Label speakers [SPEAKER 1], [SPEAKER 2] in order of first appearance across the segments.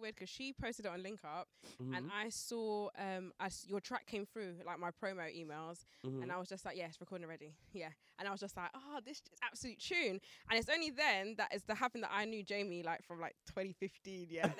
[SPEAKER 1] weird because she posted it on Link Up,
[SPEAKER 2] Mm-hmm,
[SPEAKER 1] and I saw um as your track came through like my promo emails,
[SPEAKER 2] mm-hmm.
[SPEAKER 1] and I was just like, yes, it's recording already, yeah. And I was just like, oh, this is absolute tune. And it's only then that is the happened that I knew Jamie like from like 2015, yeah.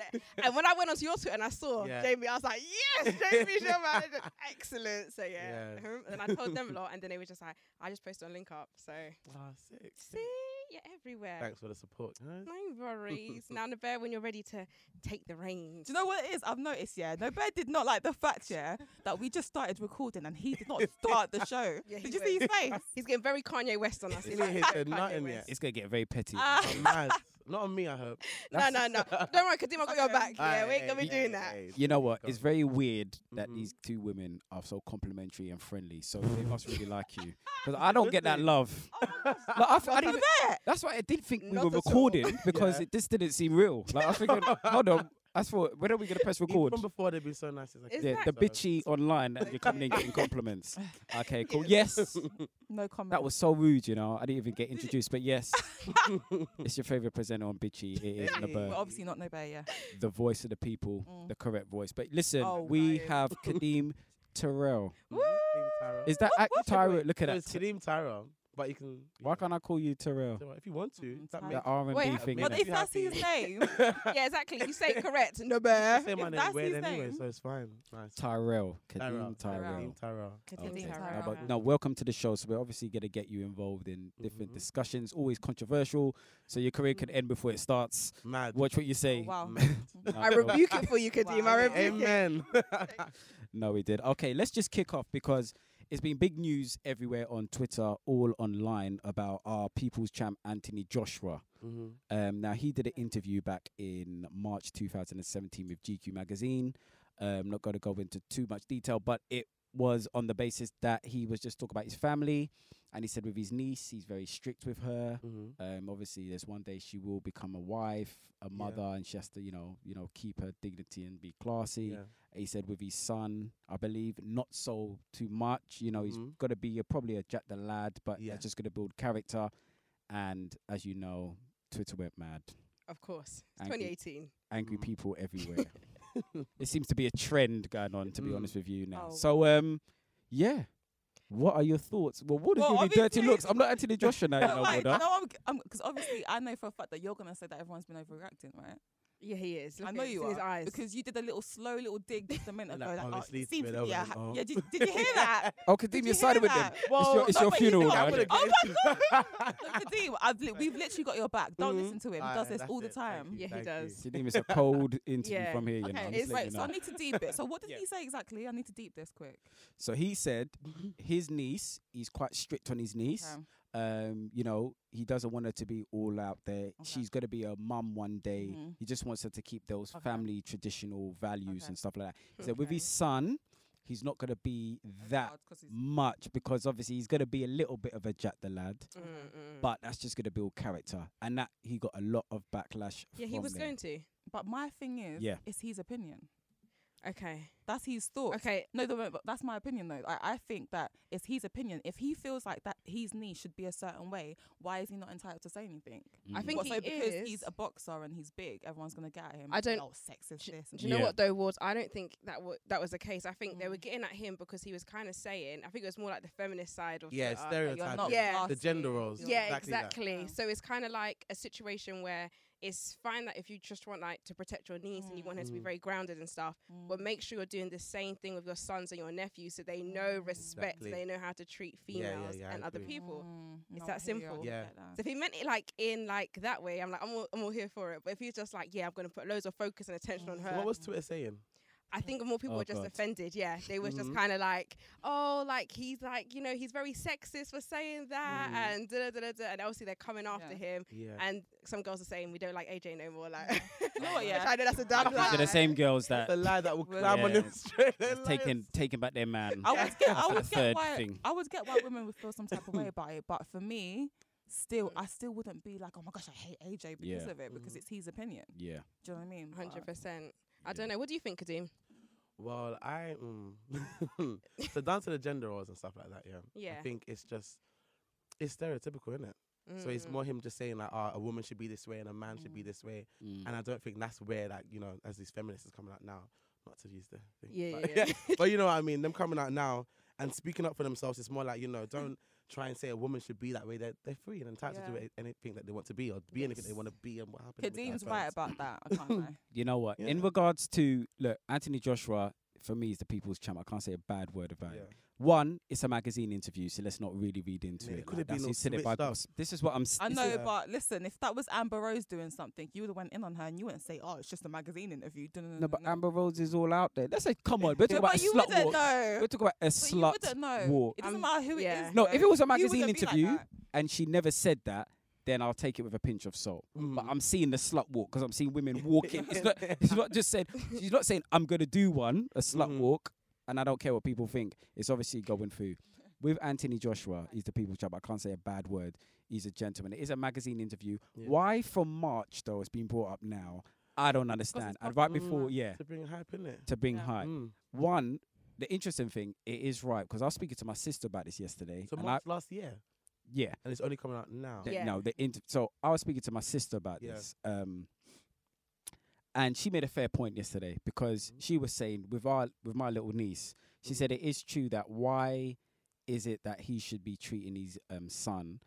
[SPEAKER 1] and when I went onto your Twitter and I saw
[SPEAKER 2] Yeah.
[SPEAKER 1] Jamie, I was like, yes, Jamie's your manager, excellent. So yeah,
[SPEAKER 2] Yeah.
[SPEAKER 1] and I told them a lot, and then they were just like, I just posted on Link Up, so
[SPEAKER 2] Ah, sick.
[SPEAKER 1] see, you're everywhere.
[SPEAKER 2] Thanks for the support, guys.
[SPEAKER 1] No worries. now, Navar, when you're ready to take the reins.
[SPEAKER 3] Do you know what it is? I've noticed, yeah. No, Bear did not like the fact, yeah, that we just started recording and he did not start the show.
[SPEAKER 1] Yeah, he
[SPEAKER 3] did you see his face?
[SPEAKER 1] He's getting very Kanye West on us.
[SPEAKER 2] He
[SPEAKER 1] He's
[SPEAKER 2] didn't
[SPEAKER 1] like,
[SPEAKER 2] hit
[SPEAKER 1] "Very
[SPEAKER 2] said
[SPEAKER 1] Kanye
[SPEAKER 2] nothing yet.
[SPEAKER 1] West."
[SPEAKER 4] It's gonna get very petty.
[SPEAKER 3] Ah.
[SPEAKER 2] I'm mad. Not on me, I hope.
[SPEAKER 1] No, no, no. Don't worry, Kadima got your
[SPEAKER 3] Okay.
[SPEAKER 1] back. Yeah, we ain't
[SPEAKER 2] Aye,
[SPEAKER 1] gonna be
[SPEAKER 2] aye,
[SPEAKER 1] doing that.
[SPEAKER 2] aye.
[SPEAKER 4] you know what? It's very weird that
[SPEAKER 2] Mhm.
[SPEAKER 4] these two women are so complimentary and friendly. So they must really like you because I don't get that
[SPEAKER 2] Really?
[SPEAKER 4] love.
[SPEAKER 3] Oh my gosh.
[SPEAKER 4] Like, I, f- I
[SPEAKER 3] Bear,
[SPEAKER 4] didn't, that's why I did think we
[SPEAKER 1] Not
[SPEAKER 4] were
[SPEAKER 1] at all.
[SPEAKER 4] recording because
[SPEAKER 2] Yeah.
[SPEAKER 4] it just didn't seem real. Like I was thinking, hold on, that's for when are we gonna press record?
[SPEAKER 2] Even before they'd be so nice. As I
[SPEAKER 1] Is
[SPEAKER 2] could
[SPEAKER 4] Yeah,
[SPEAKER 2] be,
[SPEAKER 1] that-
[SPEAKER 4] the
[SPEAKER 2] so-
[SPEAKER 4] bitchy online and you're coming in getting compliments. Okay, cool. Yes.
[SPEAKER 3] no comment.
[SPEAKER 4] That was so rude, you know. I didn't even get introduced, but yes, it's your favorite presenter on Bitchy. It is
[SPEAKER 2] Hey.
[SPEAKER 3] But
[SPEAKER 4] Naber,
[SPEAKER 3] obviously not no Bear, yeah.
[SPEAKER 4] the voice of the people,
[SPEAKER 3] Mm.
[SPEAKER 4] the correct voice. But listen,
[SPEAKER 3] Oh,
[SPEAKER 4] we
[SPEAKER 1] right.
[SPEAKER 4] have Kadeem Terrell.
[SPEAKER 3] Woo!
[SPEAKER 2] Kadeem Tyrell.
[SPEAKER 4] Is that act Tyrell? Look at
[SPEAKER 2] No,
[SPEAKER 4] that.
[SPEAKER 2] it's Kadeem Tyrell, but you can.
[SPEAKER 4] Why can't I call you Terrell?
[SPEAKER 2] If you want to, that
[SPEAKER 3] Tyrell.
[SPEAKER 4] That
[SPEAKER 2] makes
[SPEAKER 4] R and B
[SPEAKER 1] Wait,
[SPEAKER 4] thing.
[SPEAKER 2] Well,
[SPEAKER 3] But
[SPEAKER 4] innit?
[SPEAKER 2] they-
[SPEAKER 3] if that's his name,
[SPEAKER 1] Yeah, exactly. You say it correct. No
[SPEAKER 2] I
[SPEAKER 1] bear.
[SPEAKER 2] say my name
[SPEAKER 3] If that's
[SPEAKER 2] weird
[SPEAKER 3] his
[SPEAKER 2] anyway,
[SPEAKER 3] name.
[SPEAKER 2] so it's fine. Nice.
[SPEAKER 4] Tyrell. Kadeem Tyrell. Oh,
[SPEAKER 3] Tyrell.
[SPEAKER 2] Kadeem Tyrell.
[SPEAKER 3] Kadeem
[SPEAKER 4] Okay.
[SPEAKER 3] Tyrell.
[SPEAKER 4] No, but no, welcome to the show. So we're obviously going to get you involved in different
[SPEAKER 2] Mhm.
[SPEAKER 4] discussions, always controversial. So your career could end before it starts.
[SPEAKER 2] Mad.
[SPEAKER 4] Watch what you say.
[SPEAKER 3] wow.
[SPEAKER 2] Mad.
[SPEAKER 1] I
[SPEAKER 4] No,
[SPEAKER 1] rebuke it Oh. for you, Kadeem.
[SPEAKER 3] Wow.
[SPEAKER 1] I rebuke it.
[SPEAKER 2] Amen.
[SPEAKER 4] No, we did. Okay, let's just kick off because it's been big news everywhere on Twitter, all online about our People's Champ Anthony Joshua.
[SPEAKER 2] Mhm.
[SPEAKER 4] Um, now he did an interview back in March 2017 with GQ magazine. Um, not going to go into too much detail, but it was on the basis that he was just talking about his family, and he said with his niece, he's very strict with her.
[SPEAKER 2] Mhm.
[SPEAKER 4] Um, obviously, there's one day she will become a wife, a mother, and she has to, you know, you know, keep her dignity and be classy
[SPEAKER 2] Yeah.
[SPEAKER 4] he said with his son, I believe, not so too much. You know, he's
[SPEAKER 3] Mm-hmm.
[SPEAKER 2] Mhm.
[SPEAKER 4] got to be a, probably a Jack the lad, but
[SPEAKER 2] Yeah.
[SPEAKER 4] that's just going to build character. And as you know, Twitter went mad.
[SPEAKER 1] Of course. It's
[SPEAKER 4] Thank you.
[SPEAKER 1] 2018.
[SPEAKER 4] Angry
[SPEAKER 2] Mm.
[SPEAKER 4] people everywhere. it seems to be a trend going on, to be honest with you now.
[SPEAKER 3] Oh.
[SPEAKER 4] So, um, yeah. What are your thoughts? Well, what is
[SPEAKER 3] Well,
[SPEAKER 4] well, your dirty
[SPEAKER 3] obviously-
[SPEAKER 4] looks? I'm not Anthony Joshua now, you know,
[SPEAKER 3] Like,
[SPEAKER 4] brother.
[SPEAKER 3] no, I'm because obviously I know for a fact that you're gonna say that everyone's been overreacting, right?
[SPEAKER 1] Yeah, he is. Look
[SPEAKER 3] I know
[SPEAKER 1] at
[SPEAKER 3] you
[SPEAKER 1] his
[SPEAKER 3] are
[SPEAKER 1] His eyes.
[SPEAKER 3] because you did a little slow little dig just a minute
[SPEAKER 2] Like,
[SPEAKER 3] ago. Like, oh,
[SPEAKER 2] obviously
[SPEAKER 3] it
[SPEAKER 2] it's
[SPEAKER 3] seems
[SPEAKER 2] been
[SPEAKER 3] to be-
[SPEAKER 2] over
[SPEAKER 3] yeah,
[SPEAKER 2] the
[SPEAKER 3] ha-
[SPEAKER 2] ball.
[SPEAKER 3] yeah. Did, did you hear that?
[SPEAKER 4] Oh, Kadeem,
[SPEAKER 3] Did
[SPEAKER 4] you're
[SPEAKER 3] you
[SPEAKER 4] siding
[SPEAKER 3] hear
[SPEAKER 4] with them.
[SPEAKER 3] that?
[SPEAKER 4] It's your, it's
[SPEAKER 3] No,
[SPEAKER 4] your
[SPEAKER 3] but you
[SPEAKER 4] funeral
[SPEAKER 3] know
[SPEAKER 4] now.
[SPEAKER 3] I
[SPEAKER 4] innit?
[SPEAKER 3] would've- Oh Look, Kadeem, I've li- we've literally got your back. Don't
[SPEAKER 2] Mhm.
[SPEAKER 3] listen to him. He
[SPEAKER 2] Aye,
[SPEAKER 3] does this
[SPEAKER 2] that's
[SPEAKER 3] all the
[SPEAKER 2] it. Thank
[SPEAKER 3] time.
[SPEAKER 2] you,
[SPEAKER 1] Yeah, he
[SPEAKER 2] thank you.
[SPEAKER 1] does.
[SPEAKER 4] Kadeem, it's a cold interview
[SPEAKER 1] Yeah.
[SPEAKER 4] from here, you know. I'm
[SPEAKER 3] Okay,
[SPEAKER 4] just
[SPEAKER 1] it's
[SPEAKER 4] letting
[SPEAKER 1] like
[SPEAKER 4] you
[SPEAKER 3] wait, so
[SPEAKER 4] know.
[SPEAKER 3] I need to deep it. So what did
[SPEAKER 4] Yeah.
[SPEAKER 3] he say exactly? I need to deep this quick.
[SPEAKER 4] So he said his niece, he's quite strict on his niece.
[SPEAKER 3] Okay.
[SPEAKER 4] Um, you know, he doesn't want her to be all out there. She's gonna be a mum one day.
[SPEAKER 1] Mm-hmm.
[SPEAKER 3] Mhm.
[SPEAKER 4] He just wants her to keep those
[SPEAKER 3] Okay.
[SPEAKER 4] family traditional values
[SPEAKER 3] Okay.
[SPEAKER 4] and stuff like that. He said
[SPEAKER 1] Hmm.
[SPEAKER 4] with
[SPEAKER 1] Okay.
[SPEAKER 4] his son, he's not gonna be that
[SPEAKER 3] Loud, 'cause he's-
[SPEAKER 4] much because obviously he's gonna be a little bit of a jack the lad.
[SPEAKER 1] Mm, mm.
[SPEAKER 4] But that's just gonna build character, and that he got a lot of backlash.
[SPEAKER 1] yeah, he
[SPEAKER 4] from
[SPEAKER 1] was
[SPEAKER 4] there.
[SPEAKER 1] going to.
[SPEAKER 3] But my thing is,
[SPEAKER 4] Yeah.
[SPEAKER 3] it's his opinion.
[SPEAKER 1] Okay.
[SPEAKER 3] That's his thought.
[SPEAKER 1] Okay.
[SPEAKER 3] No, no, no, but that's my opinion though. I, I think that it's his opinion. If he feels like that his niece should be a certain way, why is he not entitled to say anything?
[SPEAKER 1] I
[SPEAKER 4] Mhm.
[SPEAKER 1] think
[SPEAKER 3] What,
[SPEAKER 1] he
[SPEAKER 3] so because
[SPEAKER 1] is.
[SPEAKER 3] he's a boxer and he's big, everyone's gonna get at him.
[SPEAKER 1] I don't-
[SPEAKER 3] Oh, sexist
[SPEAKER 1] Do,
[SPEAKER 3] this.
[SPEAKER 1] do you know
[SPEAKER 4] Yeah.
[SPEAKER 1] what though, Wards? I don't think that w- that was the case. I think they were
[SPEAKER 3] Mm.
[SPEAKER 1] getting at him because he was kind of saying. I think it was more like the feminist side of.
[SPEAKER 2] Yeah,
[SPEAKER 1] Twitter.
[SPEAKER 3] That you're not
[SPEAKER 2] stereotyping.
[SPEAKER 1] Yeah.
[SPEAKER 3] classy,
[SPEAKER 2] The gender roles.
[SPEAKER 3] you're-
[SPEAKER 1] Yeah,
[SPEAKER 2] Exactly
[SPEAKER 1] exactly.
[SPEAKER 2] that.
[SPEAKER 3] Yeah.
[SPEAKER 1] So it's kind of like a situation where it's fine that if you just want like to protect your niece and you want her to be
[SPEAKER 2] Mm.
[SPEAKER 1] very grounded and stuff,
[SPEAKER 3] Mm.
[SPEAKER 1] but make sure you're doing the same thing with your sons and your nephews so they know respect,
[SPEAKER 2] Exactly.
[SPEAKER 1] they know how to treat
[SPEAKER 2] Yeah, yeah,
[SPEAKER 1] females
[SPEAKER 2] yeah, I
[SPEAKER 1] and other
[SPEAKER 2] agree.
[SPEAKER 1] people.
[SPEAKER 3] Mm,
[SPEAKER 1] It's
[SPEAKER 3] no,
[SPEAKER 1] that
[SPEAKER 3] I hear you, I
[SPEAKER 1] simple.
[SPEAKER 3] get
[SPEAKER 2] Yeah.
[SPEAKER 3] that.
[SPEAKER 1] So if he meant it like in like that way, I'm like I'm all, I'm all here for it. But if he's just like, yeah, I'm gonna put loads of focus and attention on
[SPEAKER 3] Mm.
[SPEAKER 1] her,
[SPEAKER 2] What was Twitter saying?
[SPEAKER 1] I think more people
[SPEAKER 4] Oh,
[SPEAKER 1] were just
[SPEAKER 4] God.
[SPEAKER 1] offended. Yeah, they was
[SPEAKER 2] Mhm.
[SPEAKER 1] just kind of like, oh, like he's like, you know, he's very sexist for saying that,
[SPEAKER 2] Mm.
[SPEAKER 1] and da da da da. And obviously they're coming after
[SPEAKER 3] Yeah.
[SPEAKER 1] him.
[SPEAKER 2] Yeah.
[SPEAKER 1] And some girls are saying we don't like AJ no more. Like,
[SPEAKER 3] You know what,
[SPEAKER 1] Which
[SPEAKER 3] yeah.
[SPEAKER 1] I know that's a damn
[SPEAKER 3] They're
[SPEAKER 1] lie.
[SPEAKER 4] They're the same girls
[SPEAKER 2] It's a
[SPEAKER 4] that
[SPEAKER 2] lie that will
[SPEAKER 3] Well,
[SPEAKER 2] climb on
[SPEAKER 4] yeah.
[SPEAKER 2] him straight.
[SPEAKER 4] have taken taken back their man.
[SPEAKER 3] I would get, I
[SPEAKER 4] After the
[SPEAKER 3] would get
[SPEAKER 4] third
[SPEAKER 3] why,
[SPEAKER 4] thing.
[SPEAKER 3] I would get why women would feel some type of way about it, but for me, still, I still wouldn't be like, oh my gosh, I hate AJ because
[SPEAKER 4] Yeah.
[SPEAKER 3] of it because
[SPEAKER 2] Mhm.
[SPEAKER 3] it's his opinion.
[SPEAKER 4] yeah.
[SPEAKER 3] Do you know what I mean? But-
[SPEAKER 1] Mm-hmm. Hundred percent. I
[SPEAKER 4] Yeah.
[SPEAKER 1] don't know. What do you think, Kadeem?
[SPEAKER 2] Well, I mm. so down to the gender roles and stuff like that. Yeah,
[SPEAKER 1] Yeah.
[SPEAKER 2] I think it's just it's stereotypical, isn't it? So it's
[SPEAKER 1] Mm.
[SPEAKER 2] more him just saying like, oh, a woman should be this way and a man should be
[SPEAKER 3] Mm.
[SPEAKER 2] this way.
[SPEAKER 4] Mm.
[SPEAKER 2] And I don't think that's where like you know, as these feminists is coming out now, not to use the thing.
[SPEAKER 1] Yeah,
[SPEAKER 2] but,
[SPEAKER 1] yeah, yeah.
[SPEAKER 2] but you know what I mean. Them coming out now and speaking up for themselves. It's more like you know, don't try and say a woman should be that way. They're they're free and entitled to
[SPEAKER 3] Yeah.
[SPEAKER 2] do a- anything that they want to be or be anything they
[SPEAKER 3] Yes.
[SPEAKER 2] want to be and what happens.
[SPEAKER 3] Kadeen's right about that. I can't lie.
[SPEAKER 4] You know what? In
[SPEAKER 2] Yeah.
[SPEAKER 4] regards to look, Anthony Joshua for me is the people's champ. I can't say a bad word about
[SPEAKER 2] Yeah.
[SPEAKER 4] it. One, it's a magazine interview, so let's not really read into
[SPEAKER 2] Man,
[SPEAKER 4] it.
[SPEAKER 2] it could
[SPEAKER 4] like,
[SPEAKER 2] have been
[SPEAKER 4] that's
[SPEAKER 2] all
[SPEAKER 4] who said it
[SPEAKER 2] switched
[SPEAKER 4] by
[SPEAKER 2] up.
[SPEAKER 4] s- This is what I'm. s-
[SPEAKER 3] I
[SPEAKER 4] this
[SPEAKER 3] know,
[SPEAKER 2] Yeah.
[SPEAKER 3] but listen, if that was Amber Rose doing something, you would have went in on her and you wouldn't say, "Oh, it's just a magazine interview." No, no,
[SPEAKER 4] No, but Amber Rose is all out there. Let's say, come on, we're talking
[SPEAKER 3] Yeah,
[SPEAKER 4] about a
[SPEAKER 3] but you
[SPEAKER 4] slut
[SPEAKER 3] wouldn't
[SPEAKER 4] walk.
[SPEAKER 3] know.
[SPEAKER 4] We're talking about a
[SPEAKER 3] But
[SPEAKER 4] slut
[SPEAKER 3] you wouldn't know.
[SPEAKER 4] walk.
[SPEAKER 3] It doesn't
[SPEAKER 1] Um,
[SPEAKER 3] matter who
[SPEAKER 1] yeah.
[SPEAKER 3] it is.
[SPEAKER 4] No,
[SPEAKER 3] though.
[SPEAKER 4] if it was a
[SPEAKER 3] You wouldn't
[SPEAKER 4] magazine
[SPEAKER 3] be
[SPEAKER 4] interview,
[SPEAKER 3] Like that.
[SPEAKER 4] And she never said that. Then I'll take it with a pinch of salt.
[SPEAKER 2] Mm.
[SPEAKER 4] But I'm seeing the slut walk because I'm seeing women walking. It's not. It's not just said. She's not saying I'm gonna do one a slut
[SPEAKER 2] Mhm.
[SPEAKER 4] walk, and I don't care what people think. It's obviously going through. With Anthony Joshua, he's the people's champ. I can't say a bad word. He's a gentleman. It is a magazine interview.
[SPEAKER 2] Yeah.
[SPEAKER 4] Why from March though? It's been brought up now. I don't understand. And right before, yeah,
[SPEAKER 2] Mm. to bring hype Mm. in it.
[SPEAKER 4] to bring
[SPEAKER 3] Yeah.
[SPEAKER 4] hype.
[SPEAKER 2] Mm-hmm.
[SPEAKER 4] One, the interesting thing, it is right because I was speaking to my sister about this yesterday.
[SPEAKER 2] So
[SPEAKER 4] and I,
[SPEAKER 2] March last year,
[SPEAKER 4] yeah,
[SPEAKER 2] and it's only coming out now.
[SPEAKER 4] the-
[SPEAKER 1] Yeah.
[SPEAKER 4] no the inter- so i was speaking to my sister about
[SPEAKER 2] Yeah.
[SPEAKER 4] this um and she made a fair point yesterday because
[SPEAKER 2] Mm-hmm.
[SPEAKER 4] she was saying with our with my little niece she
[SPEAKER 2] Mhm.
[SPEAKER 4] said it is true that why is it that he should be treating his um son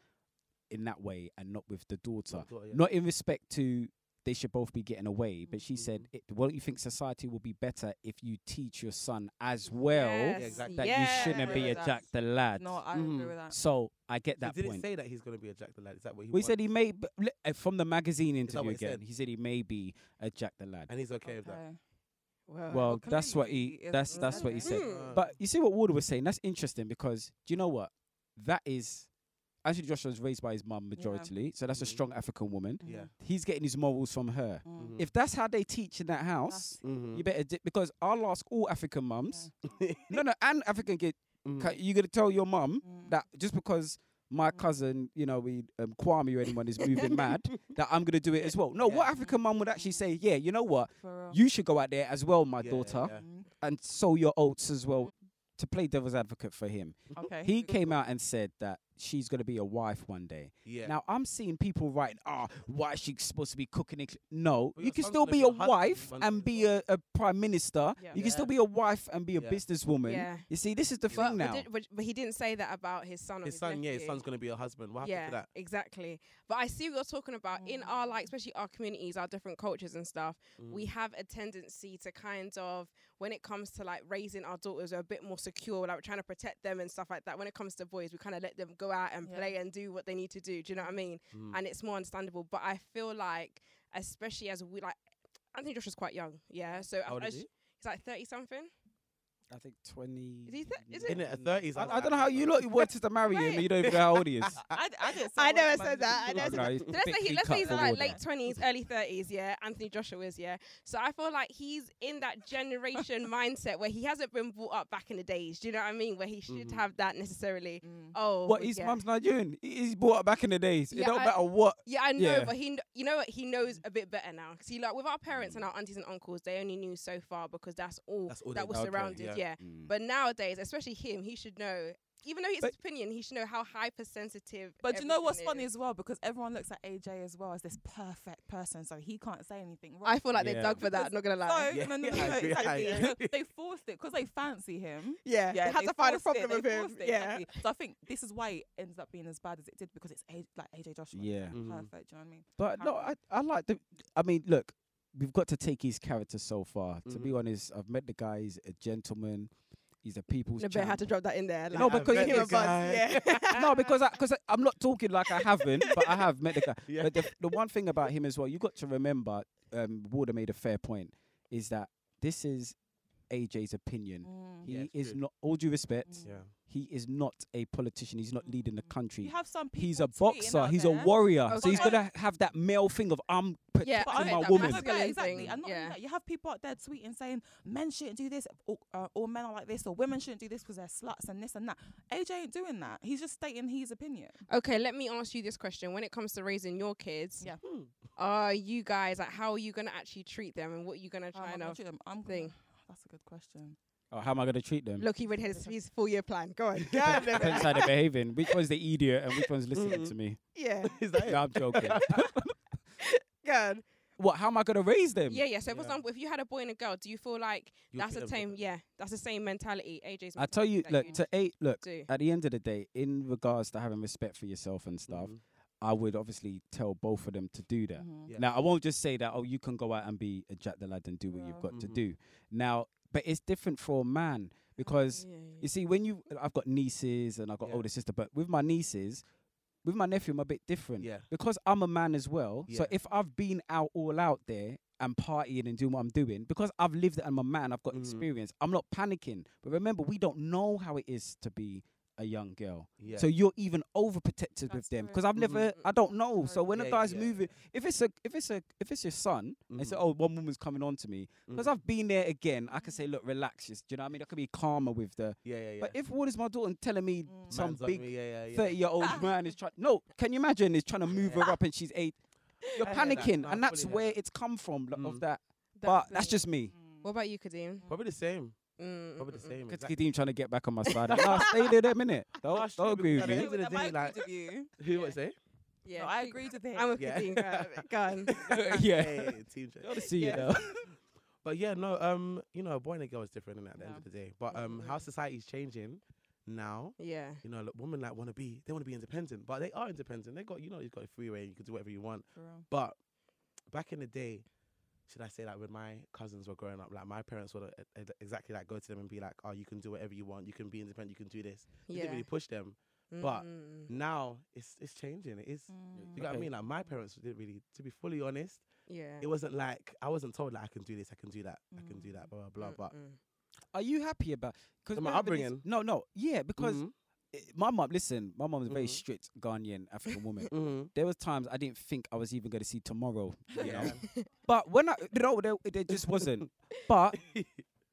[SPEAKER 4] in that way and not with the daughter
[SPEAKER 2] Not thought, yeah.
[SPEAKER 4] not in respect to they should both be getting away but she said
[SPEAKER 2] Mhm.
[SPEAKER 4] it, don't you think society will be better if you teach your son as well
[SPEAKER 1] Yes,
[SPEAKER 2] exactly.
[SPEAKER 4] that
[SPEAKER 1] yes. uh,
[SPEAKER 4] you shouldn't be a
[SPEAKER 3] Yeah.
[SPEAKER 4] jack the lad
[SPEAKER 3] No, I
[SPEAKER 2] Mhm.
[SPEAKER 3] agree with that.
[SPEAKER 4] so i get
[SPEAKER 2] So
[SPEAKER 4] that
[SPEAKER 2] did
[SPEAKER 4] point
[SPEAKER 2] it say that he's going to be a Jack the Lad? Is that what he?
[SPEAKER 4] we
[SPEAKER 2] wants?
[SPEAKER 4] said he may b- li- uh, from the magazine
[SPEAKER 2] that
[SPEAKER 4] interview
[SPEAKER 2] what he
[SPEAKER 4] again.
[SPEAKER 2] said?
[SPEAKER 4] He said he may be a Jack the Lad.
[SPEAKER 2] and he's okay, with that.
[SPEAKER 1] Well,
[SPEAKER 4] well,
[SPEAKER 3] Well,
[SPEAKER 4] that's what
[SPEAKER 3] clearly
[SPEAKER 4] he
[SPEAKER 3] he is
[SPEAKER 4] that's
[SPEAKER 1] a
[SPEAKER 4] that's what he
[SPEAKER 1] Jack the
[SPEAKER 4] said.
[SPEAKER 1] Lad.
[SPEAKER 3] Mm.
[SPEAKER 2] Uh,
[SPEAKER 4] But you see what Warder was saying. That's interesting because do you know what? That is Anthony Joshua was raised by his mum
[SPEAKER 3] Yeah.
[SPEAKER 4] majority, so that's a
[SPEAKER 2] Mhm.
[SPEAKER 4] strong African woman.
[SPEAKER 2] yeah.
[SPEAKER 4] He's getting his morals from her.
[SPEAKER 3] Mm.
[SPEAKER 2] Mhm.
[SPEAKER 4] If that's how they teach in that house,
[SPEAKER 2] Mhm.
[SPEAKER 4] you better di- because I'll ask all African mums. no, no, and African kid,
[SPEAKER 2] Mhm.
[SPEAKER 4] ca- you gonna tell your mum
[SPEAKER 2] Hmm.
[SPEAKER 3] Mm.
[SPEAKER 4] that just because my
[SPEAKER 3] Mm.
[SPEAKER 4] cousin, you know, we um, Kwame or anyone is moving mad, that I'm gonna do it as well. No, what
[SPEAKER 2] Yeah.
[SPEAKER 4] African mum would actually say, yeah, you know what,
[SPEAKER 3] For real.
[SPEAKER 4] you should go out there as well, my
[SPEAKER 2] Yeah,
[SPEAKER 4] daughter,
[SPEAKER 2] yeah.
[SPEAKER 3] Mm.
[SPEAKER 4] and sow your oats as well. To play devil's advocate for him,
[SPEAKER 3] Okay.
[SPEAKER 4] he came out and said that she's gonna be a wife one day.
[SPEAKER 2] Yeah.
[SPEAKER 4] Now I'm seeing people writing, "Ah, why is she supposed to be cooking?" It? No,
[SPEAKER 2] But
[SPEAKER 4] you
[SPEAKER 2] your
[SPEAKER 4] can
[SPEAKER 2] son's
[SPEAKER 4] still
[SPEAKER 2] gonna
[SPEAKER 4] be
[SPEAKER 2] be
[SPEAKER 4] a
[SPEAKER 2] a husband
[SPEAKER 4] wife
[SPEAKER 2] one day
[SPEAKER 4] and
[SPEAKER 2] as
[SPEAKER 4] be a,
[SPEAKER 2] well.
[SPEAKER 4] a prime minister.
[SPEAKER 3] Yeah.
[SPEAKER 4] You can still
[SPEAKER 2] Yeah.
[SPEAKER 4] be a wife and be a
[SPEAKER 2] Yeah.
[SPEAKER 4] businesswoman.
[SPEAKER 1] yeah.
[SPEAKER 4] You see, this is the
[SPEAKER 1] But,
[SPEAKER 4] thing now.
[SPEAKER 1] Did, but, but he didn't say that about his son. Or
[SPEAKER 2] his son, yeah, his
[SPEAKER 1] nephew.
[SPEAKER 2] son's going to be a husband. What happened
[SPEAKER 1] yeah,
[SPEAKER 2] to that?
[SPEAKER 1] exactly. But I see what you're talking about in our like, especially our communities, our different cultures and stuff. We have a tendency to kind of, when it comes to like raising our daughters, we're a bit more secure, like we're trying to protect them and stuff like that. When it comes to boys, we kind of let them go out and
[SPEAKER 3] Yeah.
[SPEAKER 1] play and do what they need to do. Do you know what I mean?
[SPEAKER 2] Mm.
[SPEAKER 1] And it's more understandable. But I feel like, especially as we like, Anthony Joshua's quite young, yeah. So
[SPEAKER 2] How old
[SPEAKER 1] as,
[SPEAKER 2] is he?
[SPEAKER 1] he's like thirty something.
[SPEAKER 4] I think 20.
[SPEAKER 1] Is he th- is
[SPEAKER 2] In the thirties.
[SPEAKER 4] I, I don't know how you lot wanted to marry him and you don't even know how old he is.
[SPEAKER 3] I, d- I didn't.
[SPEAKER 1] I
[SPEAKER 3] what
[SPEAKER 1] never
[SPEAKER 3] the
[SPEAKER 1] said
[SPEAKER 3] man
[SPEAKER 1] that, I
[SPEAKER 3] did.
[SPEAKER 1] never
[SPEAKER 4] Oh,
[SPEAKER 1] said
[SPEAKER 4] no,
[SPEAKER 1] that.
[SPEAKER 4] he's
[SPEAKER 1] So let's
[SPEAKER 4] big-
[SPEAKER 1] say he,
[SPEAKER 4] big
[SPEAKER 1] let's
[SPEAKER 4] cut
[SPEAKER 1] say he's
[SPEAKER 4] for
[SPEAKER 1] like
[SPEAKER 4] Warder.
[SPEAKER 1] late twenties, early thirties. Yeah, Anthony Joshua is yeah. So I feel like he's in that generation mindset where he hasn't been brought up back in the days. Do you know what I mean? Where he should
[SPEAKER 2] Mhm.
[SPEAKER 1] have that necessarily.
[SPEAKER 3] Mm.
[SPEAKER 1] Oh,
[SPEAKER 4] What, his
[SPEAKER 1] yeah.
[SPEAKER 4] mum's Nigerian? He- He's brought up back in the days.
[SPEAKER 1] Yeah,
[SPEAKER 4] it don't
[SPEAKER 1] I-
[SPEAKER 4] matter what.
[SPEAKER 1] Yeah, I know,
[SPEAKER 4] Yeah.
[SPEAKER 1] but he, kn- you know, what he knows
[SPEAKER 3] Mm.
[SPEAKER 1] a bit better now. See, like with our parents and our aunties and uncles, they only knew so far because that's all
[SPEAKER 2] That's all they
[SPEAKER 1] that was
[SPEAKER 2] knew. Okay,
[SPEAKER 1] surrounded.
[SPEAKER 2] yeah.
[SPEAKER 1] yeah,
[SPEAKER 3] Mm.
[SPEAKER 1] but nowadays, especially him, he should know. Even though it's
[SPEAKER 4] But-
[SPEAKER 1] his opinion, he should know how hypersensitive.
[SPEAKER 3] But do you know what's
[SPEAKER 1] everything
[SPEAKER 3] funny
[SPEAKER 1] is.
[SPEAKER 3] as well? Because everyone looks at AJ as well as this perfect person, so he can't say anything wrong.
[SPEAKER 1] I feel like
[SPEAKER 4] Yeah.
[SPEAKER 1] they dug for that.
[SPEAKER 3] Because-
[SPEAKER 1] I'm not gonna
[SPEAKER 3] so,
[SPEAKER 1] lie.
[SPEAKER 2] Yeah,
[SPEAKER 3] no, no, no,
[SPEAKER 2] I
[SPEAKER 3] no,
[SPEAKER 2] agree, I
[SPEAKER 3] exactly.
[SPEAKER 2] agree.
[SPEAKER 3] they forced it because they fancy him.
[SPEAKER 1] yeah, they had to find a
[SPEAKER 3] forced
[SPEAKER 1] problem
[SPEAKER 3] they
[SPEAKER 1] with him.
[SPEAKER 3] forced it,
[SPEAKER 1] yeah.
[SPEAKER 3] exactly. So I think this is why it ends up being as bad as it did because it's a- like AJ Joshua.
[SPEAKER 4] Yeah.
[SPEAKER 3] Perfect. Do you know
[SPEAKER 2] Mhm.
[SPEAKER 3] what I mean?
[SPEAKER 4] But no, I, I like the. I mean, look, we've got to take his character so far. To be
[SPEAKER 2] Mhm.
[SPEAKER 4] honest, I've met the guy. He's a gentleman. He's a people's
[SPEAKER 1] No, but I had
[SPEAKER 4] champ.
[SPEAKER 1] to drop that in there. Like,
[SPEAKER 4] No, because
[SPEAKER 1] give
[SPEAKER 4] it
[SPEAKER 1] him a
[SPEAKER 4] is-
[SPEAKER 1] buzz.
[SPEAKER 2] guy.
[SPEAKER 1] Yeah.
[SPEAKER 4] no, because I, cause I, I'm not talking like I haven't, but I have met the guy.
[SPEAKER 2] Yeah.
[SPEAKER 4] But the, the one thing about him as well, you got to remember, um, Warder made a fair point, is that this is AJ's
[SPEAKER 1] Mm-hmm.
[SPEAKER 4] opinion.
[SPEAKER 3] Mm.
[SPEAKER 4] He
[SPEAKER 2] Yeah, it's
[SPEAKER 4] is
[SPEAKER 2] true.
[SPEAKER 4] not, all due respect,
[SPEAKER 3] Mm.
[SPEAKER 2] Yeah.
[SPEAKER 4] he is not a politician. He's not leading the country.
[SPEAKER 3] You have some people.
[SPEAKER 4] He's a
[SPEAKER 3] tweeting
[SPEAKER 4] boxer.
[SPEAKER 3] out
[SPEAKER 4] He's
[SPEAKER 3] there.
[SPEAKER 4] a warrior.
[SPEAKER 1] Okay.
[SPEAKER 4] So he's
[SPEAKER 3] But-
[SPEAKER 4] gonna have that male thing of I'm
[SPEAKER 1] Yeah,
[SPEAKER 4] protecting
[SPEAKER 1] I
[SPEAKER 4] my
[SPEAKER 1] hate that
[SPEAKER 4] woman.
[SPEAKER 1] mask.
[SPEAKER 3] Yeah,
[SPEAKER 1] Masculine
[SPEAKER 3] exactly.
[SPEAKER 1] thing,
[SPEAKER 3] And not only
[SPEAKER 1] yeah.
[SPEAKER 3] that, you have people out there tweeting saying men shouldn't do this, or, uh, all men are like this, or women shouldn't do this because they're sluts and this and that. AJ ain't doing that. He's just stating his opinion.
[SPEAKER 1] Okay, let me ask you this question. When it comes to raising your kids,
[SPEAKER 3] Yeah.
[SPEAKER 2] Hmm.
[SPEAKER 1] are you guys like how are you gonna actually treat them and what are you gonna
[SPEAKER 3] How am
[SPEAKER 1] try
[SPEAKER 3] I
[SPEAKER 1] and
[SPEAKER 3] gonna
[SPEAKER 1] of
[SPEAKER 3] treat them? I'm
[SPEAKER 1] thing?
[SPEAKER 3] Gonna, that's a good question.
[SPEAKER 4] Oh, how am I going to treat them?
[SPEAKER 1] Look, he read his, his full year plan. Go on.
[SPEAKER 4] Depends how they're behaving. Which one's the idiot and which one's listening
[SPEAKER 2] Mhm.
[SPEAKER 4] to me?
[SPEAKER 1] yeah.
[SPEAKER 2] Is that it?
[SPEAKER 4] No, I'm joking.
[SPEAKER 1] Go
[SPEAKER 2] Um,
[SPEAKER 1] on.
[SPEAKER 4] what? How am I going to raise them?
[SPEAKER 1] Yeah, yeah. So, for
[SPEAKER 4] Yeah.
[SPEAKER 1] example, if you had a boy and a girl, do you feel like
[SPEAKER 2] You'll
[SPEAKER 1] that's
[SPEAKER 2] treat
[SPEAKER 1] the
[SPEAKER 2] them
[SPEAKER 1] same?
[SPEAKER 2] different.
[SPEAKER 1] Yeah, that's the same mentality. AJ's.
[SPEAKER 4] I tell you,
[SPEAKER 1] that
[SPEAKER 4] look
[SPEAKER 1] you
[SPEAKER 4] to eight. Look,
[SPEAKER 1] do.
[SPEAKER 4] at the end of the day, in regards to having respect for yourself and stuff,
[SPEAKER 2] Mhm.
[SPEAKER 4] I would obviously tell both of them to do that.
[SPEAKER 1] Mm.
[SPEAKER 3] Mhm.
[SPEAKER 2] Yeah.
[SPEAKER 4] Now, I won't just say that, oh, you can go out and be a Jack the Lad and do what
[SPEAKER 3] Yeah.
[SPEAKER 4] you've got
[SPEAKER 2] Mhm.
[SPEAKER 4] to do. Now, but it's different for a
[SPEAKER 1] Oh,
[SPEAKER 4] man because
[SPEAKER 1] Yeah, yeah.
[SPEAKER 4] you see, when you, I've got nieces and I've got
[SPEAKER 2] Yeah.
[SPEAKER 4] older sister, but with my nieces, with my nephew, I'm a bit different.
[SPEAKER 2] Yeah.
[SPEAKER 4] Because I'm a man as well. So
[SPEAKER 2] Yeah.
[SPEAKER 4] if I've been out all out there and partying and doing what I'm doing, because I've lived it and I'm a man, I've got
[SPEAKER 2] Mhm.
[SPEAKER 4] experience, I'm not panicking. But remember, we don't know how it is to be a young girl.
[SPEAKER 2] Yeah.
[SPEAKER 4] So you're even overprotective
[SPEAKER 3] That's
[SPEAKER 4] with them
[SPEAKER 3] true.
[SPEAKER 4] because I've
[SPEAKER 2] Mhm.
[SPEAKER 4] never, I don't know.
[SPEAKER 3] Very
[SPEAKER 4] So when
[SPEAKER 2] Yeah,
[SPEAKER 4] a guy's
[SPEAKER 2] yeah,
[SPEAKER 4] moving, if it's a, if it's a, if it's your son, and say,
[SPEAKER 2] Mhm.
[SPEAKER 4] oh, one woman's coming on to me because
[SPEAKER 2] Mhm.
[SPEAKER 4] I've been there again. I can say, look, relax. Just, do you know what I mean? I can be calmer with the.
[SPEAKER 2] yeah, yeah, yeah.
[SPEAKER 4] But if what is my daughter and telling me
[SPEAKER 3] Mm.
[SPEAKER 4] some
[SPEAKER 2] Man's on me,
[SPEAKER 4] big
[SPEAKER 2] yeah, yeah, yeah.
[SPEAKER 4] thirty-year-old man is trying, no, can you imagine? Is trying to move her up and she's eight. You're
[SPEAKER 2] I hear that.
[SPEAKER 4] panicking,
[SPEAKER 2] No, I
[SPEAKER 4] and that's
[SPEAKER 2] fully hear
[SPEAKER 4] where
[SPEAKER 2] that.
[SPEAKER 4] it's come from lo-
[SPEAKER 2] Mm.
[SPEAKER 4] of that.
[SPEAKER 1] That's
[SPEAKER 4] but that's
[SPEAKER 1] it.
[SPEAKER 4] just me.
[SPEAKER 1] What about you, Kadeem?
[SPEAKER 2] Probably the same.
[SPEAKER 1] Mm,
[SPEAKER 2] Probably the
[SPEAKER 1] mm, mm.
[SPEAKER 2] same.
[SPEAKER 4] Because
[SPEAKER 2] exactly.
[SPEAKER 4] Kadeem trying to get back on my side. no, stay there a minute. Don't,
[SPEAKER 2] That's
[SPEAKER 4] don't
[SPEAKER 2] true,
[SPEAKER 4] agree
[SPEAKER 2] because
[SPEAKER 4] with
[SPEAKER 2] at the
[SPEAKER 4] me.
[SPEAKER 2] end of the day, like-
[SPEAKER 3] with you.
[SPEAKER 2] Who would say?
[SPEAKER 1] Yeah,
[SPEAKER 3] No, I
[SPEAKER 1] Kadeem-
[SPEAKER 3] agreed with him.
[SPEAKER 1] I'm with
[SPEAKER 2] Yeah.
[SPEAKER 1] Kadeem. go- Go on.
[SPEAKER 4] yeah.
[SPEAKER 2] Hey, team check.
[SPEAKER 4] I wanna see you
[SPEAKER 1] Yeah.
[SPEAKER 4] though.
[SPEAKER 2] But yeah, no, um, you know, a boy and a girl is different innit, at the end
[SPEAKER 3] Yeah.
[SPEAKER 2] of the day. But
[SPEAKER 4] Mm-hmm.
[SPEAKER 2] um, how society's changing now,
[SPEAKER 1] Yeah.
[SPEAKER 2] you know, look, women like want to be, they want to be independent, but they are independent. They got, you know, you've got a free reign, you can do whatever you want. But back in the day, should I say like when my cousins were growing up, like my parents would uh, uh, exactly like go to them and be like, oh, you can do whatever you want, you can be independent, you can do this. They
[SPEAKER 1] Yeah.
[SPEAKER 2] didn't really push them.
[SPEAKER 1] Mm,
[SPEAKER 2] but-
[SPEAKER 1] mm, mm.
[SPEAKER 2] Now it's it's changing. It is. You know what I
[SPEAKER 4] Okay.
[SPEAKER 2] mean? Like my parents didn't really, to be fully honest,
[SPEAKER 1] yeah.
[SPEAKER 2] it wasn't like I wasn't told like I can do this, I can do that, I can do that, blah blah blah.
[SPEAKER 1] Mm,
[SPEAKER 2] But
[SPEAKER 1] mm.
[SPEAKER 4] Are you happy about? Because
[SPEAKER 2] Am I upbringing?
[SPEAKER 4] No, no, yeah, because
[SPEAKER 2] Mhm,
[SPEAKER 4] it- my mum. Listen, my mum's a very
[SPEAKER 2] Mhm.
[SPEAKER 4] strict Ghanaian African woman.
[SPEAKER 2] mhm.
[SPEAKER 4] There was times I didn't think I was even going to see tomorrow. you know?
[SPEAKER 2] Yeah.
[SPEAKER 4] But when I no, there, there just wasn't. but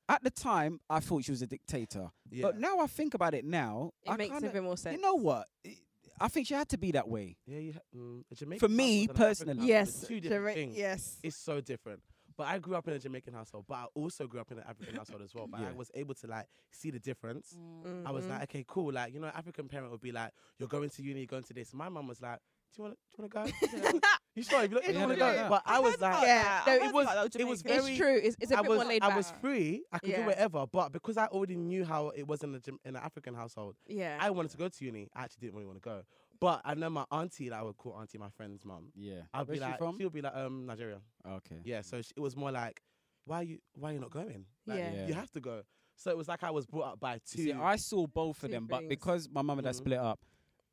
[SPEAKER 4] at the time, I thought she was a dictator.
[SPEAKER 2] yeah.
[SPEAKER 4] But now I think about it now,
[SPEAKER 1] It
[SPEAKER 4] I
[SPEAKER 1] makes
[SPEAKER 4] kinda-
[SPEAKER 1] a bit more sense.
[SPEAKER 4] You know what? I- I think she had to be that way.
[SPEAKER 2] yeah, you ha- mm, a Jamaican
[SPEAKER 4] For me,
[SPEAKER 2] household and an African
[SPEAKER 4] personally-
[SPEAKER 2] household
[SPEAKER 1] yes.
[SPEAKER 2] are two different
[SPEAKER 1] Jama-
[SPEAKER 2] things.
[SPEAKER 1] Yes.
[SPEAKER 2] It's so different. But I grew up in a Jamaican household, but I also grew up in an African household as well. But I
[SPEAKER 4] Yeah.
[SPEAKER 2] was able to like see the difference.
[SPEAKER 3] Mm.
[SPEAKER 2] I was
[SPEAKER 1] Mhm.
[SPEAKER 2] like, okay, cool. Like you know, African parent would be like, you're going to uni, you're going to this. My mum was like, do you want to do you want to go? Yeah. you sure? If you
[SPEAKER 1] It's
[SPEAKER 2] don't want to go,
[SPEAKER 4] true.
[SPEAKER 2] but I was like,
[SPEAKER 1] Yeah, no, it
[SPEAKER 2] was- it was very-
[SPEAKER 1] it's true. It's, it's a
[SPEAKER 2] I
[SPEAKER 1] bit
[SPEAKER 2] was,
[SPEAKER 1] more laid
[SPEAKER 2] I
[SPEAKER 1] back.
[SPEAKER 2] was free. I could
[SPEAKER 1] Yeah.
[SPEAKER 2] do whatever. But because I already knew how it was in, a, Jam- in an African household,
[SPEAKER 1] yeah.
[SPEAKER 2] I wanted to go to uni. I actually didn't really want to go. But I know my auntie, that I would call auntie my friend's mum.
[SPEAKER 4] Yeah.
[SPEAKER 2] I'd
[SPEAKER 4] Where's
[SPEAKER 2] be
[SPEAKER 4] she
[SPEAKER 2] like,
[SPEAKER 4] from?
[SPEAKER 2] she would be like, um, Nigeria.
[SPEAKER 4] Okay.
[SPEAKER 2] Yeah. So she, it was more like, why are you, why are you not going? Like,
[SPEAKER 1] Yeah.
[SPEAKER 4] Yeah.
[SPEAKER 2] You have to go. So it was like I was brought up by two.
[SPEAKER 4] See, I saw both of
[SPEAKER 1] two
[SPEAKER 4] them,
[SPEAKER 1] things.
[SPEAKER 4] but because my mum and dad
[SPEAKER 2] Mhm.
[SPEAKER 4] split up,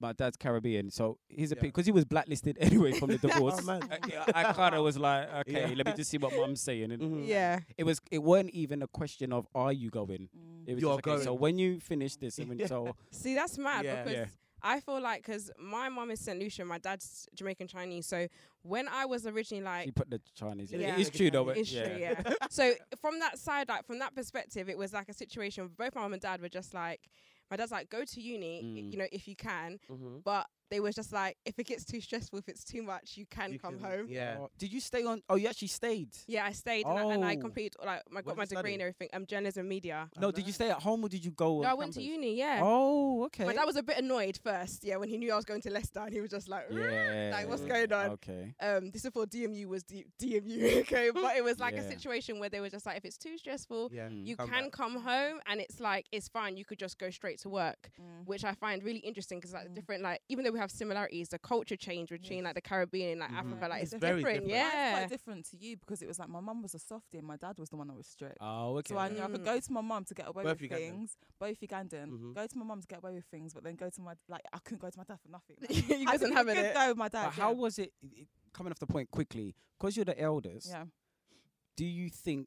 [SPEAKER 4] my dad's Caribbean, so his
[SPEAKER 2] Yeah. Oh,
[SPEAKER 4] opinion because he was blacklisted anyway from the divorce.
[SPEAKER 2] man.
[SPEAKER 4] I- I kind of was like, okay,
[SPEAKER 2] Yeah.
[SPEAKER 4] let me just see what mum's saying. And
[SPEAKER 2] Mhm.
[SPEAKER 1] yeah.
[SPEAKER 4] it was, it weren't even a question of are you going.
[SPEAKER 3] Mm-hmm.
[SPEAKER 4] It was
[SPEAKER 2] You're
[SPEAKER 4] just, okay, So
[SPEAKER 2] going.
[SPEAKER 4] when you finish this, and when,
[SPEAKER 2] Yeah.
[SPEAKER 4] so
[SPEAKER 1] See, that's mad
[SPEAKER 2] Yeah.
[SPEAKER 1] because
[SPEAKER 4] Yeah.
[SPEAKER 1] I feel like because my mom is St. Lucia, my dad's Jamaican Chinese. So when I was originally like,
[SPEAKER 4] she put the Chinese. in.
[SPEAKER 1] Yeah.
[SPEAKER 4] It is true though.
[SPEAKER 1] it's
[SPEAKER 4] yeah.
[SPEAKER 1] true, yeah. so from that side, like from that perspective, it was like a situation. where Both my mom and dad were just like, my dad's like, go to uni, i-
[SPEAKER 4] Mm.
[SPEAKER 1] you know, if you can.
[SPEAKER 2] Mhm.
[SPEAKER 1] But they was just like, if it gets too stressful, if it's too much, you can
[SPEAKER 2] You
[SPEAKER 1] come
[SPEAKER 2] can-
[SPEAKER 1] home. Yeah.
[SPEAKER 2] Yeah.
[SPEAKER 4] Oh, did you stay on? Oh, you actually stayed.
[SPEAKER 1] I stayed and, I, and I
[SPEAKER 4] Oh.
[SPEAKER 1] completed like my,
[SPEAKER 2] What
[SPEAKER 1] got my
[SPEAKER 2] did you
[SPEAKER 1] degree and
[SPEAKER 2] study?
[SPEAKER 1] everything. I'm um, journalism media.
[SPEAKER 2] Oh,
[SPEAKER 4] No, did you
[SPEAKER 2] nice.
[SPEAKER 4] stay at home or did you go?
[SPEAKER 1] No,
[SPEAKER 4] on
[SPEAKER 1] I went to
[SPEAKER 4] campus?
[SPEAKER 1] uni. Yeah.
[SPEAKER 4] Oh, okay.
[SPEAKER 1] My dad was a bit annoyed first, yeah, when he knew I was going to Leicester, and he was just like,
[SPEAKER 4] yeah.
[SPEAKER 1] like, what's going on?
[SPEAKER 4] Okay.
[SPEAKER 1] um, this is before DMU was D- DMU, okay? But it was like a
[SPEAKER 4] Yeah.
[SPEAKER 1] situation where they were just like, if it's too stressful,
[SPEAKER 2] Yeah.
[SPEAKER 4] Mm.
[SPEAKER 1] you
[SPEAKER 2] Come
[SPEAKER 1] can
[SPEAKER 2] back.
[SPEAKER 1] come home, and it's like it's fine. You could just go straight to work,
[SPEAKER 3] Mm.
[SPEAKER 1] which I find really interesting because like
[SPEAKER 3] Mm.
[SPEAKER 1] different, like even though we have similarities, the culture change between like the Caribbean and like
[SPEAKER 2] Mhm.
[SPEAKER 1] Africa, like it's,
[SPEAKER 3] It's
[SPEAKER 1] different,
[SPEAKER 2] very different.
[SPEAKER 3] Mine's
[SPEAKER 1] yeah.
[SPEAKER 3] quite different to you because it was like my mum was a softie and my dad was the one that was strict.
[SPEAKER 4] Oh, okay.
[SPEAKER 3] So I knew I
[SPEAKER 1] Mm.
[SPEAKER 3] could go to my mum to get away
[SPEAKER 2] Both
[SPEAKER 3] with
[SPEAKER 2] Ugandan.
[SPEAKER 3] things, both Ugandan.
[SPEAKER 2] Mhm.
[SPEAKER 3] Go to my mum to get away with things, but then go to my like I couldn't go to my dad for nothing. Like,
[SPEAKER 1] he
[SPEAKER 3] I
[SPEAKER 1] wasn't
[SPEAKER 3] couldn't
[SPEAKER 1] having
[SPEAKER 3] even
[SPEAKER 1] it.
[SPEAKER 3] Go with my dad.
[SPEAKER 4] But
[SPEAKER 3] yeah.
[SPEAKER 4] how was it, i- i- Coming off the point quickly, because you're the eldest.
[SPEAKER 3] Yeah.
[SPEAKER 4] Do you think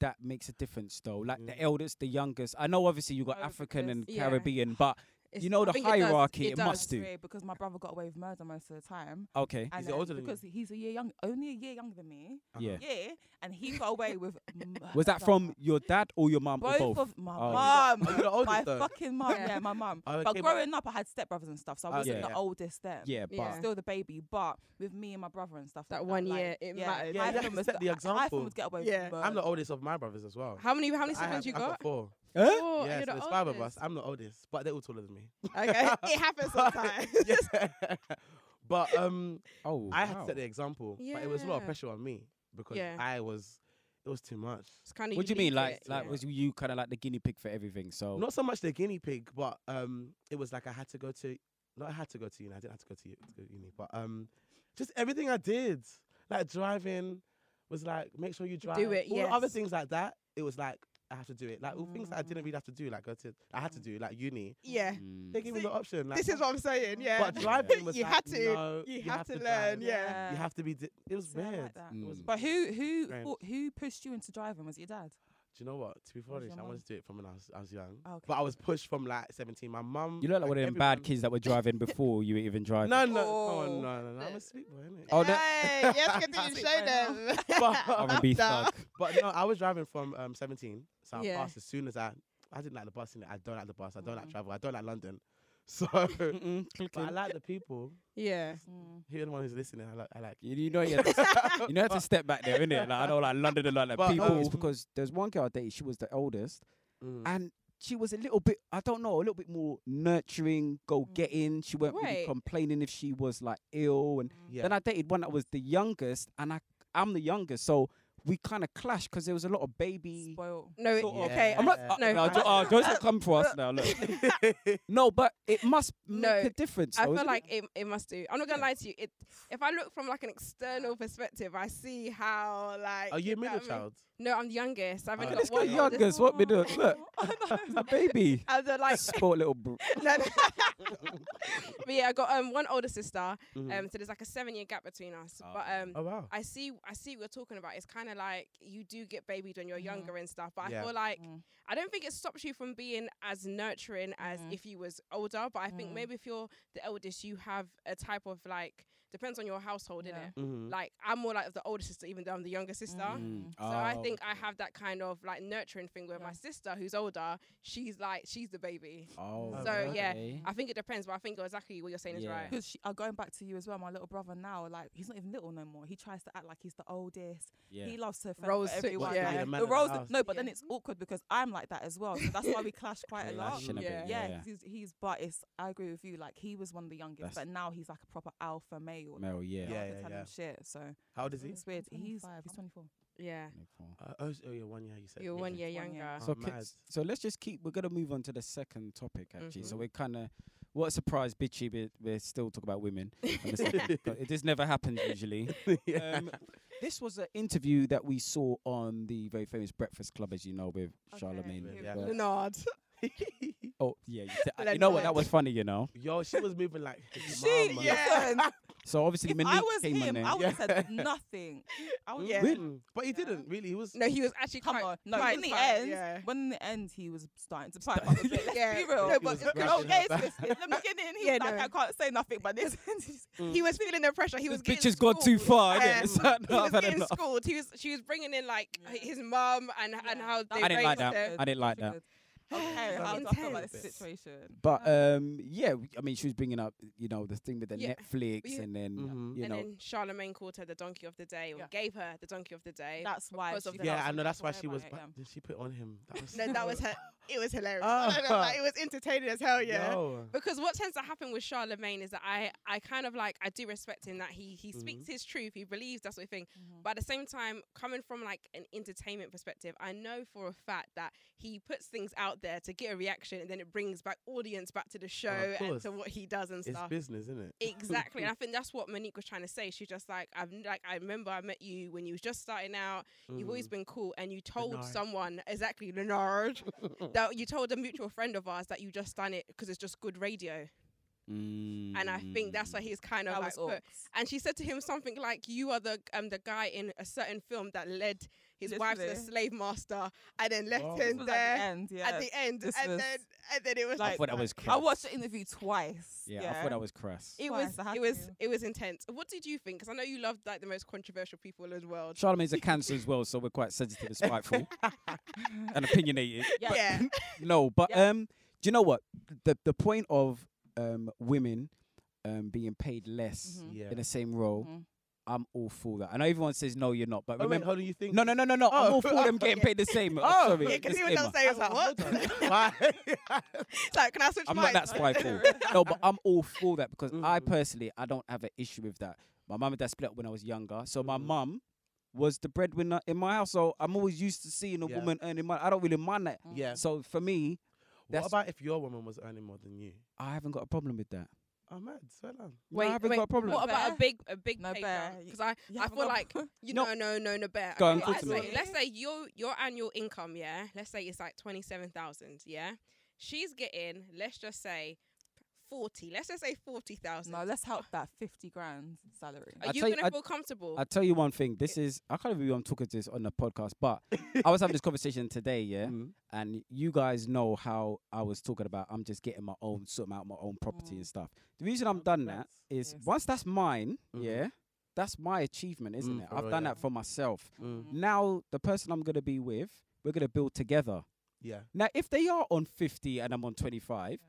[SPEAKER 4] that makes a difference though? Like
[SPEAKER 2] Mm.
[SPEAKER 4] the eldest, the youngest. I know obviously you got
[SPEAKER 3] Oh,
[SPEAKER 4] African and
[SPEAKER 1] because- Yeah.
[SPEAKER 4] Caribbean, but
[SPEAKER 1] It's-
[SPEAKER 4] you know
[SPEAKER 1] I
[SPEAKER 4] the
[SPEAKER 1] think it does-
[SPEAKER 4] hierarchy. It,
[SPEAKER 1] does.
[SPEAKER 4] must do.
[SPEAKER 3] Weird because my brother got away with murder most of the time.
[SPEAKER 4] Okay.
[SPEAKER 3] And
[SPEAKER 2] he
[SPEAKER 3] then
[SPEAKER 2] older than you?
[SPEAKER 3] because he's a year young, only a year younger than me.
[SPEAKER 2] Uh-huh.
[SPEAKER 4] Yeah.
[SPEAKER 3] Yeah, and he got away with.
[SPEAKER 4] Was that
[SPEAKER 3] murder.
[SPEAKER 4] from your dad or your mum or
[SPEAKER 3] both,
[SPEAKER 4] both?
[SPEAKER 3] of my
[SPEAKER 4] Oh.
[SPEAKER 3] mum?
[SPEAKER 2] Are you the
[SPEAKER 3] my
[SPEAKER 2] oldest though?
[SPEAKER 3] fucking mum,
[SPEAKER 1] Yeah.
[SPEAKER 3] yeah, my mum.
[SPEAKER 2] Oh,
[SPEAKER 3] but
[SPEAKER 2] okay,
[SPEAKER 3] growing up, I had stepbrothers and stuff, so I
[SPEAKER 2] Okay,
[SPEAKER 3] wasn't the
[SPEAKER 2] yeah.
[SPEAKER 3] oldest then.
[SPEAKER 4] yeah, but
[SPEAKER 1] Yeah.
[SPEAKER 3] Still the baby, but with me and my brother and stuff.
[SPEAKER 1] That
[SPEAKER 3] like
[SPEAKER 1] one
[SPEAKER 3] like,
[SPEAKER 1] year, it
[SPEAKER 3] yeah,
[SPEAKER 1] mattered.
[SPEAKER 2] Yeah,
[SPEAKER 3] I
[SPEAKER 2] you have
[SPEAKER 3] think
[SPEAKER 2] to
[SPEAKER 3] was
[SPEAKER 2] set the
[SPEAKER 3] I
[SPEAKER 2] example.
[SPEAKER 3] would get away
[SPEAKER 1] Yeah.
[SPEAKER 3] with murder.
[SPEAKER 2] I'm the oldest of my brothers as well.
[SPEAKER 1] How many? How many
[SPEAKER 2] I
[SPEAKER 1] siblings
[SPEAKER 2] have-
[SPEAKER 1] you
[SPEAKER 2] I've
[SPEAKER 1] got?
[SPEAKER 2] Four.
[SPEAKER 4] Huh?
[SPEAKER 1] Oh,
[SPEAKER 2] yes,
[SPEAKER 1] you're the
[SPEAKER 2] there's five of us.
[SPEAKER 1] oldest.
[SPEAKER 2] I'm the oldest, but they're all taller than me.
[SPEAKER 3] Okay.
[SPEAKER 1] it happens
[SPEAKER 2] But-
[SPEAKER 1] sometimes.
[SPEAKER 2] Yeah. but um,
[SPEAKER 4] Oh,
[SPEAKER 2] I had to
[SPEAKER 4] wow.
[SPEAKER 2] set the example, but it was a lot of
[SPEAKER 1] Yeah.
[SPEAKER 2] pressure on me because
[SPEAKER 1] Yeah.
[SPEAKER 2] I was, it was too much.
[SPEAKER 1] It's kind of.
[SPEAKER 4] What do you mean? Like, like
[SPEAKER 1] yeah.
[SPEAKER 4] was you kind of like the guinea pig for everything?
[SPEAKER 1] Oh.
[SPEAKER 4] So
[SPEAKER 2] Not so much the guinea pig, but um, it was like I had to go to, not I had to go to uni. I didn't have to go to, u- to go to uni, but um, just everything I did, like driving, was like make sure you drive.
[SPEAKER 1] it,
[SPEAKER 2] All the other
[SPEAKER 1] yes. Mm.
[SPEAKER 2] things like that, it was like I have to do it. Like all things that I didn't really have to do, like go to, I had to do like uni.
[SPEAKER 1] yeah.
[SPEAKER 4] Mm.
[SPEAKER 2] They gave me
[SPEAKER 1] See,
[SPEAKER 2] the option. Like,
[SPEAKER 1] This is what I'm saying. Yeah.
[SPEAKER 2] But driving was
[SPEAKER 1] you
[SPEAKER 2] like,
[SPEAKER 1] had to.
[SPEAKER 2] no,
[SPEAKER 1] you,
[SPEAKER 2] you
[SPEAKER 1] had
[SPEAKER 2] have
[SPEAKER 1] to,
[SPEAKER 2] to
[SPEAKER 1] learn.
[SPEAKER 2] drive.
[SPEAKER 1] Yeah.
[SPEAKER 2] you have to be. Di- it was
[SPEAKER 3] See, I like
[SPEAKER 2] weird.
[SPEAKER 3] that.
[SPEAKER 2] It was
[SPEAKER 4] Mm.
[SPEAKER 3] But who who
[SPEAKER 2] Strange.
[SPEAKER 3] thought- who pushed you into driving? Was it your dad?
[SPEAKER 2] Do you know what? To be
[SPEAKER 3] was
[SPEAKER 2] honest,
[SPEAKER 3] your
[SPEAKER 2] I
[SPEAKER 3] mum?
[SPEAKER 2] wanted to do it from when I was, I was young.
[SPEAKER 3] Okay.
[SPEAKER 2] But I was pushed from like 17. My mum.
[SPEAKER 4] You look like
[SPEAKER 2] like
[SPEAKER 4] one of them
[SPEAKER 2] everyone-
[SPEAKER 4] bad kids that were driving before you were even driving.
[SPEAKER 2] No, no. Oh,
[SPEAKER 1] Oh.
[SPEAKER 2] no, no, no. I'm a sweet boy, innit?
[SPEAKER 4] Oh, that-
[SPEAKER 1] Hey, yes, continue.
[SPEAKER 3] Speak
[SPEAKER 1] Show
[SPEAKER 3] right now.
[SPEAKER 1] them.
[SPEAKER 4] I'm
[SPEAKER 2] but,
[SPEAKER 4] a beef
[SPEAKER 1] Nah.
[SPEAKER 4] thug.
[SPEAKER 2] but no, I was driving from um, 17. So I
[SPEAKER 1] Yeah. Mm-hmm.
[SPEAKER 2] passed as soon as I. I didn't like the bus, innit? I don't like the bus. I don't like
[SPEAKER 3] Mm.
[SPEAKER 2] travel. I don't like London. So. but
[SPEAKER 4] Mm-mm,
[SPEAKER 2] I
[SPEAKER 4] clicking.
[SPEAKER 2] like the people.
[SPEAKER 1] Yeah.
[SPEAKER 3] Mm.
[SPEAKER 2] Who the one who's listening? I like. I like.
[SPEAKER 4] You, you know, you have to, s- you know, you have to step back there, innit? Like I know, like London and like
[SPEAKER 2] But,
[SPEAKER 4] people,
[SPEAKER 2] um,
[SPEAKER 4] because there's one girl I dated. She was the oldest,
[SPEAKER 2] Mm.
[SPEAKER 4] and she was a little bit, I don't know, a little bit more nurturing, go getting. She weren't really
[SPEAKER 1] Wait.
[SPEAKER 4] complaining if she was like ill, and
[SPEAKER 2] yeah.
[SPEAKER 4] then I dated one that was the youngest, and I, I'm the youngest, so we kind of clashed because there was a lot of baby.
[SPEAKER 3] Spoil.
[SPEAKER 1] No. it-
[SPEAKER 4] Sort of.
[SPEAKER 1] Okay.
[SPEAKER 4] I'm not.
[SPEAKER 2] Yeah.
[SPEAKER 4] Uh,
[SPEAKER 1] no.
[SPEAKER 4] no, Jo- uh, Joyce will come for us now. Look. No, but it must make
[SPEAKER 1] No,
[SPEAKER 4] a difference.
[SPEAKER 1] I feel
[SPEAKER 4] though, isn't it?
[SPEAKER 1] like it, it must do. I'm not gonna lie to you. It if I look from like an external perspective, I see how like.
[SPEAKER 2] Are you a
[SPEAKER 1] if that
[SPEAKER 2] middle
[SPEAKER 1] ma-
[SPEAKER 2] child?
[SPEAKER 1] No, I'm the youngest. I've
[SPEAKER 2] Oh,
[SPEAKER 1] only
[SPEAKER 2] Look
[SPEAKER 4] This
[SPEAKER 1] got
[SPEAKER 4] guy
[SPEAKER 1] one.
[SPEAKER 2] you're
[SPEAKER 1] older-
[SPEAKER 4] youngest. What me do? Look,
[SPEAKER 3] Oh,
[SPEAKER 4] a baby.
[SPEAKER 1] And they're like,
[SPEAKER 4] Sport little. Br-
[SPEAKER 1] no, no. but yeah, I got um one older sister.
[SPEAKER 2] Mhm.
[SPEAKER 1] Um, so there's like a seven year gap between us.
[SPEAKER 4] Hmm. Oh.
[SPEAKER 1] But um,
[SPEAKER 2] oh wow.
[SPEAKER 1] I see, I see what you're talking about. It's kind of like you do get babied when you're
[SPEAKER 3] Mhm.
[SPEAKER 1] younger and stuff. But
[SPEAKER 2] Yeah.
[SPEAKER 1] I feel like
[SPEAKER 3] Mm.
[SPEAKER 1] I don't think it stops you from being as nurturing as
[SPEAKER 3] Mhm.
[SPEAKER 1] if you was older. But I think
[SPEAKER 3] Mm.
[SPEAKER 1] maybe if you're the eldest, you have a type of like depends on your household,
[SPEAKER 3] Yeah.
[SPEAKER 1] innit?
[SPEAKER 2] Mhm.
[SPEAKER 1] Like I'm more like the older sister, even though I'm the younger sister.
[SPEAKER 3] Mm.
[SPEAKER 1] uh, So I
[SPEAKER 4] Oh,
[SPEAKER 1] think I
[SPEAKER 4] okay.
[SPEAKER 1] have that kind of like nurturing thing where
[SPEAKER 3] Yeah.
[SPEAKER 1] my sister, who's older, she's like she's the baby.
[SPEAKER 4] Oh,
[SPEAKER 1] So, yeah,
[SPEAKER 4] okay.
[SPEAKER 1] I think it depends, but I think exactly what you're saying is
[SPEAKER 4] Yeah.
[SPEAKER 1] right.
[SPEAKER 3] Because uh, going back to you as well, my little brother now, like he's not even little no more. He tries to act like he's the oldest.
[SPEAKER 4] Yeah.
[SPEAKER 3] He loves to
[SPEAKER 1] Roles
[SPEAKER 3] roles
[SPEAKER 1] switch,
[SPEAKER 3] everyone.
[SPEAKER 1] yeah. Be
[SPEAKER 2] the
[SPEAKER 3] Yeah.
[SPEAKER 2] man
[SPEAKER 3] The
[SPEAKER 2] of the
[SPEAKER 3] roles,
[SPEAKER 2] house.
[SPEAKER 3] no, but then
[SPEAKER 1] Yeah.
[SPEAKER 3] it's awkward because I'm like that as well. So that's why we clash quite a lot.
[SPEAKER 4] Lashing a
[SPEAKER 1] Yeah.
[SPEAKER 4] bit,
[SPEAKER 3] Yeah, 'cause he's he's but it's I agree with you. Like he was one of the youngest,
[SPEAKER 4] That's-
[SPEAKER 3] but now he's like a proper alpha male.
[SPEAKER 4] Mel, yeah.
[SPEAKER 3] No
[SPEAKER 2] Yeah,
[SPEAKER 3] one can
[SPEAKER 2] yeah,
[SPEAKER 3] tell
[SPEAKER 2] yeah.
[SPEAKER 3] him shit. So
[SPEAKER 2] How old is he?
[SPEAKER 3] it's weird. He's he's 24.
[SPEAKER 1] Yeah.
[SPEAKER 2] Uh, oh, s- oh, you're one year. You said
[SPEAKER 1] You're one
[SPEAKER 2] Okay.
[SPEAKER 1] year
[SPEAKER 3] One
[SPEAKER 1] younger.
[SPEAKER 3] year.
[SPEAKER 4] So,
[SPEAKER 2] Oh,
[SPEAKER 4] ki-
[SPEAKER 2] mad.
[SPEAKER 4] s- so let's just keep. We're gonna move on to the second topic actually. So
[SPEAKER 1] Mhm.
[SPEAKER 4] we're kind of what a surprise, bitchy. We're, we're still talking about women. on the second, but it just never happens usually.
[SPEAKER 2] yeah.
[SPEAKER 4] Um, this was an interview that we saw on the very famous Breakfast Club, as you know, with Charlemagne.
[SPEAKER 2] With,
[SPEAKER 3] here
[SPEAKER 2] yeah.
[SPEAKER 3] we go.
[SPEAKER 1] Leonard.
[SPEAKER 4] Oh yeah, you, t-
[SPEAKER 1] Like
[SPEAKER 4] you know what? That
[SPEAKER 1] that.
[SPEAKER 4] was funny, you know.
[SPEAKER 2] Yo, she was moving like his
[SPEAKER 3] She,
[SPEAKER 2] mama.
[SPEAKER 3] yeah.
[SPEAKER 4] So obviously,
[SPEAKER 3] if
[SPEAKER 4] Monique
[SPEAKER 3] I was
[SPEAKER 4] came on
[SPEAKER 3] him,
[SPEAKER 4] there.
[SPEAKER 3] I would have
[SPEAKER 2] Yeah.
[SPEAKER 3] said nothing. I would
[SPEAKER 1] Yeah.
[SPEAKER 3] have said,
[SPEAKER 2] Mm, But he
[SPEAKER 3] Yeah.
[SPEAKER 2] didn't really. He was.
[SPEAKER 1] No, he was actually
[SPEAKER 3] Come
[SPEAKER 1] quite,
[SPEAKER 3] on, no.
[SPEAKER 1] quite
[SPEAKER 3] in the
[SPEAKER 1] fine,
[SPEAKER 3] end,
[SPEAKER 1] yeah.
[SPEAKER 3] when in the end he was starting to fight. back a bit, Let's
[SPEAKER 1] Yeah.
[SPEAKER 3] be real.
[SPEAKER 1] No,
[SPEAKER 2] He was
[SPEAKER 1] but it's 'cause
[SPEAKER 2] grabbing
[SPEAKER 3] no,
[SPEAKER 2] her
[SPEAKER 3] gays,
[SPEAKER 2] back.
[SPEAKER 3] listen, let me get in. He's
[SPEAKER 1] Yeah,
[SPEAKER 3] like,
[SPEAKER 1] no.
[SPEAKER 3] I can't say nothing, but this. Mm.
[SPEAKER 1] he was feeling the pressure. He was
[SPEAKER 4] this bitch
[SPEAKER 1] getting
[SPEAKER 4] has gone too
[SPEAKER 1] schooled.
[SPEAKER 4] far. innit?
[SPEAKER 1] Um,
[SPEAKER 4] So, no,
[SPEAKER 1] he
[SPEAKER 4] I've
[SPEAKER 1] was
[SPEAKER 4] had
[SPEAKER 1] getting
[SPEAKER 4] enough.
[SPEAKER 1] schooled. He was she was bringing in like
[SPEAKER 3] Yeah.
[SPEAKER 1] h- his mum and and
[SPEAKER 3] Yeah.
[SPEAKER 1] how they
[SPEAKER 4] I didn't like
[SPEAKER 1] raised
[SPEAKER 4] that.
[SPEAKER 1] him.
[SPEAKER 4] I didn't like that.
[SPEAKER 3] Triggered. Okay,
[SPEAKER 2] That
[SPEAKER 3] how
[SPEAKER 2] was
[SPEAKER 3] do I feel about
[SPEAKER 1] intense.
[SPEAKER 3] this situation?
[SPEAKER 4] But um, yeah, w- I mean, she was bringing up, you know, the thing with the
[SPEAKER 1] Uh-huh. Yeah.
[SPEAKER 4] Netflix,
[SPEAKER 1] Yeah.
[SPEAKER 4] and then
[SPEAKER 2] Mhm.
[SPEAKER 4] you
[SPEAKER 1] and
[SPEAKER 4] know,
[SPEAKER 1] then Charlemagne called her the donkey of the day, or
[SPEAKER 3] Yeah.
[SPEAKER 1] gave her the donkey of the day.
[SPEAKER 3] That's why.
[SPEAKER 1] because of
[SPEAKER 3] she
[SPEAKER 1] the-
[SPEAKER 3] felt
[SPEAKER 2] yeah, I know. That's why
[SPEAKER 3] way
[SPEAKER 2] she
[SPEAKER 3] about
[SPEAKER 2] was.
[SPEAKER 3] it,
[SPEAKER 2] But
[SPEAKER 3] yeah.
[SPEAKER 2] did she put on him? That was
[SPEAKER 1] um? no, that was her. It was hilarious.
[SPEAKER 2] Ah.
[SPEAKER 1] I don't know, like, it was entertaining as hell, yeah.
[SPEAKER 2] Yo.
[SPEAKER 1] Because what tends to happen with Charlemagne is that I, I kind of like I do respect him that he
[SPEAKER 3] Mm-hmm.
[SPEAKER 1] he speaks his truth, he believes that sort of thing.
[SPEAKER 3] Mhm.
[SPEAKER 1] But at the same time, coming from like an entertainment perspective, I know for a fact that he puts things out there to get a reaction, and then it brings back audience back to the show and
[SPEAKER 2] course.
[SPEAKER 1] to what he does and
[SPEAKER 2] It's
[SPEAKER 1] stuff.
[SPEAKER 2] business, isn't it?
[SPEAKER 1] Exactly, and I think that's what Monique was trying to say. She's just like I've like I remember I met you when you was just starting out. You've
[SPEAKER 2] Mm.
[SPEAKER 1] always been cool, and you told
[SPEAKER 2] Leonard.
[SPEAKER 1] someone exactly Leonard that you told a mutual friend of ours that you just done it because it's just good radio,
[SPEAKER 4] mm.
[SPEAKER 1] and I think that's why
[SPEAKER 2] Mm.
[SPEAKER 1] he's kind of
[SPEAKER 3] That
[SPEAKER 1] like.
[SPEAKER 3] was
[SPEAKER 1] put-
[SPEAKER 3] awkward.
[SPEAKER 1] And she said to him something like, "You are the um the guy in a certain film that led his wife to the
[SPEAKER 3] Literally.
[SPEAKER 1] slave master, and then left
[SPEAKER 2] Wow.
[SPEAKER 1] him
[SPEAKER 3] This was at the
[SPEAKER 1] there
[SPEAKER 3] end, yeah.
[SPEAKER 1] at the end,
[SPEAKER 3] This
[SPEAKER 1] and
[SPEAKER 3] was-
[SPEAKER 1] then and then it was
[SPEAKER 4] I
[SPEAKER 1] like."
[SPEAKER 4] thought that was crass.
[SPEAKER 3] I watched the interview twice.
[SPEAKER 4] Yeah, I thought that was crass.
[SPEAKER 1] It
[SPEAKER 3] Twice,
[SPEAKER 1] was
[SPEAKER 3] I had
[SPEAKER 1] it was
[SPEAKER 3] to.
[SPEAKER 1] it was intense. What did you think? Because I know you loved like the most controversial people in the world.
[SPEAKER 4] Charlemagne's a cancer as well, so we're quite sensitive and spiteful and opinionated.
[SPEAKER 3] Yeah.
[SPEAKER 1] yeah.
[SPEAKER 4] No, but
[SPEAKER 3] Yeah.
[SPEAKER 4] um, do you know what? The the point of um women um being paid less
[SPEAKER 3] Mhm.
[SPEAKER 2] Mm-hmm. Yeah.
[SPEAKER 1] Mm-hmm.
[SPEAKER 4] in the same role,
[SPEAKER 3] Mhm.
[SPEAKER 4] I'm all for that. I know everyone says no, you're not, but
[SPEAKER 2] Oh, wait,
[SPEAKER 4] remember,
[SPEAKER 2] hold on, you think?
[SPEAKER 4] no, no, no, no, no. I'm
[SPEAKER 2] Oh,
[SPEAKER 4] all for them getting
[SPEAKER 1] yeah.
[SPEAKER 4] paid the same.
[SPEAKER 2] Oh,
[SPEAKER 4] oh, sorry.
[SPEAKER 2] yeah,
[SPEAKER 1] Because even
[SPEAKER 4] disclaimer.
[SPEAKER 1] though say it's
[SPEAKER 2] I
[SPEAKER 1] like, what?
[SPEAKER 2] was like, hold on. Why?
[SPEAKER 1] like, can I switch
[SPEAKER 4] I'm
[SPEAKER 1] mine?
[SPEAKER 4] not that spiteful. no, but I'm all for that because I
[SPEAKER 2] Mhm.
[SPEAKER 4] personally I don't have an issue with that. My mum and dad split up when I was younger, so my
[SPEAKER 2] Mhm.
[SPEAKER 4] mum was the breadwinner in my house. So I'm always used to seeing a
[SPEAKER 2] Yeah.
[SPEAKER 4] woman earning money. I don't really mind that.
[SPEAKER 2] yeah.
[SPEAKER 4] So for me,
[SPEAKER 2] What
[SPEAKER 4] that's-
[SPEAKER 2] about if your woman was earning more than you?
[SPEAKER 4] I haven't got a problem with that.
[SPEAKER 2] Oh, mad. Swear down.
[SPEAKER 4] No, I haven't got a problem.
[SPEAKER 1] What
[SPEAKER 3] No
[SPEAKER 1] about
[SPEAKER 3] bear.
[SPEAKER 1] a big, a big
[SPEAKER 3] No
[SPEAKER 1] pay
[SPEAKER 3] bear.
[SPEAKER 1] Because I,
[SPEAKER 3] You
[SPEAKER 1] I
[SPEAKER 3] haven't
[SPEAKER 1] feel
[SPEAKER 3] got-
[SPEAKER 1] like you
[SPEAKER 4] No.
[SPEAKER 1] know, no, no, no bear.
[SPEAKER 4] Go
[SPEAKER 1] Okay,
[SPEAKER 4] on,
[SPEAKER 1] let's
[SPEAKER 4] talk to me.
[SPEAKER 1] say- Let's say your your annual income, yeah. Let's say it's like twenty seven thousand, yeah. She's getting, let's just say, forty. Let's just say forty thousand.
[SPEAKER 3] No, let's help that 50 grand salary.
[SPEAKER 1] Are
[SPEAKER 4] I
[SPEAKER 1] you
[SPEAKER 4] tell you-
[SPEAKER 1] gonna
[SPEAKER 4] I-
[SPEAKER 1] feel comfortable?
[SPEAKER 4] I tell you one thing. This is I can't even. I'm talking to this on the podcast, but I was having this conversation today, Oh, yeah.
[SPEAKER 2] Mm.
[SPEAKER 4] And you guys know how I was talking about. I'm just getting my own, sorting out my own property
[SPEAKER 3] Mm.
[SPEAKER 4] and stuff. The reason I'm done that is
[SPEAKER 3] Yes.
[SPEAKER 4] once that's mine,
[SPEAKER 2] Mhm.
[SPEAKER 4] yeah, that's my achievement, isn't
[SPEAKER 2] Mm,
[SPEAKER 4] it?
[SPEAKER 2] for
[SPEAKER 4] I've
[SPEAKER 2] real,
[SPEAKER 4] done
[SPEAKER 2] yeah.
[SPEAKER 4] that for myself.
[SPEAKER 2] Mm.
[SPEAKER 3] Mm.
[SPEAKER 4] Now the person I'm gonna be with, we're gonna build together.
[SPEAKER 2] Yeah.
[SPEAKER 4] Now if they are on 50 and I'm on 25.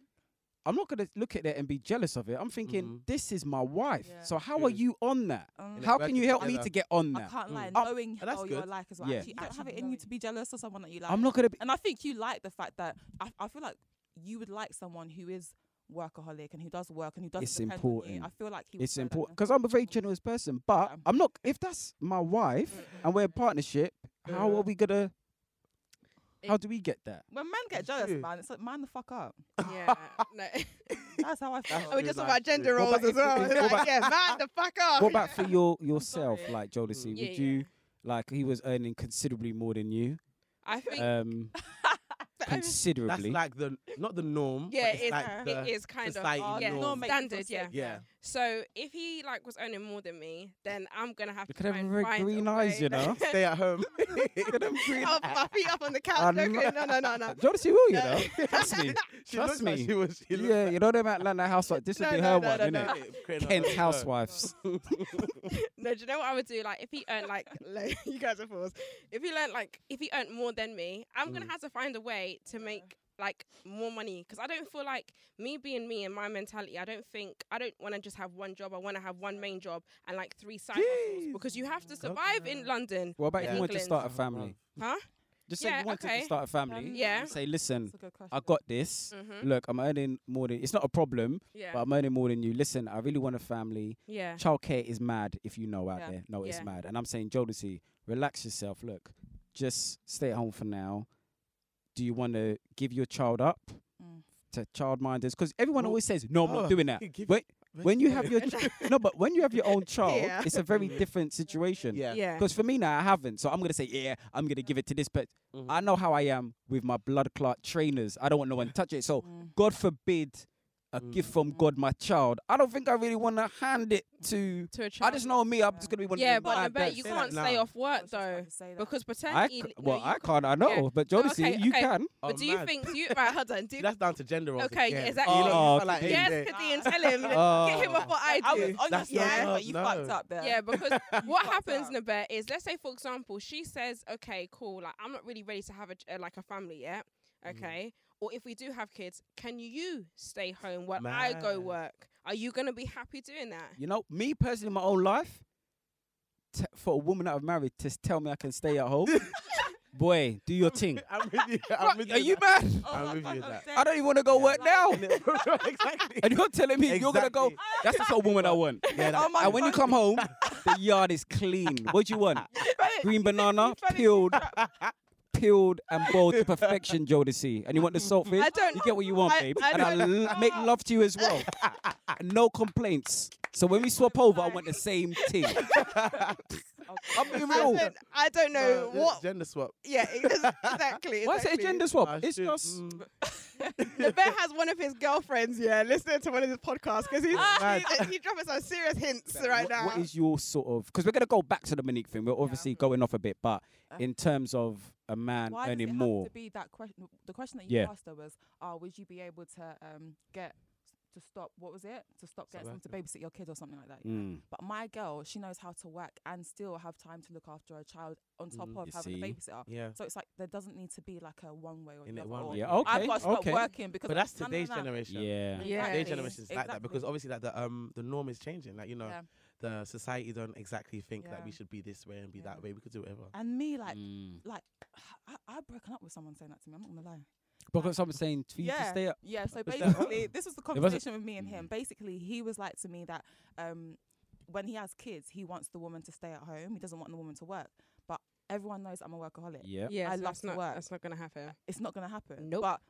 [SPEAKER 4] I'm not gonna look at it and be jealous of it. I'm thinking,
[SPEAKER 2] Mhm.
[SPEAKER 4] this is my wife.
[SPEAKER 3] Yeah.
[SPEAKER 4] So how are
[SPEAKER 2] True.
[SPEAKER 4] you on that?
[SPEAKER 3] Um,
[SPEAKER 2] And it
[SPEAKER 4] How
[SPEAKER 2] works
[SPEAKER 4] can you help me
[SPEAKER 2] together.
[SPEAKER 4] to get on
[SPEAKER 3] I
[SPEAKER 4] that?
[SPEAKER 3] can't lie.
[SPEAKER 2] Mm.
[SPEAKER 4] Um,
[SPEAKER 3] Knowing
[SPEAKER 2] and that's
[SPEAKER 3] how you're
[SPEAKER 2] good.
[SPEAKER 3] like as well.
[SPEAKER 4] Yeah.
[SPEAKER 3] Actually,
[SPEAKER 1] You
[SPEAKER 3] you
[SPEAKER 1] don't
[SPEAKER 3] don't have
[SPEAKER 1] have
[SPEAKER 3] it in you
[SPEAKER 1] knowing.
[SPEAKER 3] to be jealous of someone that you like.
[SPEAKER 4] I'm not gonna be.
[SPEAKER 3] and I think you like the fact that I, I feel like you would like someone who is workaholic and who does work and who doesn't
[SPEAKER 4] It's
[SPEAKER 3] depend on
[SPEAKER 4] important.
[SPEAKER 3] you. I feel like he would
[SPEAKER 4] It's
[SPEAKER 3] know that
[SPEAKER 4] important
[SPEAKER 3] message.
[SPEAKER 4] because I'm a very generous person, but
[SPEAKER 3] Yeah.
[SPEAKER 4] I'm not. If that's my wife
[SPEAKER 3] Mm.
[SPEAKER 4] and we're in partnership, how
[SPEAKER 2] Yeah.
[SPEAKER 4] are we gonna?
[SPEAKER 1] It-
[SPEAKER 4] How do we get that?
[SPEAKER 3] when men get
[SPEAKER 2] It's
[SPEAKER 3] jealous,
[SPEAKER 2] true.
[SPEAKER 3] man, it's like man the fuck up.
[SPEAKER 1] yeah. No.
[SPEAKER 3] That's how I feel.
[SPEAKER 1] And we
[SPEAKER 2] true,
[SPEAKER 1] just talk
[SPEAKER 2] like,
[SPEAKER 1] about gender
[SPEAKER 2] true.
[SPEAKER 4] What
[SPEAKER 1] roles as
[SPEAKER 4] about if- if-
[SPEAKER 1] well.
[SPEAKER 4] what
[SPEAKER 1] It's like,
[SPEAKER 4] about-
[SPEAKER 1] yeah, man, the fuck up.
[SPEAKER 4] What about for your yourself,
[SPEAKER 3] sorry.
[SPEAKER 4] like Jodeci?
[SPEAKER 2] Mm.
[SPEAKER 1] Yeah,
[SPEAKER 4] Would
[SPEAKER 1] yeah.
[SPEAKER 4] you like he was earning considerably more than you?
[SPEAKER 1] I think
[SPEAKER 4] Um,
[SPEAKER 1] but I mean,
[SPEAKER 4] considerably.
[SPEAKER 2] That's like the not the norm.
[SPEAKER 1] Yeah,
[SPEAKER 2] but
[SPEAKER 1] it is-
[SPEAKER 2] it's like the,
[SPEAKER 1] it is kind
[SPEAKER 2] it's
[SPEAKER 1] of
[SPEAKER 2] like
[SPEAKER 3] Oh,
[SPEAKER 1] yeah,
[SPEAKER 2] norm.
[SPEAKER 3] no, make me feel
[SPEAKER 1] standard,
[SPEAKER 3] sick.
[SPEAKER 1] yeah.
[SPEAKER 2] Yeah.
[SPEAKER 1] So if he like was earning more than me, then I'm gonna have
[SPEAKER 4] Look
[SPEAKER 1] to try
[SPEAKER 4] at them
[SPEAKER 1] and
[SPEAKER 4] very
[SPEAKER 1] find a
[SPEAKER 4] green eyes,
[SPEAKER 1] way
[SPEAKER 4] you
[SPEAKER 1] that-
[SPEAKER 4] know.
[SPEAKER 2] Stay at home.
[SPEAKER 1] I'll put my feet up on the couch.
[SPEAKER 4] I'm-
[SPEAKER 1] okay, no, no, no, no.
[SPEAKER 4] Jodeci will, you know.
[SPEAKER 1] No.
[SPEAKER 4] Trust me.
[SPEAKER 2] She
[SPEAKER 4] Trust
[SPEAKER 2] looks like
[SPEAKER 4] me.
[SPEAKER 2] she was. She looks
[SPEAKER 4] Yeah, you know them Atlanta housewife. This would
[SPEAKER 1] No,
[SPEAKER 4] be
[SPEAKER 1] no,
[SPEAKER 4] her
[SPEAKER 1] no,
[SPEAKER 4] one,
[SPEAKER 1] no,
[SPEAKER 4] isn't
[SPEAKER 1] no.
[SPEAKER 4] it? Kent housewives.
[SPEAKER 1] No, do you know what I would do? Like, if he earned like, lo- you guys are fools. If he learned like, if he earned more than me, I'm gonna
[SPEAKER 2] Mm.
[SPEAKER 1] have to find a way to make like more money because I don't feel like me being me and my mentality. I don't think I don't want to just have one job. I want to have one main job and like three side hustles because you have to survive in London.
[SPEAKER 4] What about if
[SPEAKER 1] Yeah.
[SPEAKER 4] you want to
[SPEAKER 1] England.
[SPEAKER 4] start a family?
[SPEAKER 1] Huh?
[SPEAKER 4] Just say
[SPEAKER 1] Yeah,
[SPEAKER 4] you wanted to
[SPEAKER 1] okay. Um,
[SPEAKER 4] start a family.
[SPEAKER 1] Yeah.
[SPEAKER 4] Say, listen,
[SPEAKER 3] Mm. That's a good question.
[SPEAKER 4] I got this.
[SPEAKER 1] Mm-hmm.
[SPEAKER 4] Look, I'm earning more than it's not a problem,
[SPEAKER 1] Yeah.
[SPEAKER 4] but I'm earning more than you. Listen, I really want a family.
[SPEAKER 1] yeah.
[SPEAKER 4] Childcare is mad if you know out
[SPEAKER 3] Yeah.
[SPEAKER 4] there. No,
[SPEAKER 1] Yeah.
[SPEAKER 4] it's mad. And I'm saying, Jodeci, relax yourself. Look, just stay at home for now. Do you want to give your child up
[SPEAKER 3] Mm.
[SPEAKER 4] to childminders? Because everyone
[SPEAKER 2] Well,
[SPEAKER 4] always says, no, I'm
[SPEAKER 2] oh,
[SPEAKER 1] uh,
[SPEAKER 4] not doing that.
[SPEAKER 2] give-
[SPEAKER 4] When, when you have your
[SPEAKER 1] Yeah.
[SPEAKER 4] no, but when you have your own child,
[SPEAKER 1] Yeah.
[SPEAKER 4] it's a very different situation.
[SPEAKER 2] yeah.
[SPEAKER 1] Yeah.
[SPEAKER 4] Because for me now, I haven't. So I'm gonna say, yeah, I'm gonna give it to this. But
[SPEAKER 2] Mm-hmm.
[SPEAKER 4] I know how I am with my blood clot trainers. I don't want no one to touch it. So
[SPEAKER 3] Mm.
[SPEAKER 4] God forbid a
[SPEAKER 2] Mm.
[SPEAKER 4] gift from God, my child. I don't think I really want to hand it to.
[SPEAKER 1] To a child.
[SPEAKER 4] I just know me. I'm just gonna be one
[SPEAKER 1] Yeah,
[SPEAKER 4] of them.
[SPEAKER 1] but I
[SPEAKER 4] bad
[SPEAKER 1] bet
[SPEAKER 4] dads.
[SPEAKER 1] you
[SPEAKER 2] Say that
[SPEAKER 1] can't stay
[SPEAKER 2] now.
[SPEAKER 1] off
[SPEAKER 3] I
[SPEAKER 1] work
[SPEAKER 3] was just about
[SPEAKER 1] though
[SPEAKER 3] to say that.
[SPEAKER 1] because
[SPEAKER 4] I
[SPEAKER 1] paternity.
[SPEAKER 4] c-
[SPEAKER 1] no,
[SPEAKER 4] well,
[SPEAKER 1] you
[SPEAKER 4] I
[SPEAKER 1] can't-
[SPEAKER 4] can't. I know,
[SPEAKER 1] yeah.
[SPEAKER 4] but
[SPEAKER 1] No,
[SPEAKER 4] Jodeci,
[SPEAKER 1] okay,
[SPEAKER 4] you
[SPEAKER 1] okay.
[SPEAKER 4] can.
[SPEAKER 1] But
[SPEAKER 2] Oh,
[SPEAKER 1] do you
[SPEAKER 2] mad.
[SPEAKER 1] think? Do you right? Hold on. Do
[SPEAKER 2] See,
[SPEAKER 1] you,
[SPEAKER 2] That's down to gender roles.
[SPEAKER 1] Okay,
[SPEAKER 2] again.
[SPEAKER 1] exactly.
[SPEAKER 2] You know, you sound
[SPEAKER 4] Oh,
[SPEAKER 2] like
[SPEAKER 4] okay.
[SPEAKER 2] Hayden
[SPEAKER 1] yes,
[SPEAKER 2] there.
[SPEAKER 1] Kadeem, tell him.
[SPEAKER 4] Uh,
[SPEAKER 1] Get him off what I
[SPEAKER 3] I
[SPEAKER 1] do.
[SPEAKER 3] was on your
[SPEAKER 2] That's not-
[SPEAKER 3] side, but you
[SPEAKER 2] no.
[SPEAKER 3] fucked up there.
[SPEAKER 1] Yeah, because what
[SPEAKER 3] fucked
[SPEAKER 1] happens,
[SPEAKER 3] up.
[SPEAKER 1] Nabet, is let's say, for example, she says, "Okay, cool. Like, I'm not really ready to have a, ch- uh, like a family yet.
[SPEAKER 2] Mhm.
[SPEAKER 1] Okay, or if we do have kids, can you stay home while I go
[SPEAKER 2] Man.
[SPEAKER 1] work? Are you gonna be happy doing that?
[SPEAKER 4] You know, me personally, in my own life, t- for a woman that I've married to s- tell me I can stay at home, boy, do your thing.
[SPEAKER 2] I'm with you.
[SPEAKER 4] Bruh,
[SPEAKER 2] I'm with
[SPEAKER 4] Are you
[SPEAKER 2] with
[SPEAKER 4] mad?
[SPEAKER 3] Oh
[SPEAKER 2] I'm
[SPEAKER 3] my
[SPEAKER 2] with
[SPEAKER 3] God,
[SPEAKER 2] you with
[SPEAKER 3] I'm
[SPEAKER 2] that.
[SPEAKER 3] dead.
[SPEAKER 4] I don't even want to go
[SPEAKER 2] Yeah.
[SPEAKER 4] work now.
[SPEAKER 2] that. exactly.
[SPEAKER 4] And you're telling me you're gonna go. That's the sort of woman I want.
[SPEAKER 2] Yeah, that-
[SPEAKER 3] Oh my
[SPEAKER 4] and when you
[SPEAKER 3] God.
[SPEAKER 4] come home, the yard is clean. What do you want? Green banana, peeled, peeled and boiled to perfection, Jodeci. And you want the saltfish?
[SPEAKER 1] I don't-
[SPEAKER 4] You get what you want,
[SPEAKER 1] I-
[SPEAKER 4] babe.
[SPEAKER 1] I
[SPEAKER 4] and I
[SPEAKER 1] don't-
[SPEAKER 4] l- make love to you as well. no complaints. So when we swap over, I want the same thing. I'm being
[SPEAKER 1] I
[SPEAKER 4] real.
[SPEAKER 1] don't, I don't know
[SPEAKER 2] No,
[SPEAKER 1] what.
[SPEAKER 2] Gender swap.
[SPEAKER 1] Yeah, ex- exactly.
[SPEAKER 4] Why is it a
[SPEAKER 1] exactly.
[SPEAKER 4] gender swap?
[SPEAKER 2] I
[SPEAKER 4] it's
[SPEAKER 2] should-
[SPEAKER 4] just
[SPEAKER 2] mm.
[SPEAKER 1] The bear has one of his girlfriends, yeah, listening to one of his podcasts because he's,
[SPEAKER 2] Ah.
[SPEAKER 1] he's, he's dropping some serious hints right
[SPEAKER 4] what,
[SPEAKER 1] now.
[SPEAKER 4] what is your sort of? Because we're gonna go back to the Monique thing. We're obviously going off a bit, but in terms of a man
[SPEAKER 3] Why does it
[SPEAKER 4] earning
[SPEAKER 3] have
[SPEAKER 4] more,
[SPEAKER 3] to be that question? The question that you
[SPEAKER 4] Yeah.
[SPEAKER 3] asked her was, "Oh, would you be able to um get to stop? What was it? To stop getting someone to babysit your kid or something like that?" yeah?
[SPEAKER 4] Mm.
[SPEAKER 3] But my girl, she knows how to work and still have time to look after her child on top
[SPEAKER 2] Mm.
[SPEAKER 3] of
[SPEAKER 4] You
[SPEAKER 3] having a
[SPEAKER 4] see?
[SPEAKER 3] babysitter.
[SPEAKER 2] Yeah.
[SPEAKER 3] So it's like there doesn't need to be like a one way or
[SPEAKER 2] In
[SPEAKER 3] the
[SPEAKER 2] it
[SPEAKER 3] other,
[SPEAKER 2] one
[SPEAKER 3] or
[SPEAKER 2] way.
[SPEAKER 4] yeah,
[SPEAKER 2] I've
[SPEAKER 4] okay,
[SPEAKER 3] I've got to stop
[SPEAKER 4] okay.
[SPEAKER 3] working because
[SPEAKER 2] But that's
[SPEAKER 3] no, no, no,
[SPEAKER 2] today's
[SPEAKER 3] no.
[SPEAKER 2] generation.
[SPEAKER 4] Yeah.
[SPEAKER 1] Yeah.
[SPEAKER 2] Today's
[SPEAKER 1] Exactly.
[SPEAKER 2] generation is like that because obviously like the um the norm is changing. Like you know,
[SPEAKER 3] Yeah.
[SPEAKER 2] the society don't exactly think that
[SPEAKER 3] Yeah.
[SPEAKER 2] we should be this way and be
[SPEAKER 3] Yeah.
[SPEAKER 2] that way. We could do whatever.
[SPEAKER 3] And me, like,
[SPEAKER 4] Mm.
[SPEAKER 3] like I, I've broken up with someone saying that to me. I'm not gonna lie.
[SPEAKER 4] Because someone's saying for you to
[SPEAKER 3] Yeah.
[SPEAKER 4] stay up.
[SPEAKER 3] Yeah, so
[SPEAKER 4] Was that-
[SPEAKER 3] basically, this was the
[SPEAKER 4] It wasn't-
[SPEAKER 3] conversation with me and him.
[SPEAKER 4] Mm.
[SPEAKER 3] Basically, he was like to me that um, when he has kids, he wants the woman to stay at home. He doesn't want the woman to work. But everyone knows I'm a workaholic.
[SPEAKER 4] Yeah.
[SPEAKER 1] Yeah,
[SPEAKER 3] I
[SPEAKER 1] so
[SPEAKER 3] love
[SPEAKER 1] that's
[SPEAKER 3] to
[SPEAKER 1] not,
[SPEAKER 3] work.
[SPEAKER 1] That's not gonna happen.
[SPEAKER 3] It's not gonna happen.
[SPEAKER 1] Nope.
[SPEAKER 3] But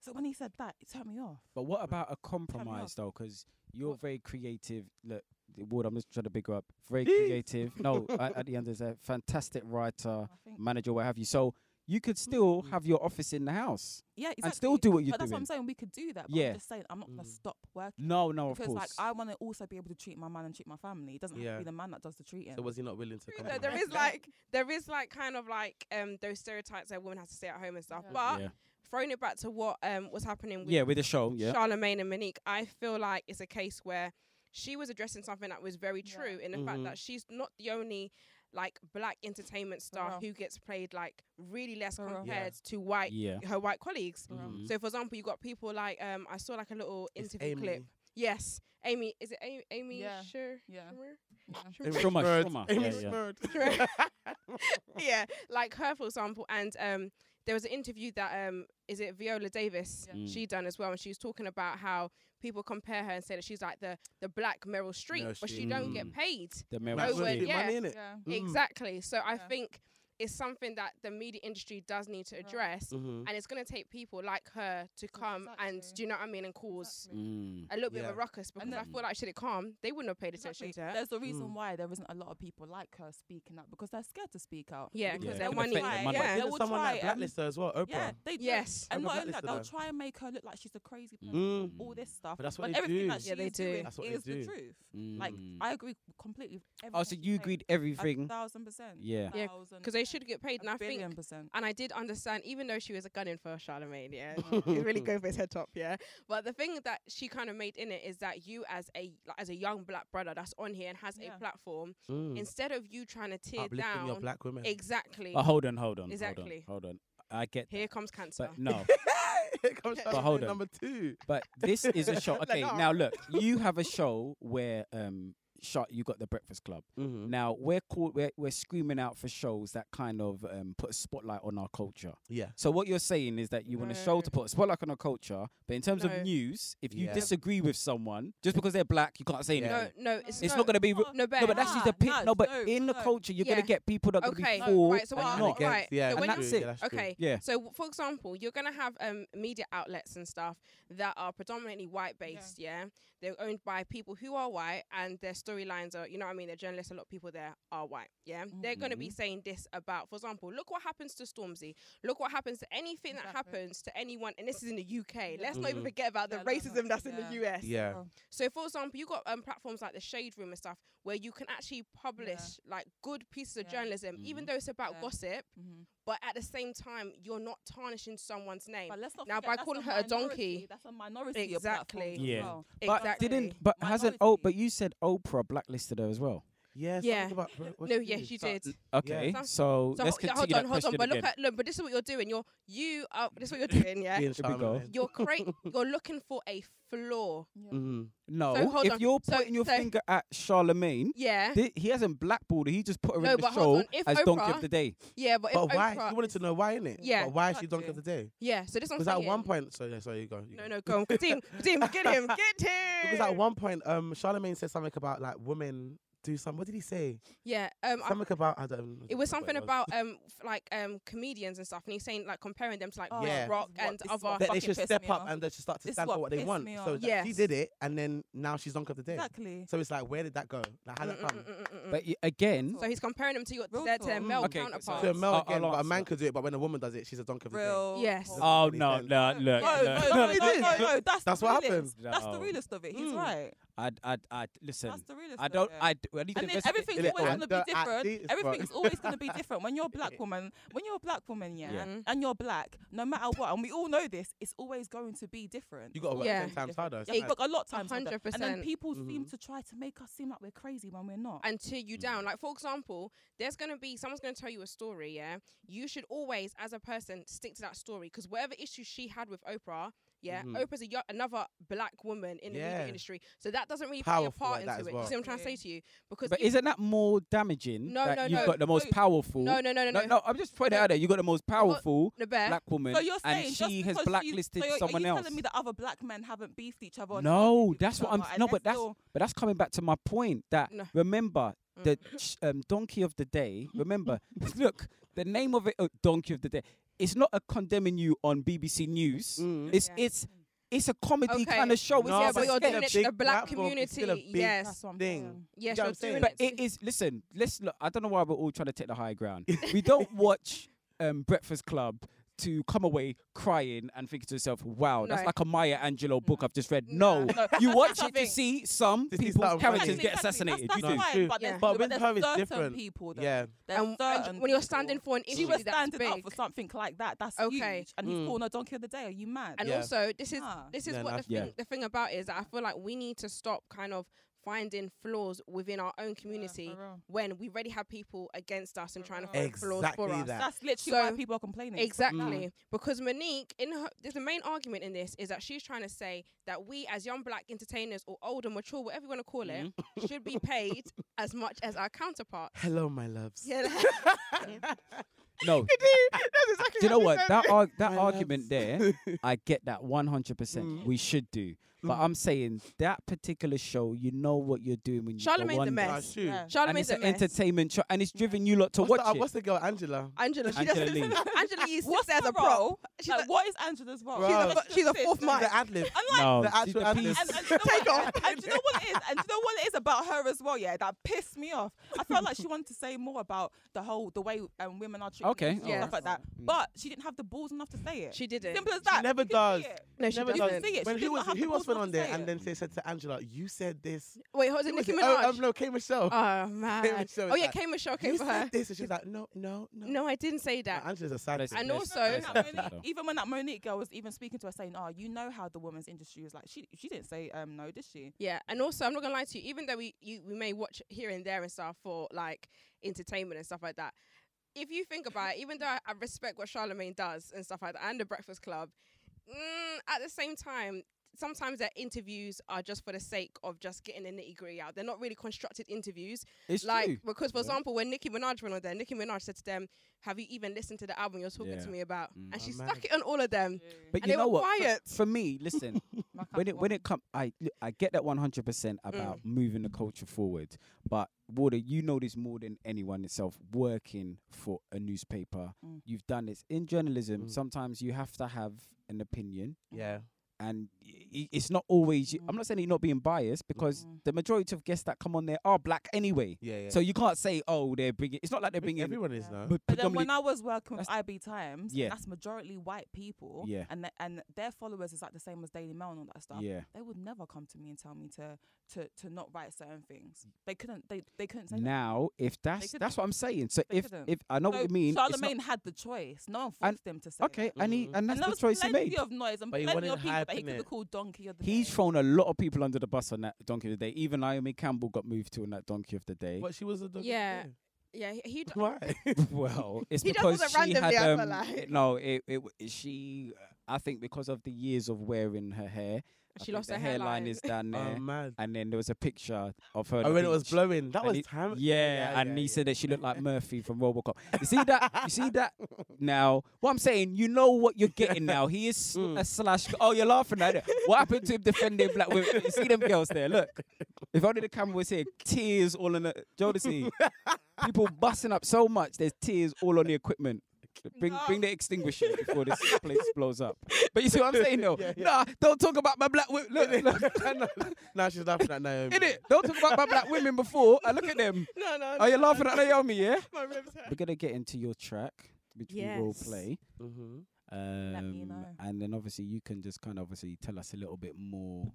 [SPEAKER 3] so when he said that, it turned me off.
[SPEAKER 4] But what about a compromise though? Because you're
[SPEAKER 3] What?
[SPEAKER 4] very creative. Look, Ward, I'm just trying to big her up. Very creative. no, at, at the end, there's a fantastic writer,
[SPEAKER 3] I think.
[SPEAKER 4] manager, what have you. So you could still have your office in the house
[SPEAKER 3] Yeah, exactly.
[SPEAKER 4] and still do what you're
[SPEAKER 3] But that's what
[SPEAKER 4] doing.
[SPEAKER 3] I'm saying. We could do that. But
[SPEAKER 4] Yeah.
[SPEAKER 3] I'm just saying I'm not gonna
[SPEAKER 2] Mm.
[SPEAKER 3] stop working.
[SPEAKER 4] No, no, of
[SPEAKER 3] Because like
[SPEAKER 4] course.
[SPEAKER 3] I want to also be able to treat my man and treat my family. It doesn't have
[SPEAKER 2] Yeah.
[SPEAKER 3] to be the man that does the treating.
[SPEAKER 2] So was he not willing to?
[SPEAKER 1] True,
[SPEAKER 2] compromise?
[SPEAKER 1] though, there is like there is like kind of like um those stereotypes that women have to stay at home and stuff.
[SPEAKER 3] Yeah.
[SPEAKER 1] But
[SPEAKER 4] yeah.
[SPEAKER 1] throwing it back to what um was happening with
[SPEAKER 4] yeah, with the show. Yeah.
[SPEAKER 1] Charlemagne and Monique, I feel like it's a case where she was addressing something that was very
[SPEAKER 3] Yeah.
[SPEAKER 1] true in the fact
[SPEAKER 4] Mm-hmm.
[SPEAKER 2] Mhm.
[SPEAKER 1] that she's not the only like black entertainment star
[SPEAKER 3] real.
[SPEAKER 1] who gets played like really less
[SPEAKER 3] For real.
[SPEAKER 1] compared
[SPEAKER 2] Yeah.
[SPEAKER 1] to white
[SPEAKER 4] Yeah.
[SPEAKER 1] her white colleagues.
[SPEAKER 4] Mhm.
[SPEAKER 1] So for example, you got people like um I saw like a little
[SPEAKER 2] It's
[SPEAKER 1] interview clip.
[SPEAKER 2] Amy.
[SPEAKER 1] Yes, Amy is it Amy, Amy
[SPEAKER 3] Yeah.
[SPEAKER 1] Sher-
[SPEAKER 3] Yeah.
[SPEAKER 1] Schumer?
[SPEAKER 3] Yeah.
[SPEAKER 1] Schumer?
[SPEAKER 2] Amy
[SPEAKER 4] Schumer,
[SPEAKER 2] Schmerd.
[SPEAKER 4] Schumer.
[SPEAKER 2] Amy
[SPEAKER 4] Yeah, yeah.
[SPEAKER 2] Schmerd.
[SPEAKER 1] yeah, like her for example, and um, there was an interview that um, is it Viola Davis
[SPEAKER 3] Yeah.
[SPEAKER 4] Mm.
[SPEAKER 1] she done as well, and she was talking about how people compare her and say that she's like the the black Meryl Streep,
[SPEAKER 2] Meryl
[SPEAKER 1] but she
[SPEAKER 4] Streep.
[SPEAKER 1] don't
[SPEAKER 4] Mm.
[SPEAKER 1] get paid
[SPEAKER 4] The
[SPEAKER 1] Like,
[SPEAKER 4] Meryl
[SPEAKER 1] when-
[SPEAKER 4] Streep.
[SPEAKER 1] yeah.
[SPEAKER 2] money Mm. in it.
[SPEAKER 3] Yeah.
[SPEAKER 1] exactly. So I
[SPEAKER 3] Yeah.
[SPEAKER 1] think it's something that the media industry does need to
[SPEAKER 3] Right.
[SPEAKER 1] address,
[SPEAKER 4] Mm.
[SPEAKER 2] Mm-hmm.
[SPEAKER 1] and it's gonna take people like her to come and
[SPEAKER 3] exactly.
[SPEAKER 1] do you know what I mean and cause
[SPEAKER 3] Exactly.
[SPEAKER 4] Mm.
[SPEAKER 1] a little bit of a
[SPEAKER 2] Yeah.
[SPEAKER 1] ruckus because I
[SPEAKER 4] then-
[SPEAKER 1] feel like should it calm, they wouldn't have paid attention
[SPEAKER 3] Exactly.
[SPEAKER 1] to her.
[SPEAKER 3] There's a reason
[SPEAKER 2] Mm.
[SPEAKER 3] why there isn't a lot of people like her speaking out because they're scared to speak out.
[SPEAKER 1] Yeah, because
[SPEAKER 3] because
[SPEAKER 4] Yeah.
[SPEAKER 1] their
[SPEAKER 4] It can
[SPEAKER 3] will
[SPEAKER 1] money.
[SPEAKER 4] affect
[SPEAKER 3] try-
[SPEAKER 4] their money.
[SPEAKER 1] Yeah.
[SPEAKER 3] they
[SPEAKER 2] Isn't
[SPEAKER 3] will
[SPEAKER 2] someone
[SPEAKER 3] try
[SPEAKER 2] like
[SPEAKER 3] and-
[SPEAKER 2] blacklisted as well? Oprah.
[SPEAKER 3] Yeah, they do.
[SPEAKER 1] Yes.
[SPEAKER 3] and
[SPEAKER 2] Oprah
[SPEAKER 3] not only that,
[SPEAKER 2] blacklisted
[SPEAKER 3] they'll
[SPEAKER 2] her.
[SPEAKER 3] try and make her look like she's a crazy person.
[SPEAKER 2] Mm.
[SPEAKER 3] All this stuff,
[SPEAKER 2] But that's what
[SPEAKER 3] when
[SPEAKER 2] they
[SPEAKER 3] everything
[SPEAKER 2] do.
[SPEAKER 3] that she
[SPEAKER 1] Yeah, they
[SPEAKER 3] is
[SPEAKER 1] do.
[SPEAKER 3] doing
[SPEAKER 2] That's what they
[SPEAKER 3] is the
[SPEAKER 2] do.
[SPEAKER 3] truth.
[SPEAKER 4] Mm.
[SPEAKER 3] Like I agree completely with everything.
[SPEAKER 4] oh, so you
[SPEAKER 3] she's saying.
[SPEAKER 4] agreed everything.
[SPEAKER 3] A thousand percent.
[SPEAKER 4] Yeah.
[SPEAKER 1] Yeah,
[SPEAKER 3] Thousand
[SPEAKER 1] because they
[SPEAKER 3] percent.
[SPEAKER 1] should get paid, and
[SPEAKER 3] A
[SPEAKER 1] I think
[SPEAKER 3] billion percent.
[SPEAKER 1] and I did understand, even though she was a gunning for Charlemagne, yeah, he's really going for his head top, yeah. But the thing that she kind of made in it is that you, as a like, as a young black brother that's on here and has
[SPEAKER 3] Yeah.
[SPEAKER 1] a platform,
[SPEAKER 2] Mm.
[SPEAKER 1] instead of you trying to tear
[SPEAKER 2] Uplifting
[SPEAKER 1] down,
[SPEAKER 2] your black Uh-huh. women.
[SPEAKER 1] exactly.
[SPEAKER 4] Oh, hold on, hold on, hold on,
[SPEAKER 1] Exactly.
[SPEAKER 4] Hold on, I get.
[SPEAKER 1] Here
[SPEAKER 4] That.
[SPEAKER 1] comes cancer.
[SPEAKER 4] But no,
[SPEAKER 2] Here comes
[SPEAKER 1] But
[SPEAKER 2] Charlamagne
[SPEAKER 4] hold on.
[SPEAKER 2] number two.
[SPEAKER 4] but this is a show.
[SPEAKER 2] Like,
[SPEAKER 4] Okay,
[SPEAKER 2] oh.
[SPEAKER 4] now look, you have a show where um, shot you got the Breakfast Club.
[SPEAKER 2] Mm-hmm.
[SPEAKER 4] Now we're called we're, we're screaming out for shows that kind of um, put a spotlight on our culture.
[SPEAKER 2] Yeah.
[SPEAKER 4] So what you're saying is that you want a show
[SPEAKER 1] No.
[SPEAKER 4] to put a spotlight on our culture, but in terms
[SPEAKER 1] No.
[SPEAKER 4] of news, if you
[SPEAKER 2] Yeah.
[SPEAKER 4] disagree with someone just because they're black, you can't say
[SPEAKER 2] Yeah.
[SPEAKER 4] anything.
[SPEAKER 1] no, no, it's,
[SPEAKER 4] It's
[SPEAKER 1] no,
[SPEAKER 4] not gonna be re-
[SPEAKER 1] no, but
[SPEAKER 4] No, but that's just a
[SPEAKER 3] Ah,
[SPEAKER 4] pit.
[SPEAKER 3] no,
[SPEAKER 4] No, but
[SPEAKER 3] no,
[SPEAKER 4] in the
[SPEAKER 3] no.
[SPEAKER 4] culture, you're
[SPEAKER 1] Yeah.
[SPEAKER 4] gonna get people that are gonna
[SPEAKER 1] okay,
[SPEAKER 4] be for.
[SPEAKER 1] right. So what?
[SPEAKER 2] and
[SPEAKER 1] I'm-
[SPEAKER 2] not against.
[SPEAKER 1] right. so
[SPEAKER 2] Yeah, and
[SPEAKER 1] when
[SPEAKER 2] that's
[SPEAKER 1] you,
[SPEAKER 2] true. Yeah, that's true.
[SPEAKER 1] okay,
[SPEAKER 4] Yeah.
[SPEAKER 1] So w- for example, you're gonna have um media outlets and stuff that are predominantly white based. Yeah. they're owned by people who are white, and their storylines are, you know, what I mean, their journalists. A lot of people there are white. Yeah, they're gonna
[SPEAKER 3] Mm-hmm.
[SPEAKER 1] be saying this about, for example, look what happens to Stormzy. Look what happens to anything that
[SPEAKER 3] Exactly.
[SPEAKER 1] happens to anyone, and this is in the UK. Let's not even
[SPEAKER 2] Mhm.
[SPEAKER 1] forget about the
[SPEAKER 3] Yeah, no, no,
[SPEAKER 1] racism that's in the US.
[SPEAKER 2] Yeah.
[SPEAKER 1] So, for example, you got um, platforms like the Shade Room and stuff where you can actually publish like good pieces of
[SPEAKER 3] Yeah. Mm-hmm.
[SPEAKER 1] journalism, even though it's about
[SPEAKER 3] Yeah.
[SPEAKER 1] gossip.
[SPEAKER 3] Mhm.
[SPEAKER 1] But at the same time, you're not tarnishing someone's name.
[SPEAKER 3] But let's not
[SPEAKER 1] Now,
[SPEAKER 3] forget
[SPEAKER 1] by
[SPEAKER 3] that's
[SPEAKER 1] calling
[SPEAKER 3] a
[SPEAKER 1] her a
[SPEAKER 3] minority-
[SPEAKER 1] donkey-
[SPEAKER 3] that's a minority. of
[SPEAKER 1] Exactly.
[SPEAKER 3] platforms as
[SPEAKER 4] Yeah.
[SPEAKER 3] well.
[SPEAKER 4] But
[SPEAKER 1] Exactly.
[SPEAKER 4] didn't but hasn't oh
[SPEAKER 3] Minority.
[SPEAKER 4] but you said Oprah blacklisted her as well.
[SPEAKER 2] Yeah.
[SPEAKER 1] Yeah.
[SPEAKER 2] something About, what- what
[SPEAKER 1] no,
[SPEAKER 2] she
[SPEAKER 1] yes, you did. So,
[SPEAKER 4] Okay,
[SPEAKER 1] Some-
[SPEAKER 4] so, let's
[SPEAKER 1] ho- yeah,
[SPEAKER 4] continue
[SPEAKER 1] hold
[SPEAKER 4] that
[SPEAKER 1] on, hold on.
[SPEAKER 4] question
[SPEAKER 1] But look
[SPEAKER 4] again.
[SPEAKER 1] at look. But this is what you're doing. You're you are. This is what you're doing. Yeah.
[SPEAKER 2] Being
[SPEAKER 4] Here we go.
[SPEAKER 2] Charlamagne.
[SPEAKER 1] You're create. You're looking for a flaw.
[SPEAKER 2] Mhm.
[SPEAKER 4] no,
[SPEAKER 1] so hold
[SPEAKER 4] if
[SPEAKER 1] on,
[SPEAKER 4] you're
[SPEAKER 1] so-
[SPEAKER 4] pointing your
[SPEAKER 1] so-
[SPEAKER 4] finger at Charlemagne,
[SPEAKER 1] Yeah.
[SPEAKER 4] thi- he hasn't blackballed her. He just put her
[SPEAKER 1] No,
[SPEAKER 4] in the
[SPEAKER 1] but hold
[SPEAKER 4] show
[SPEAKER 1] on, if
[SPEAKER 4] as donkey
[SPEAKER 1] Oprah-
[SPEAKER 4] of the day.
[SPEAKER 1] Yeah. But,
[SPEAKER 2] But
[SPEAKER 1] if
[SPEAKER 2] why?
[SPEAKER 1] Oprah-
[SPEAKER 2] You wanted to know why, innit?
[SPEAKER 1] Yeah.
[SPEAKER 2] But why is she
[SPEAKER 3] Exactly.
[SPEAKER 2] donkey of the day?
[SPEAKER 1] yeah. So this is what I'm
[SPEAKER 2] Because at
[SPEAKER 1] saying.
[SPEAKER 2] one point, so yeah, sorry, you go. You
[SPEAKER 1] No,
[SPEAKER 2] go.
[SPEAKER 1] no, go on, Kadeem, Kadeem, get him, get him.
[SPEAKER 2] Because at one point, um, Charlemagne said something about like women do some. What did he say?
[SPEAKER 1] Yeah. Um. I-
[SPEAKER 2] Something about I don't. know
[SPEAKER 1] It was
[SPEAKER 2] what
[SPEAKER 1] something
[SPEAKER 2] it was.
[SPEAKER 1] about um f- like um comedians and stuff, and he's saying like comparing them to like
[SPEAKER 3] Oh,
[SPEAKER 2] Yeah.
[SPEAKER 1] rock
[SPEAKER 3] this is
[SPEAKER 1] and
[SPEAKER 3] what- this is
[SPEAKER 1] other.
[SPEAKER 2] that
[SPEAKER 3] what
[SPEAKER 2] they
[SPEAKER 3] fucking
[SPEAKER 2] should
[SPEAKER 3] pissed
[SPEAKER 2] step
[SPEAKER 3] me
[SPEAKER 2] up
[SPEAKER 3] off.
[SPEAKER 2] and they should start to
[SPEAKER 3] This is
[SPEAKER 2] stand
[SPEAKER 3] what
[SPEAKER 2] for what they
[SPEAKER 3] pissed
[SPEAKER 2] want.
[SPEAKER 3] me
[SPEAKER 2] So
[SPEAKER 3] off.
[SPEAKER 2] that she
[SPEAKER 1] Yes.
[SPEAKER 2] did it, and then now she's donkey of the day.
[SPEAKER 3] Exactly.
[SPEAKER 2] So it's like, where did that go? Like, how did that
[SPEAKER 1] Mm,
[SPEAKER 2] come?
[SPEAKER 1] mm, mm, mm, mm.
[SPEAKER 4] But y- again,
[SPEAKER 1] so he's comparing them to your to
[SPEAKER 3] Real
[SPEAKER 1] their, to their
[SPEAKER 3] talk.
[SPEAKER 1] male
[SPEAKER 4] Okay, so-
[SPEAKER 1] counterparts.
[SPEAKER 2] So a
[SPEAKER 4] I'll-
[SPEAKER 2] male again,
[SPEAKER 4] I'll
[SPEAKER 2] but a
[SPEAKER 4] answer
[SPEAKER 2] man
[SPEAKER 4] that.
[SPEAKER 2] could do it, but when a woman does it, she's a donkey of the day.
[SPEAKER 3] Real.
[SPEAKER 1] Yes.
[SPEAKER 3] talk.
[SPEAKER 4] oh
[SPEAKER 2] Doesn't
[SPEAKER 4] no,
[SPEAKER 2] make
[SPEAKER 4] no, look,
[SPEAKER 3] No,
[SPEAKER 4] look,
[SPEAKER 3] no, no,
[SPEAKER 4] look,
[SPEAKER 3] no, no,
[SPEAKER 4] look.
[SPEAKER 3] no, That's
[SPEAKER 2] That's
[SPEAKER 3] the
[SPEAKER 2] what
[SPEAKER 3] realist. That's the
[SPEAKER 4] No.
[SPEAKER 3] realist of it. He's
[SPEAKER 2] Mm.
[SPEAKER 4] Hmm.
[SPEAKER 3] right.
[SPEAKER 4] I'd, I'd, I'd listen.
[SPEAKER 3] That's the realist.
[SPEAKER 4] I
[SPEAKER 3] of
[SPEAKER 4] don't,
[SPEAKER 3] it.
[SPEAKER 4] I, I need to
[SPEAKER 3] And then
[SPEAKER 4] investigate-
[SPEAKER 3] everything's
[SPEAKER 2] Yeah,
[SPEAKER 3] always
[SPEAKER 2] and
[SPEAKER 3] going to be
[SPEAKER 2] the
[SPEAKER 3] different.
[SPEAKER 2] ideas, bro.
[SPEAKER 3] Everything's always going to be different. When you're a black woman, when you're a black woman, yeah,
[SPEAKER 4] Yeah.
[SPEAKER 1] Mhm.
[SPEAKER 3] and you're black, no matter what, and we all know this, it's always going to be different.
[SPEAKER 2] You got to work
[SPEAKER 1] Yeah.
[SPEAKER 2] ten times harder. It's
[SPEAKER 3] Yeah, you
[SPEAKER 2] like-
[SPEAKER 3] got a lot of times. harder. And then
[SPEAKER 1] 100%.
[SPEAKER 3] people
[SPEAKER 4] Mm-hmm.
[SPEAKER 3] seem
[SPEAKER 2] Mhm.
[SPEAKER 3] to try to make us seem like we're crazy when we're not.
[SPEAKER 1] and tear
[SPEAKER 2] Mm.
[SPEAKER 1] you down. Like for example, there's gonna be someone's gonna tell you a story. Yeah, you should always, as a person, stick to that story because whatever issue she had with Oprah, Yeah,
[SPEAKER 2] Mhm.
[SPEAKER 1] Oprah's a yo- another black woman in the
[SPEAKER 2] Yeah.
[SPEAKER 1] music industry, so that doesn't really
[SPEAKER 2] Powerful
[SPEAKER 1] play a part
[SPEAKER 2] like that
[SPEAKER 1] into
[SPEAKER 2] as
[SPEAKER 1] it.
[SPEAKER 2] well.
[SPEAKER 1] You see what I'm trying to
[SPEAKER 3] Yeah.
[SPEAKER 1] say to you? Because
[SPEAKER 4] But
[SPEAKER 1] if-
[SPEAKER 4] isn't that more damaging?
[SPEAKER 1] No,
[SPEAKER 4] that
[SPEAKER 1] no,
[SPEAKER 4] you've
[SPEAKER 1] no.
[SPEAKER 4] got the most
[SPEAKER 1] No,
[SPEAKER 4] powerful.
[SPEAKER 1] no, no, no, no,
[SPEAKER 4] no, no, I'm just pointing
[SPEAKER 1] No.
[SPEAKER 4] out there. You got the most powerful
[SPEAKER 1] the bear.
[SPEAKER 4] black woman,
[SPEAKER 3] So you're
[SPEAKER 4] and
[SPEAKER 3] saying just
[SPEAKER 4] she has
[SPEAKER 3] because you-
[SPEAKER 4] blacklisted
[SPEAKER 3] so are-
[SPEAKER 4] someone
[SPEAKER 3] are you
[SPEAKER 4] else.
[SPEAKER 3] telling me that other black men haven't beefed each other? and
[SPEAKER 4] No,
[SPEAKER 3] haven't beefed
[SPEAKER 4] that's
[SPEAKER 3] each
[SPEAKER 4] what I'm-
[SPEAKER 3] other and
[SPEAKER 4] no,
[SPEAKER 3] they're
[SPEAKER 4] but that's-
[SPEAKER 3] still-
[SPEAKER 4] But that's coming back to my point that
[SPEAKER 1] No.
[SPEAKER 4] remember
[SPEAKER 1] Mm.
[SPEAKER 4] the ch- um, donkey of the day. Remember, look, the name of it, oh, donkey of the day. It's not a condemning you on BBC News.
[SPEAKER 2] Mm.
[SPEAKER 4] It's
[SPEAKER 1] Yeah.
[SPEAKER 4] it's it's a comedy
[SPEAKER 1] Okay.
[SPEAKER 4] kind of show. It's
[SPEAKER 2] No,
[SPEAKER 1] yeah,
[SPEAKER 4] a
[SPEAKER 1] but you're
[SPEAKER 2] it's still
[SPEAKER 4] sketch.
[SPEAKER 1] doing
[SPEAKER 2] a
[SPEAKER 1] it to the
[SPEAKER 2] big
[SPEAKER 1] black
[SPEAKER 2] platform, it's still a
[SPEAKER 1] community.
[SPEAKER 2] big
[SPEAKER 1] Yes,
[SPEAKER 3] That's what I'm
[SPEAKER 2] thing.
[SPEAKER 3] saying.
[SPEAKER 1] yes,
[SPEAKER 2] know
[SPEAKER 1] you're
[SPEAKER 2] what I'm
[SPEAKER 1] doing
[SPEAKER 2] saying?
[SPEAKER 4] But
[SPEAKER 1] it.
[SPEAKER 4] it is. Listen, let's look. I don't know why we're all trying to take the high ground. we don't watch um, Breakfast Club to come away crying and thinking to yourself, "Wow, that's
[SPEAKER 1] No.
[SPEAKER 4] like a Maya Angelou book
[SPEAKER 3] No.
[SPEAKER 4] I've just read."
[SPEAKER 1] No.
[SPEAKER 4] No, you watch
[SPEAKER 3] I
[SPEAKER 4] it to
[SPEAKER 3] think-
[SPEAKER 4] see some
[SPEAKER 2] To see
[SPEAKER 4] people's
[SPEAKER 2] something
[SPEAKER 4] characters
[SPEAKER 2] funny.
[SPEAKER 4] get
[SPEAKER 3] Exactly,
[SPEAKER 4] assassinated.
[SPEAKER 3] That's,
[SPEAKER 4] you
[SPEAKER 3] that's
[SPEAKER 4] do.
[SPEAKER 3] why,
[SPEAKER 2] True.
[SPEAKER 3] But,
[SPEAKER 1] Yeah.
[SPEAKER 3] there's,
[SPEAKER 2] But with
[SPEAKER 3] there's
[SPEAKER 2] her, it's
[SPEAKER 3] certain
[SPEAKER 2] different.
[SPEAKER 3] people. Though.
[SPEAKER 2] Yeah.
[SPEAKER 3] There's
[SPEAKER 1] and, and
[SPEAKER 3] certain
[SPEAKER 1] when you're
[SPEAKER 3] people.
[SPEAKER 1] standing for an issue
[SPEAKER 3] she was
[SPEAKER 1] that's
[SPEAKER 3] standing
[SPEAKER 1] big,
[SPEAKER 3] up for something like that. That's
[SPEAKER 1] Okay.
[SPEAKER 3] huge. And he's
[SPEAKER 2] Mm.
[SPEAKER 3] calling her donkey of the day. Are you mad?
[SPEAKER 1] And
[SPEAKER 2] Yeah.
[SPEAKER 1] also, this is
[SPEAKER 3] Ah.
[SPEAKER 1] this is
[SPEAKER 2] Yeah,
[SPEAKER 1] what the
[SPEAKER 2] that's-
[SPEAKER 1] thing,
[SPEAKER 4] yeah.
[SPEAKER 1] the thing about it is that I feel like we need to stop kind of finding flaws within our own community when we already have people against us and trying to
[SPEAKER 3] Mhm.
[SPEAKER 1] find flaws for
[SPEAKER 2] Exactly
[SPEAKER 1] us.
[SPEAKER 2] that.
[SPEAKER 3] That's literally why
[SPEAKER 1] So-
[SPEAKER 3] people are complaining.
[SPEAKER 1] Exactly, because Monique, in her, there's the main argument in this is that she's trying to say that we, as young black entertainers or older, mature, whatever you want to call it, should be paid as much as our counterparts.
[SPEAKER 2] Hello, my loves.
[SPEAKER 1] Yeah, like-
[SPEAKER 4] No,
[SPEAKER 2] That's exactly
[SPEAKER 4] do you know what that arg- that
[SPEAKER 2] My
[SPEAKER 4] argument
[SPEAKER 2] loves.
[SPEAKER 4] there? I get that 100. percent
[SPEAKER 2] Mm.
[SPEAKER 4] We should do, but I'm saying that particular show. You know what you're doing when you go
[SPEAKER 1] Charlamagne's a
[SPEAKER 4] on
[SPEAKER 1] mess.
[SPEAKER 4] there.
[SPEAKER 2] That's true.
[SPEAKER 3] Yeah.
[SPEAKER 4] And
[SPEAKER 1] Charlamagne's
[SPEAKER 4] it's
[SPEAKER 1] a
[SPEAKER 4] an
[SPEAKER 1] mess.
[SPEAKER 4] entertainment show, and it's driven you lot to
[SPEAKER 2] what's,
[SPEAKER 4] watch
[SPEAKER 2] the,
[SPEAKER 4] it.
[SPEAKER 2] what's the girl, Angela?
[SPEAKER 1] Angela, she
[SPEAKER 4] Angela
[SPEAKER 1] doesn't.
[SPEAKER 4] Lee.
[SPEAKER 1] Angela used sits
[SPEAKER 3] What's
[SPEAKER 1] there as
[SPEAKER 3] her
[SPEAKER 1] a pro.
[SPEAKER 3] role?
[SPEAKER 1] She's
[SPEAKER 3] Like,
[SPEAKER 1] like,
[SPEAKER 3] what is Angela's role?
[SPEAKER 2] She's a Bro.
[SPEAKER 1] fu- she's a fourth
[SPEAKER 3] man.
[SPEAKER 1] mic.
[SPEAKER 2] The ad lib.
[SPEAKER 3] I'm like,
[SPEAKER 4] no,
[SPEAKER 2] the
[SPEAKER 4] she's
[SPEAKER 2] actual
[SPEAKER 4] the
[SPEAKER 2] ad
[SPEAKER 4] piece.
[SPEAKER 2] lib.
[SPEAKER 3] And, and, do you know
[SPEAKER 1] Take
[SPEAKER 3] what-
[SPEAKER 1] off.
[SPEAKER 3] And do you know what it is? And do you know what it is about her as well? Yeah, that pissed me off. I felt like she wanted to say more about the whole the way um, women are treated
[SPEAKER 4] Okay,
[SPEAKER 3] and
[SPEAKER 1] yeah.
[SPEAKER 3] stuff like that,
[SPEAKER 2] Mm.
[SPEAKER 3] but she didn't have the balls enough to say it.
[SPEAKER 1] she didn't.
[SPEAKER 3] Simple as that. You
[SPEAKER 2] never
[SPEAKER 3] can see
[SPEAKER 2] does.
[SPEAKER 3] it.
[SPEAKER 1] no, she
[SPEAKER 2] Never
[SPEAKER 1] doesn't.
[SPEAKER 2] done.
[SPEAKER 3] see it. She
[SPEAKER 2] When
[SPEAKER 3] did
[SPEAKER 2] who
[SPEAKER 3] not
[SPEAKER 2] was
[SPEAKER 3] have
[SPEAKER 2] who
[SPEAKER 3] the
[SPEAKER 2] else
[SPEAKER 3] balls
[SPEAKER 2] went
[SPEAKER 3] not
[SPEAKER 2] on
[SPEAKER 3] to
[SPEAKER 2] there
[SPEAKER 3] say
[SPEAKER 2] and
[SPEAKER 3] it.
[SPEAKER 2] then they said to Angela, "You said this."
[SPEAKER 1] Wait, was it
[SPEAKER 2] Was
[SPEAKER 1] Nicki
[SPEAKER 2] it- Oh,
[SPEAKER 1] Minaj?
[SPEAKER 2] um, no, K Michelle.
[SPEAKER 1] Oh man.
[SPEAKER 2] Michelle was
[SPEAKER 1] Oh yeah,
[SPEAKER 2] like,
[SPEAKER 1] K Michelle came
[SPEAKER 2] you
[SPEAKER 1] for
[SPEAKER 2] said
[SPEAKER 1] her.
[SPEAKER 2] this, and she was like, "No, no, no."
[SPEAKER 1] No, I didn't say
[SPEAKER 2] Nah,
[SPEAKER 1] that.
[SPEAKER 2] Angela's a sad.
[SPEAKER 4] Bless
[SPEAKER 2] chick.
[SPEAKER 4] her.
[SPEAKER 1] And
[SPEAKER 4] Bless-
[SPEAKER 1] also-
[SPEAKER 4] bless her,
[SPEAKER 3] Even when
[SPEAKER 4] bless
[SPEAKER 3] that
[SPEAKER 4] her.
[SPEAKER 3] Monique- even when that Monique girl was even speaking to her saying, "Oh, you know how the women's industry is like," she she didn't say um no, did she?
[SPEAKER 1] Yeah, and also I'm not gonna lie to you. Even though we you, we may watch here and there and stuff for like entertainment and stuff like that. If you think about it, even though I, I respect what Charlemagne does and stuff like that, and the Breakfast Club, mm, at the same time, sometimes their interviews are just for the sake of just getting the nitty gritty out. They're not really constructed interviews.
[SPEAKER 4] It's
[SPEAKER 1] like
[SPEAKER 4] true.
[SPEAKER 1] because for
[SPEAKER 4] Yeah.
[SPEAKER 1] example, when Nicki Minaj went on there, Nicki Minaj said to them, "Have you even listened to the album you're talking
[SPEAKER 4] Yeah.
[SPEAKER 1] to me about?"
[SPEAKER 4] Mm.
[SPEAKER 1] And she
[SPEAKER 2] Oh,
[SPEAKER 1] stuck
[SPEAKER 2] man.
[SPEAKER 1] it on all of them.
[SPEAKER 4] But
[SPEAKER 1] And
[SPEAKER 4] you
[SPEAKER 1] they
[SPEAKER 4] know
[SPEAKER 1] were
[SPEAKER 4] what? For-
[SPEAKER 1] quiet.
[SPEAKER 4] For, me, listen.
[SPEAKER 3] My kind
[SPEAKER 4] when
[SPEAKER 3] of
[SPEAKER 4] it
[SPEAKER 3] woman.
[SPEAKER 4] when it comes, I look, I get that one hundred percent
[SPEAKER 3] Mm.
[SPEAKER 4] about moving the culture forward. But Warder, you know this more than anyone itself. Working for a newspaper,
[SPEAKER 3] Mm.
[SPEAKER 4] you've done this in journalism.
[SPEAKER 2] Mm.
[SPEAKER 4] Sometimes you have to have an opinion,
[SPEAKER 2] Yeah.
[SPEAKER 4] and y- y- it's not always. You, I'm not saying you're not being biased because
[SPEAKER 3] Mm.
[SPEAKER 4] the majority of guests that come on there are black anyway.
[SPEAKER 2] Yeah, yeah.
[SPEAKER 4] So you can't say, oh, they're bringing. It's not like they're bringing.
[SPEAKER 2] everyone is
[SPEAKER 3] Yeah.
[SPEAKER 2] now.
[SPEAKER 4] but
[SPEAKER 3] But then
[SPEAKER 4] predominantly
[SPEAKER 3] when I was working with
[SPEAKER 4] That's-
[SPEAKER 3] IB Times,
[SPEAKER 4] Yeah.
[SPEAKER 3] that's majority white people,
[SPEAKER 4] Yeah.
[SPEAKER 3] and the, and their followers is like the same as Daily Mail and all that stuff.
[SPEAKER 4] yeah.
[SPEAKER 3] They would never come to me and tell me to to to not write certain things. They couldn't. They they couldn't say. that.
[SPEAKER 4] Now, if that's
[SPEAKER 3] couldn't.
[SPEAKER 4] that's what I'm saying. So
[SPEAKER 3] They
[SPEAKER 4] if
[SPEAKER 3] couldn't.
[SPEAKER 4] if I know what
[SPEAKER 3] So
[SPEAKER 4] you mean, it's not-
[SPEAKER 3] Charlemagne had the choice. No one
[SPEAKER 4] And-
[SPEAKER 3] forced him to say.
[SPEAKER 4] okay,
[SPEAKER 3] that.
[SPEAKER 4] and he
[SPEAKER 2] Mhm.
[SPEAKER 4] and that's
[SPEAKER 3] and there
[SPEAKER 4] the
[SPEAKER 3] was
[SPEAKER 4] choice he
[SPEAKER 3] plenty
[SPEAKER 4] made.
[SPEAKER 3] of noise and
[SPEAKER 2] But he
[SPEAKER 3] plenty
[SPEAKER 2] wanted
[SPEAKER 3] of people
[SPEAKER 2] hype,
[SPEAKER 3] that he could
[SPEAKER 2] innit?
[SPEAKER 3] have called donkey of the
[SPEAKER 4] He's
[SPEAKER 3] day.
[SPEAKER 4] thrown a lot of people under the bus on that donkey of the day. Even Naomi Campbell got moved to on that donkey of the day.
[SPEAKER 2] But she was a dog.
[SPEAKER 1] Yeah. Yeah, he, he d-
[SPEAKER 2] Why?
[SPEAKER 4] well, it's
[SPEAKER 1] He just
[SPEAKER 4] because
[SPEAKER 1] does it
[SPEAKER 4] she had
[SPEAKER 1] randomly, I feel
[SPEAKER 4] um,
[SPEAKER 1] like.
[SPEAKER 4] it- no, it, it w- she. I think because of the years of wearing her hair, I
[SPEAKER 1] she
[SPEAKER 4] think
[SPEAKER 1] lost
[SPEAKER 4] the
[SPEAKER 1] her
[SPEAKER 4] hairline
[SPEAKER 1] hairline.
[SPEAKER 4] is down there.
[SPEAKER 2] Oh, mad.
[SPEAKER 4] and then there was a picture of her. on
[SPEAKER 2] And
[SPEAKER 4] the
[SPEAKER 2] Oh, when it was
[SPEAKER 4] beach.
[SPEAKER 2] blowing, that
[SPEAKER 4] And
[SPEAKER 2] was
[SPEAKER 4] it-
[SPEAKER 2] time.
[SPEAKER 4] Yeah, and he said that she looked like Murphy from RoboCop. You see that? You see that? Now, what I'm saying, you know what you're getting now. He is sl-
[SPEAKER 2] Mm.
[SPEAKER 4] a slash. Oh, you're laughing at it. What happened to him defending black women? You see them girls there? Look, if only the camera was here, tears all on the Jodeci. People busting up so much. There's tears all on the equipment. Bring bring the extinguisher before this place blows up. But you see what I'm saying though?
[SPEAKER 2] Yeah, yeah.
[SPEAKER 4] Nah, don't talk about my black women. Look, look,
[SPEAKER 2] now she's laughing at Naomi.
[SPEAKER 4] in it. Don't talk about my black women before. I look at them.
[SPEAKER 1] no, no.
[SPEAKER 4] Are you
[SPEAKER 1] no,
[SPEAKER 4] laughing at Naomi? Yeah.
[SPEAKER 1] My ribs hurt.
[SPEAKER 4] We're gonna get into your track, which we will
[SPEAKER 1] Yes.
[SPEAKER 4] play.
[SPEAKER 2] Mm-hmm.
[SPEAKER 4] Um,
[SPEAKER 3] me know.
[SPEAKER 4] And then obviously you can just kind of obviously tell us a little bit more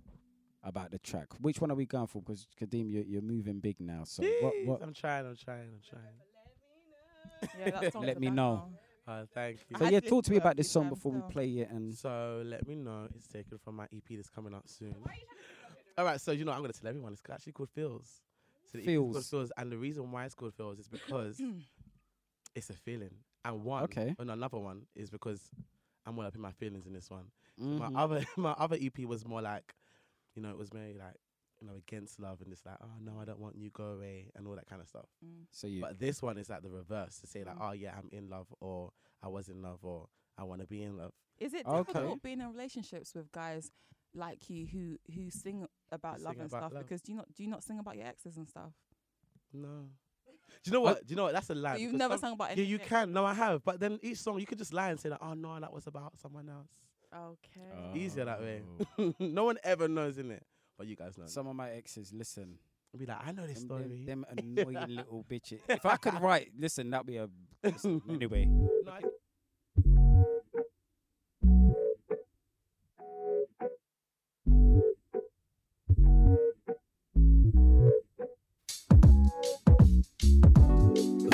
[SPEAKER 4] about the track. Which one are we going for? Because Kadeem, you're, you're moving big now. So what?
[SPEAKER 2] Jeez,
[SPEAKER 4] What?
[SPEAKER 2] I'm trying, I'm trying, I'm trying.
[SPEAKER 3] Yeah, that song's
[SPEAKER 4] Let
[SPEAKER 3] a
[SPEAKER 4] me
[SPEAKER 3] banger.
[SPEAKER 4] know.
[SPEAKER 2] Uh, thank you.
[SPEAKER 4] So
[SPEAKER 3] I
[SPEAKER 4] yeah,
[SPEAKER 3] did
[SPEAKER 4] talk to me
[SPEAKER 3] work
[SPEAKER 4] about this
[SPEAKER 3] with
[SPEAKER 4] song
[SPEAKER 3] them,
[SPEAKER 4] before we
[SPEAKER 3] so-
[SPEAKER 4] play it. And
[SPEAKER 2] So let me know. It's taken from my EP that's coming out soon. All right, so you know I'm gonna tell everyone it's actually called Feels. So the EP is called
[SPEAKER 4] Feels.
[SPEAKER 2] Feels, and the reason why it's called Feels is because it's a feeling, and one
[SPEAKER 4] Okay.
[SPEAKER 2] and another one is because
[SPEAKER 5] I'm all up in my feelings in this one.
[SPEAKER 4] Mhm.
[SPEAKER 3] Mm-hmm.
[SPEAKER 5] My other my other EP was more like, you know, it was very like, you know, against love and it's like, oh no, I don't want you, go away, and all that kind of stuff.
[SPEAKER 4] so you
[SPEAKER 5] But this one is like the reverse to say like,
[SPEAKER 3] Mm.
[SPEAKER 5] oh yeah, I'm in love, or I was in love, or I want to be in love.
[SPEAKER 3] Is it
[SPEAKER 4] Okay.
[SPEAKER 3] difficult being in relationships with guys like you who who sing about
[SPEAKER 5] Who
[SPEAKER 3] love
[SPEAKER 5] sing
[SPEAKER 3] and
[SPEAKER 5] about
[SPEAKER 3] stuff?
[SPEAKER 5] love.
[SPEAKER 3] Because do you not do you not sing about your exes and stuff?
[SPEAKER 5] No. Do you know what? Do you know what? That's a
[SPEAKER 2] Ah,
[SPEAKER 5] lie.
[SPEAKER 3] So you've
[SPEAKER 5] because
[SPEAKER 3] never
[SPEAKER 5] some-
[SPEAKER 3] sung about
[SPEAKER 5] Yeah,
[SPEAKER 3] anything.
[SPEAKER 5] you can. No, I have. But then each song, you could just lie and say that. Oh no, that was about someone else.
[SPEAKER 3] Okay.
[SPEAKER 5] Easier that way.
[SPEAKER 4] Oh.
[SPEAKER 5] no one ever knows, innit? But you guys know.
[SPEAKER 4] Some of my exes, listen,
[SPEAKER 5] I'll be like, I know this
[SPEAKER 4] them,
[SPEAKER 5] story.
[SPEAKER 4] them, them annoying little bitches. If I could write, listen, that'd be a listen, anyway.
[SPEAKER 5] No, I-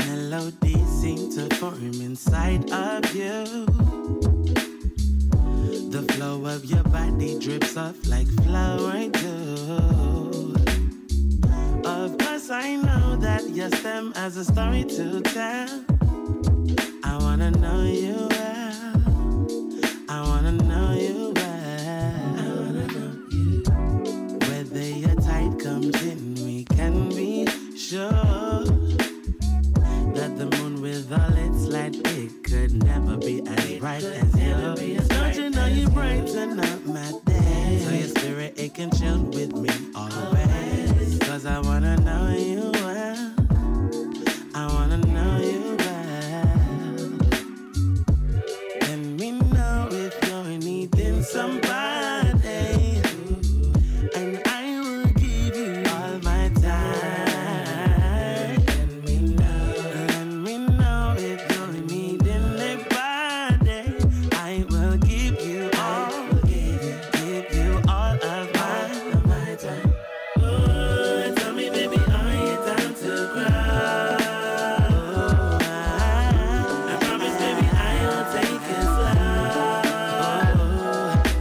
[SPEAKER 2] Melodies seem to form inside of you. The flow of your body drips off like flowing dew. Of course, I know that your stem has a story to tell. I wanna know you well. I wanna know you well. I wanna know you. Whether your tide comes in, we can be sure that the moon with all its light it could never be as bright as you. Don't you know you brighten up my day? So your spirit it can chill with me always. Cause I wanna know you well. I wanna know you well. Let me know if you're needing somebody. And I will give you all my time. Let me know. Let me know if you're needing anybody. I will give you all. Give you, give you all of my, of my time. Ooh, tell me, baby, are you down to grow? I promise, baby, I will take it slow.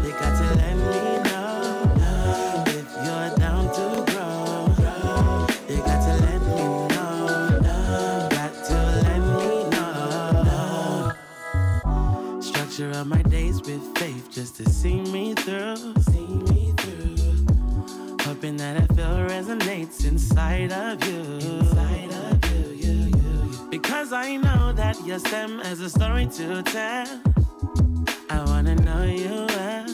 [SPEAKER 2] You got to let me know if you're down to grow. You got to let me know. Got to let me know. Structure of my days with faith just to see me through. See me through. Hoping that I feel resonates inside of you. Inside of you, you, you, you. Because I know that your stem has a story to tell. I wanna know you well.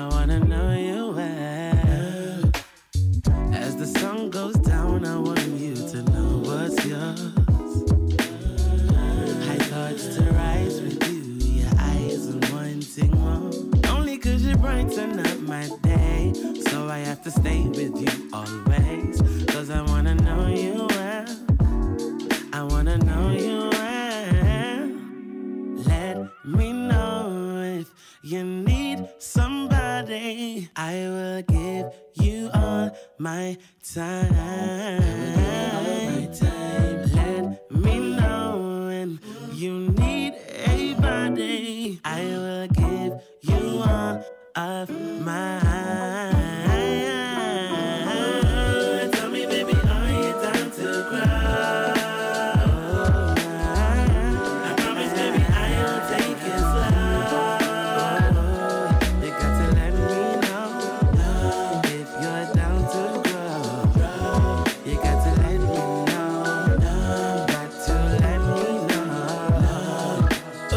[SPEAKER 2] I wanna know you well. As the sun goes down, I want you to know what's yours. High thoughts to rise with you, your eyes are wanting more. Only cause you brighten up my day. So I have to stay with you always. Cause I wanna know you well. I wanna know you well. Let me know if you need somebody. I will give you all my time. Let me know when you need a body. I will give you all of mine. Tell me, baby, are you down to grow? I promise, baby, I'll take it slow. You got to let me know if you're down to grow. You got to let me know. Got to let me know. Ooh,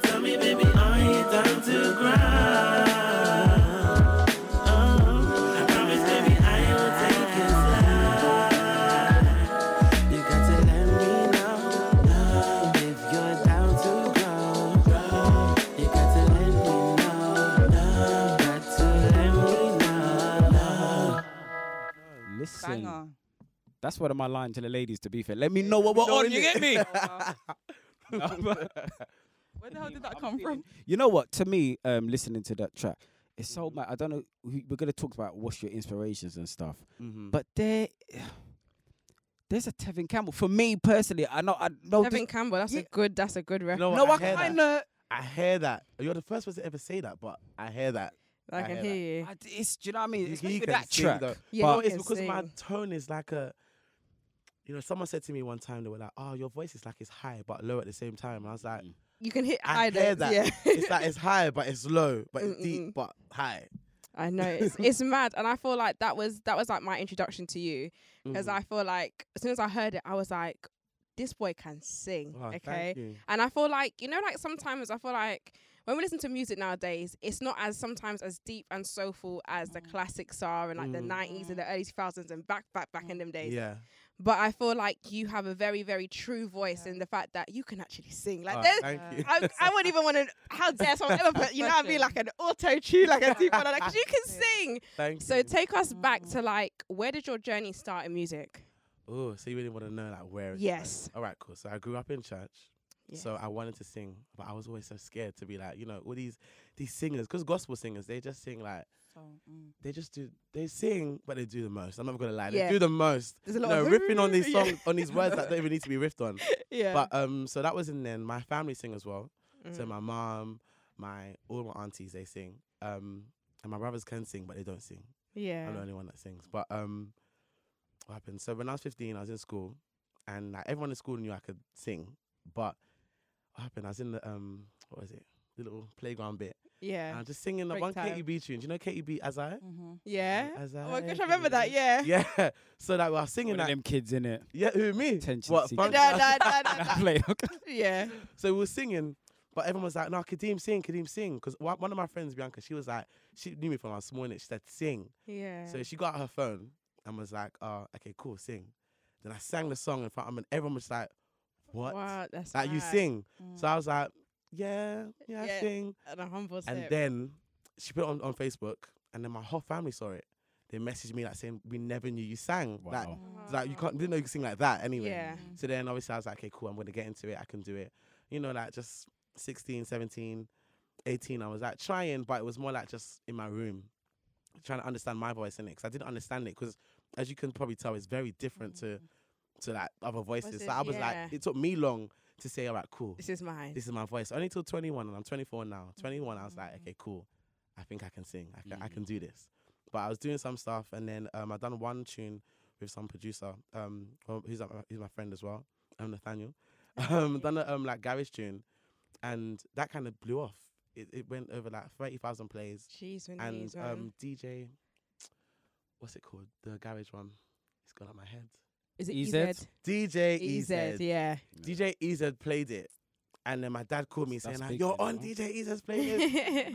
[SPEAKER 2] tell me, baby, are you down to grow? I promise, baby, I'll take it slow. You got to let me know. If you're down to go, you got to let me know. Got to let me know.
[SPEAKER 4] Listen,
[SPEAKER 3] Banger.
[SPEAKER 4] that's one of my lines to the ladies. To be fair, let me know what we're on. You get me? No, but-
[SPEAKER 3] Where the hell did that come from?
[SPEAKER 4] you know what? To me, um, listening to that track, it's so mad. I don't know. we- We're gonna talk about what's your inspirations and stuff,
[SPEAKER 5] Mhm.
[SPEAKER 4] but there, there's a Tevin Campbell for me personally. I know. I know. this-
[SPEAKER 1] Tevin Campbell, that's
[SPEAKER 4] Yeah.
[SPEAKER 1] a good, that's a good
[SPEAKER 5] You
[SPEAKER 1] reference.
[SPEAKER 5] know what?
[SPEAKER 4] Oh, no, I,
[SPEAKER 5] hear that.
[SPEAKER 4] kind of.
[SPEAKER 5] I hear that. You're the first person to ever say that, but I hear that.
[SPEAKER 1] I
[SPEAKER 5] I
[SPEAKER 1] can
[SPEAKER 5] hear that.
[SPEAKER 1] hear you.
[SPEAKER 4] I d- It's do you know what I mean?
[SPEAKER 5] You-
[SPEAKER 4] It's
[SPEAKER 5] you
[SPEAKER 4] maybe
[SPEAKER 5] can
[SPEAKER 4] that
[SPEAKER 5] sing,
[SPEAKER 4] track.
[SPEAKER 5] though.
[SPEAKER 1] Yeah,
[SPEAKER 5] but
[SPEAKER 1] you
[SPEAKER 5] it's
[SPEAKER 1] can
[SPEAKER 5] because my
[SPEAKER 1] sing.
[SPEAKER 5] tone is like a. You know, someone said to me one time they were like, "Oh, your voice is like it's high but low at the same time," and I was like,
[SPEAKER 1] you can hit
[SPEAKER 2] I
[SPEAKER 1] high
[SPEAKER 2] hear
[SPEAKER 1] notes,
[SPEAKER 2] that.
[SPEAKER 1] Yeah.
[SPEAKER 2] it's like it's high, but it's low, but it's
[SPEAKER 1] Mm, mm,
[SPEAKER 2] deep,
[SPEAKER 1] mm.
[SPEAKER 2] but high.
[SPEAKER 1] I know it's, it's mad, and I feel like that was that was like my introduction to you because
[SPEAKER 2] Mm.
[SPEAKER 1] I feel like as soon as I heard it, I was like, this boy can sing,
[SPEAKER 2] Oh, thank
[SPEAKER 1] okay.
[SPEAKER 2] you.
[SPEAKER 1] And I feel like you know, like sometimes I feel like when we listen to music nowadays, it's not as sometimes as deep and soulful as the classics are, and like the
[SPEAKER 2] Mm.
[SPEAKER 1] nineties and the early two thousands and back back back in them days.
[SPEAKER 2] Yeah.
[SPEAKER 1] But I feel like you have a very very true voice in the fact that you can actually sing. Like
[SPEAKER 2] Oh,
[SPEAKER 1] there's
[SPEAKER 2] thank
[SPEAKER 3] uh,
[SPEAKER 2] you.
[SPEAKER 1] I, I wouldn't even want to. How dare someone ever put, you know what I mean, like an auto tune, like a deep one, like 'cause you can
[SPEAKER 3] Yeah.
[SPEAKER 1] sing.
[SPEAKER 2] Thank
[SPEAKER 1] So
[SPEAKER 2] you.
[SPEAKER 1] take us back to like, where did your journey start in music?
[SPEAKER 2] oh, so you really want to know like where? It started.
[SPEAKER 1] Yes.
[SPEAKER 2] All right, cool. So I grew up in church. So
[SPEAKER 1] Yes.
[SPEAKER 2] I wanted to sing, but I was always so scared to be like, you know, all these these singers, because gospel singers, they just sing like
[SPEAKER 3] So, mm.
[SPEAKER 2] they just do they sing, but they do the most. I'm not gonna lie, they
[SPEAKER 1] Yeah.
[SPEAKER 2] do the most.
[SPEAKER 1] There's a lot
[SPEAKER 2] No,
[SPEAKER 1] of
[SPEAKER 2] riffing on these
[SPEAKER 1] Yeah.
[SPEAKER 2] songs on these words that don't even need to be riffed on.
[SPEAKER 1] yeah.
[SPEAKER 2] But um, so that was in then. My family sing as well. So
[SPEAKER 1] Mm.
[SPEAKER 2] my mom, my all my aunties they sing. Um, and my brothers can sing, but they don't sing.
[SPEAKER 1] yeah.
[SPEAKER 2] I'm the only one that sings. But um, what happened? So when I was 15, I was in school, and like everyone in school knew I could sing. But what happened? I was in the um, what was it? The little playground bit. And I
[SPEAKER 1] Yeah.
[SPEAKER 2] was just singing the
[SPEAKER 1] Break
[SPEAKER 2] one
[SPEAKER 1] time.
[SPEAKER 2] KEB tune. Do you know KEB as I?
[SPEAKER 3] Mm-hmm.
[SPEAKER 1] Yeah.
[SPEAKER 2] As
[SPEAKER 1] Oh my gosh,
[SPEAKER 2] do.
[SPEAKER 1] I remember that. Yeah.
[SPEAKER 2] Yeah. So like, I was
[SPEAKER 4] One
[SPEAKER 2] singing
[SPEAKER 4] of
[SPEAKER 2] that.
[SPEAKER 4] them kids in it.
[SPEAKER 2] Yeah, who me?
[SPEAKER 4] Attention
[SPEAKER 2] What?
[SPEAKER 4] seeker.
[SPEAKER 2] Funk-
[SPEAKER 1] No, no, no, no, no.
[SPEAKER 4] Play. Okay.
[SPEAKER 1] Yeah.
[SPEAKER 2] So we were singing, but everyone was like, "No, Kadeem sing, Kadeem sing," because one one of my friends, Bianca, she was like, she knew me from I was small, and she said, "Sing."
[SPEAKER 1] Yeah.
[SPEAKER 2] So she got out her phone and was like, "Oh, okay, cool, sing." Then I sang the song in front of them, and everyone was like, "What?
[SPEAKER 1] Wow, that's
[SPEAKER 2] Like you
[SPEAKER 1] mad.
[SPEAKER 2] sing?"
[SPEAKER 3] Mm.
[SPEAKER 2] So I was like, "Yeah, yeah, I
[SPEAKER 1] Yeah,
[SPEAKER 2] sing."
[SPEAKER 1] and a humble step.
[SPEAKER 2] And then she put it on on Facebook, and then my whole family saw it. They messaged me like saying, "We never knew you sang." Like,
[SPEAKER 4] Wow.
[SPEAKER 2] it's like you can't didn't know you could sing like that anyway.
[SPEAKER 1] Yeah.
[SPEAKER 2] So then obviously I was like, okay, cool, I'm going to get into it. I can do it. You know, like just 16, 17, 18, I was like trying, but it was more like just in my room trying to understand my voice in it because I didn't understand it because as you can probably tell, it's very
[SPEAKER 3] Mm-hmm,
[SPEAKER 2] different
[SPEAKER 3] Mm.
[SPEAKER 2] to to like other voices.
[SPEAKER 1] Voices,
[SPEAKER 2] so I was
[SPEAKER 1] yeah.
[SPEAKER 2] like, it took me long to say, all right, cool,
[SPEAKER 1] This is mine.
[SPEAKER 2] this is my voice. Only till 21 and I'm 24 now. 21, I was like, okay, cool, I think I can sing. I can, I can do this. But I was doing some stuff and then um, I done one tune with some producer, um, who- who's, uh, who's my friend as well, um, Nathaniel. Um, done a um, like garage tune, and that kind of blew off. It, it went over like thirty thousand plays,
[SPEAKER 1] Jeez, when
[SPEAKER 2] and
[SPEAKER 1] these, man.
[SPEAKER 2] um, DJ, what's it called? The garage one. It's gone out my head. E
[SPEAKER 1] is it E
[SPEAKER 4] EZ?
[SPEAKER 2] DJ
[SPEAKER 1] EZ,
[SPEAKER 2] EZ.
[SPEAKER 1] yeah.
[SPEAKER 2] DJ EZ played it, and then my dad called me
[SPEAKER 4] That's
[SPEAKER 2] saying, like,
[SPEAKER 4] big
[SPEAKER 2] "You're
[SPEAKER 4] for
[SPEAKER 2] on
[SPEAKER 4] them, huh?
[SPEAKER 2] DJ EZ's playlist."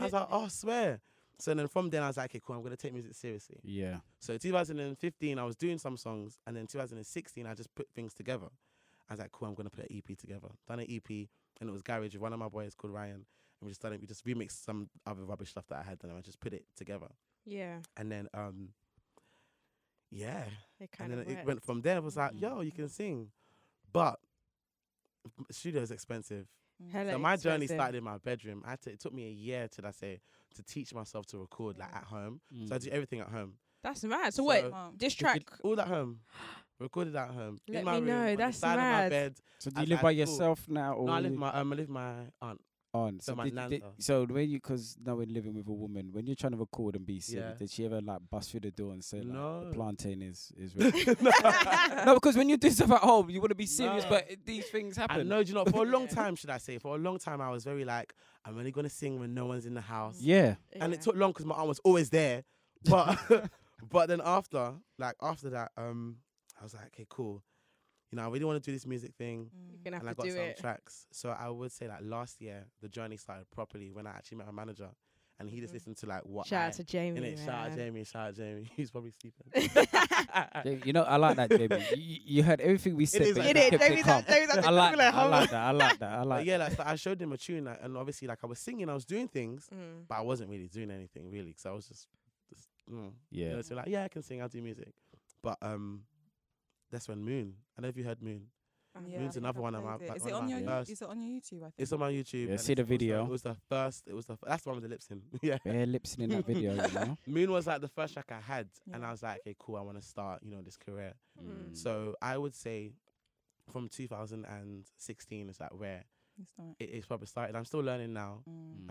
[SPEAKER 2] I was like, "Oh, I swear." So then from then I was like, "Okay, cool. I'm gonna take music seriously."
[SPEAKER 4] Yeah.
[SPEAKER 2] So 2015, I was doing some songs, and then 2016, I just put things together. I was like, cool, I'm gonna put an EP together. Done an EP, and it was Garage with one of my boys called Ryan, and we just done it. We just remixed some other rubbish stuff that I had, and I just put it together.
[SPEAKER 1] yeah.
[SPEAKER 2] And then, um, yeah,
[SPEAKER 1] It
[SPEAKER 2] and
[SPEAKER 1] kind
[SPEAKER 2] then
[SPEAKER 1] of
[SPEAKER 2] it went from there. It was like,
[SPEAKER 1] Mm-hmm.
[SPEAKER 2] yo, you can sing, but studio's expensive.
[SPEAKER 3] mm-hmm.
[SPEAKER 1] Hella
[SPEAKER 2] So my journey
[SPEAKER 1] expensive.
[SPEAKER 2] started in my bedroom. I had to- it took me a year, till I say, to teach myself to record
[SPEAKER 1] Mm.
[SPEAKER 2] like at home. So I
[SPEAKER 4] Mm.
[SPEAKER 2] do everything at home.
[SPEAKER 1] That's mad. So,
[SPEAKER 2] So-
[SPEAKER 1] wait,
[SPEAKER 3] Um,
[SPEAKER 1] this
[SPEAKER 2] Took
[SPEAKER 1] track.
[SPEAKER 2] it all at home. Recorded at home.
[SPEAKER 1] Let
[SPEAKER 2] in my
[SPEAKER 1] me
[SPEAKER 2] room,
[SPEAKER 1] know,
[SPEAKER 2] On
[SPEAKER 1] that's
[SPEAKER 2] the side Of my
[SPEAKER 1] mad. Oh.
[SPEAKER 2] bed.
[SPEAKER 4] So do
[SPEAKER 2] I
[SPEAKER 4] you
[SPEAKER 2] was
[SPEAKER 4] live
[SPEAKER 2] like,
[SPEAKER 4] by
[SPEAKER 2] cool.
[SPEAKER 4] yourself now, or
[SPEAKER 2] No, I
[SPEAKER 4] you
[SPEAKER 2] live with my um, I live with my aunt.
[SPEAKER 4] on?
[SPEAKER 2] so
[SPEAKER 4] So,
[SPEAKER 2] my
[SPEAKER 4] did,
[SPEAKER 2] nan's
[SPEAKER 4] did,
[SPEAKER 2] house.
[SPEAKER 4] so when you, because now we're living with a woman, when you're trying to record and be silly,
[SPEAKER 2] Yeah.
[SPEAKER 4] did she ever like bust through the door and say, like,
[SPEAKER 2] No.
[SPEAKER 4] the plantain is is ready? Mm. no, because when you do stuff at home, you want to be serious,
[SPEAKER 2] No.
[SPEAKER 4] but it- these things
[SPEAKER 2] I
[SPEAKER 4] happen.
[SPEAKER 2] know, do you know, for a long
[SPEAKER 1] Yeah.
[SPEAKER 2] time, should I say, for a long time, I was very like, I'm only gonna sing when no one's in the house,
[SPEAKER 4] Yeah,
[SPEAKER 2] and
[SPEAKER 1] Yeah.
[SPEAKER 2] it took long because my aunt was always there. But but then after, like after that, um, I was like, okay, cool. You know, I really want to do this music thing,
[SPEAKER 3] mm,
[SPEAKER 1] You're gonna
[SPEAKER 2] and I
[SPEAKER 1] have
[SPEAKER 2] got
[SPEAKER 1] to do
[SPEAKER 2] some
[SPEAKER 1] it.
[SPEAKER 2] tracks. So I would say like last year, the journey started properly when I actually met my manager, and he just listened to like what
[SPEAKER 1] Mm. Shout
[SPEAKER 2] I
[SPEAKER 1] out to Jamie.
[SPEAKER 2] In it, shout out
[SPEAKER 1] man.
[SPEAKER 2] Jamie, shout out Jamie. He's probably sleeping.
[SPEAKER 4] Jamie, you know, I like that, Jamie. You- You, you heard everything we said.
[SPEAKER 2] is
[SPEAKER 4] but
[SPEAKER 2] like
[SPEAKER 4] you
[SPEAKER 2] that. It
[SPEAKER 4] kept
[SPEAKER 2] is,
[SPEAKER 1] Jamie's
[SPEAKER 4] calm.
[SPEAKER 1] at- Jamie's at
[SPEAKER 4] I
[SPEAKER 1] the
[SPEAKER 4] like
[SPEAKER 1] table
[SPEAKER 4] that.
[SPEAKER 1] at
[SPEAKER 4] I like
[SPEAKER 1] home.
[SPEAKER 4] that. I like that. I
[SPEAKER 2] but
[SPEAKER 4] like.
[SPEAKER 2] yeah, like so I showed him a tune, like, and obviously, like I was singing, I was doing things,
[SPEAKER 1] Mm.
[SPEAKER 2] but I wasn't really doing anything really, because I was just, just mm, you
[SPEAKER 4] Yeah.
[SPEAKER 2] know, so like, yeah, I can sing, I'll do music, but um, that's when Moon. I don't know if you heard Moon.
[SPEAKER 3] Yeah,
[SPEAKER 2] Moon's
[SPEAKER 3] I think
[SPEAKER 2] another
[SPEAKER 3] I've
[SPEAKER 2] one of my-
[SPEAKER 3] played it.
[SPEAKER 2] like
[SPEAKER 3] Is
[SPEAKER 2] one
[SPEAKER 3] it
[SPEAKER 2] of
[SPEAKER 3] on
[SPEAKER 2] my
[SPEAKER 3] your you-
[SPEAKER 2] first-
[SPEAKER 3] is it on your YouTube? I think
[SPEAKER 2] It's on my YouTube.
[SPEAKER 4] Yeah,
[SPEAKER 2] and
[SPEAKER 4] see
[SPEAKER 2] it's
[SPEAKER 4] the
[SPEAKER 2] also-
[SPEAKER 4] video.
[SPEAKER 2] It was the first. It was the. f- That's the one with the lips in. yeah.
[SPEAKER 4] Bare lips in that video, you know.
[SPEAKER 2] Moon was like the first track I had, and
[SPEAKER 3] Yeah.
[SPEAKER 2] I was like, okay, cool, I want to start, you know, this career.
[SPEAKER 1] Mm.
[SPEAKER 2] So I would say, from 2016 is like where
[SPEAKER 3] it's not.
[SPEAKER 2] it, it's probably started. I'm still learning now.
[SPEAKER 3] Mm.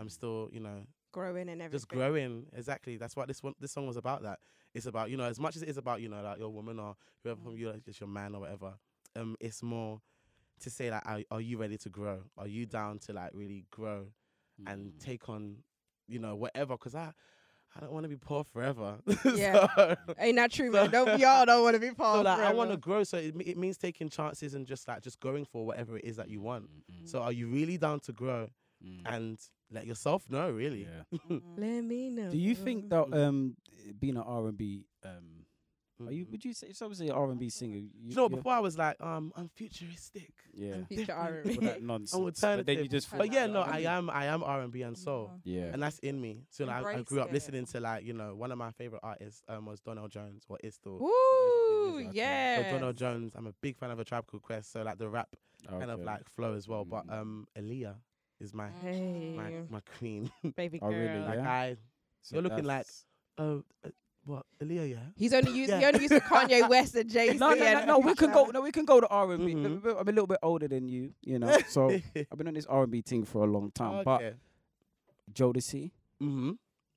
[SPEAKER 2] I'm still, you know,
[SPEAKER 1] Growing and everything.
[SPEAKER 2] just growing. Exactly. That's what this one, this song was about. That it's about, you know,
[SPEAKER 4] Mm.
[SPEAKER 2] as much as it is about, you know, like your woman or whoever from you, like just your man or whatever. Um, it's more to say like, are, are you ready to grow? Are you down to like really grow and
[SPEAKER 4] Mm.
[SPEAKER 2] take on, you know, whatever? Because I, I don't want to be poor forever.
[SPEAKER 1] Yeah.
[SPEAKER 2] So-
[SPEAKER 1] Ain't that true,
[SPEAKER 2] So-
[SPEAKER 1] man? Don't, y'all don't want to be
[SPEAKER 2] so
[SPEAKER 1] part
[SPEAKER 2] like, I want to grow. So it, me- it means taking chances and just like just going for whatever it is that you want. So are you really down to grow
[SPEAKER 4] Mm.
[SPEAKER 2] and let yourself know? Really?
[SPEAKER 4] Yeah.
[SPEAKER 3] mm-hmm.
[SPEAKER 1] Let me know. Mm-hmm.
[SPEAKER 4] Do you think that
[SPEAKER 2] Mm.
[SPEAKER 4] um being an R and B um are you
[SPEAKER 2] Mm.
[SPEAKER 4] would you say if someone's an R and B singer you,
[SPEAKER 2] Do you know,
[SPEAKER 4] you're-
[SPEAKER 2] before I was like, um, I'm futuristic.
[SPEAKER 4] yeah
[SPEAKER 1] Future
[SPEAKER 2] different.
[SPEAKER 1] R&B.
[SPEAKER 4] all that nonsense but then you
[SPEAKER 2] alternative.
[SPEAKER 4] just
[SPEAKER 3] I
[SPEAKER 4] fall
[SPEAKER 2] But
[SPEAKER 3] like
[SPEAKER 2] yeah,
[SPEAKER 3] the
[SPEAKER 2] no, I
[SPEAKER 4] R&B.
[SPEAKER 2] am, I am R and B and soul,
[SPEAKER 4] yeah
[SPEAKER 2] and that's in me. So like, I
[SPEAKER 3] Embrace
[SPEAKER 2] grew up
[SPEAKER 3] it.
[SPEAKER 2] listening to like, you know, one of my favorite artists um was Donald Jones, or is still.
[SPEAKER 1] Ooh,
[SPEAKER 4] Okay.
[SPEAKER 2] So
[SPEAKER 1] yeah.
[SPEAKER 2] Donald Jones, I'm a big fan of a Tribe Called Quest, so like the rap kind of
[SPEAKER 4] Okay.
[SPEAKER 2] like flow as well. But
[SPEAKER 4] Mm.
[SPEAKER 2] um, Aaliyah is my
[SPEAKER 1] Hey,
[SPEAKER 2] my, my queen.
[SPEAKER 1] baby
[SPEAKER 4] Oh,
[SPEAKER 1] girl.
[SPEAKER 4] really, yeah?
[SPEAKER 2] like I,
[SPEAKER 4] So
[SPEAKER 2] you're looking like-
[SPEAKER 4] that's-
[SPEAKER 2] oh, uh, what Aaliyah? Yeah.
[SPEAKER 1] He's only used he
[SPEAKER 2] Yeah.
[SPEAKER 1] only used to Kanye West and Jay Z.
[SPEAKER 4] no no no, no we can go no we can go to R and B
[SPEAKER 2] Mhm.
[SPEAKER 4] I'm a little bit older than you you know so I've been on this R and B thing for a long time Oh, but Jodeci
[SPEAKER 2] mm-hmm.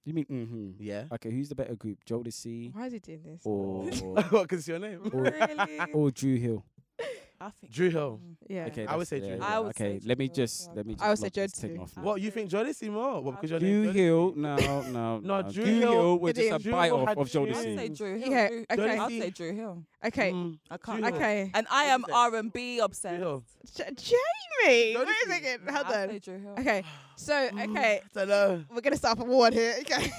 [SPEAKER 4] you mean mm-hmm.
[SPEAKER 2] Yeah.
[SPEAKER 4] okay who's the better group Jodeci
[SPEAKER 1] Why is he doing this?
[SPEAKER 4] or
[SPEAKER 2] what? Cause your name.
[SPEAKER 4] or,
[SPEAKER 2] oh,
[SPEAKER 4] or Drew Hill
[SPEAKER 3] Mm-hmm. I think mm.
[SPEAKER 2] Drew Hill.
[SPEAKER 1] Yeah.
[SPEAKER 4] okay
[SPEAKER 2] I would
[SPEAKER 4] that's-
[SPEAKER 2] say
[SPEAKER 4] yeah,
[SPEAKER 2] Jodeci.
[SPEAKER 4] yeah,
[SPEAKER 3] I would say
[SPEAKER 4] okay let me
[SPEAKER 3] Jodeci.
[SPEAKER 4] just let me just
[SPEAKER 1] I would say
[SPEAKER 4] knock this thing
[SPEAKER 1] Jodeci.
[SPEAKER 4] off now.
[SPEAKER 2] What you think, Jodeci more? What? Because your
[SPEAKER 4] Mm. Drew
[SPEAKER 2] name.
[SPEAKER 4] Hill, no, no,
[SPEAKER 2] No, Drew
[SPEAKER 4] Hill,
[SPEAKER 2] Hill
[SPEAKER 4] was
[SPEAKER 1] did
[SPEAKER 4] just a
[SPEAKER 2] Drew
[SPEAKER 4] bite
[SPEAKER 2] Hill
[SPEAKER 4] off
[SPEAKER 2] had
[SPEAKER 4] of
[SPEAKER 2] Drew
[SPEAKER 3] I'd say
[SPEAKER 4] Jodeci.
[SPEAKER 3] Drew Hill.
[SPEAKER 1] Yeah,
[SPEAKER 3] Drew-
[SPEAKER 1] okay.
[SPEAKER 3] I'd say Drew Hill.
[SPEAKER 1] Okay.
[SPEAKER 2] Mm,
[SPEAKER 3] I can't.
[SPEAKER 2] Drew Hill.
[SPEAKER 1] Okay.
[SPEAKER 3] And I
[SPEAKER 2] What'd you
[SPEAKER 3] am
[SPEAKER 2] say?
[SPEAKER 3] R and B
[SPEAKER 2] Drew
[SPEAKER 3] obsessed.
[SPEAKER 2] Hill.
[SPEAKER 1] uh, J- Jamie,
[SPEAKER 2] Don't
[SPEAKER 1] wait a
[SPEAKER 2] you-
[SPEAKER 1] second. Hold
[SPEAKER 3] I'd
[SPEAKER 1] on.
[SPEAKER 3] say Drew Hill.
[SPEAKER 1] Okay. So
[SPEAKER 2] Mm,
[SPEAKER 1] okay,
[SPEAKER 2] I don't know.
[SPEAKER 1] we're gonna start from one here. Okay.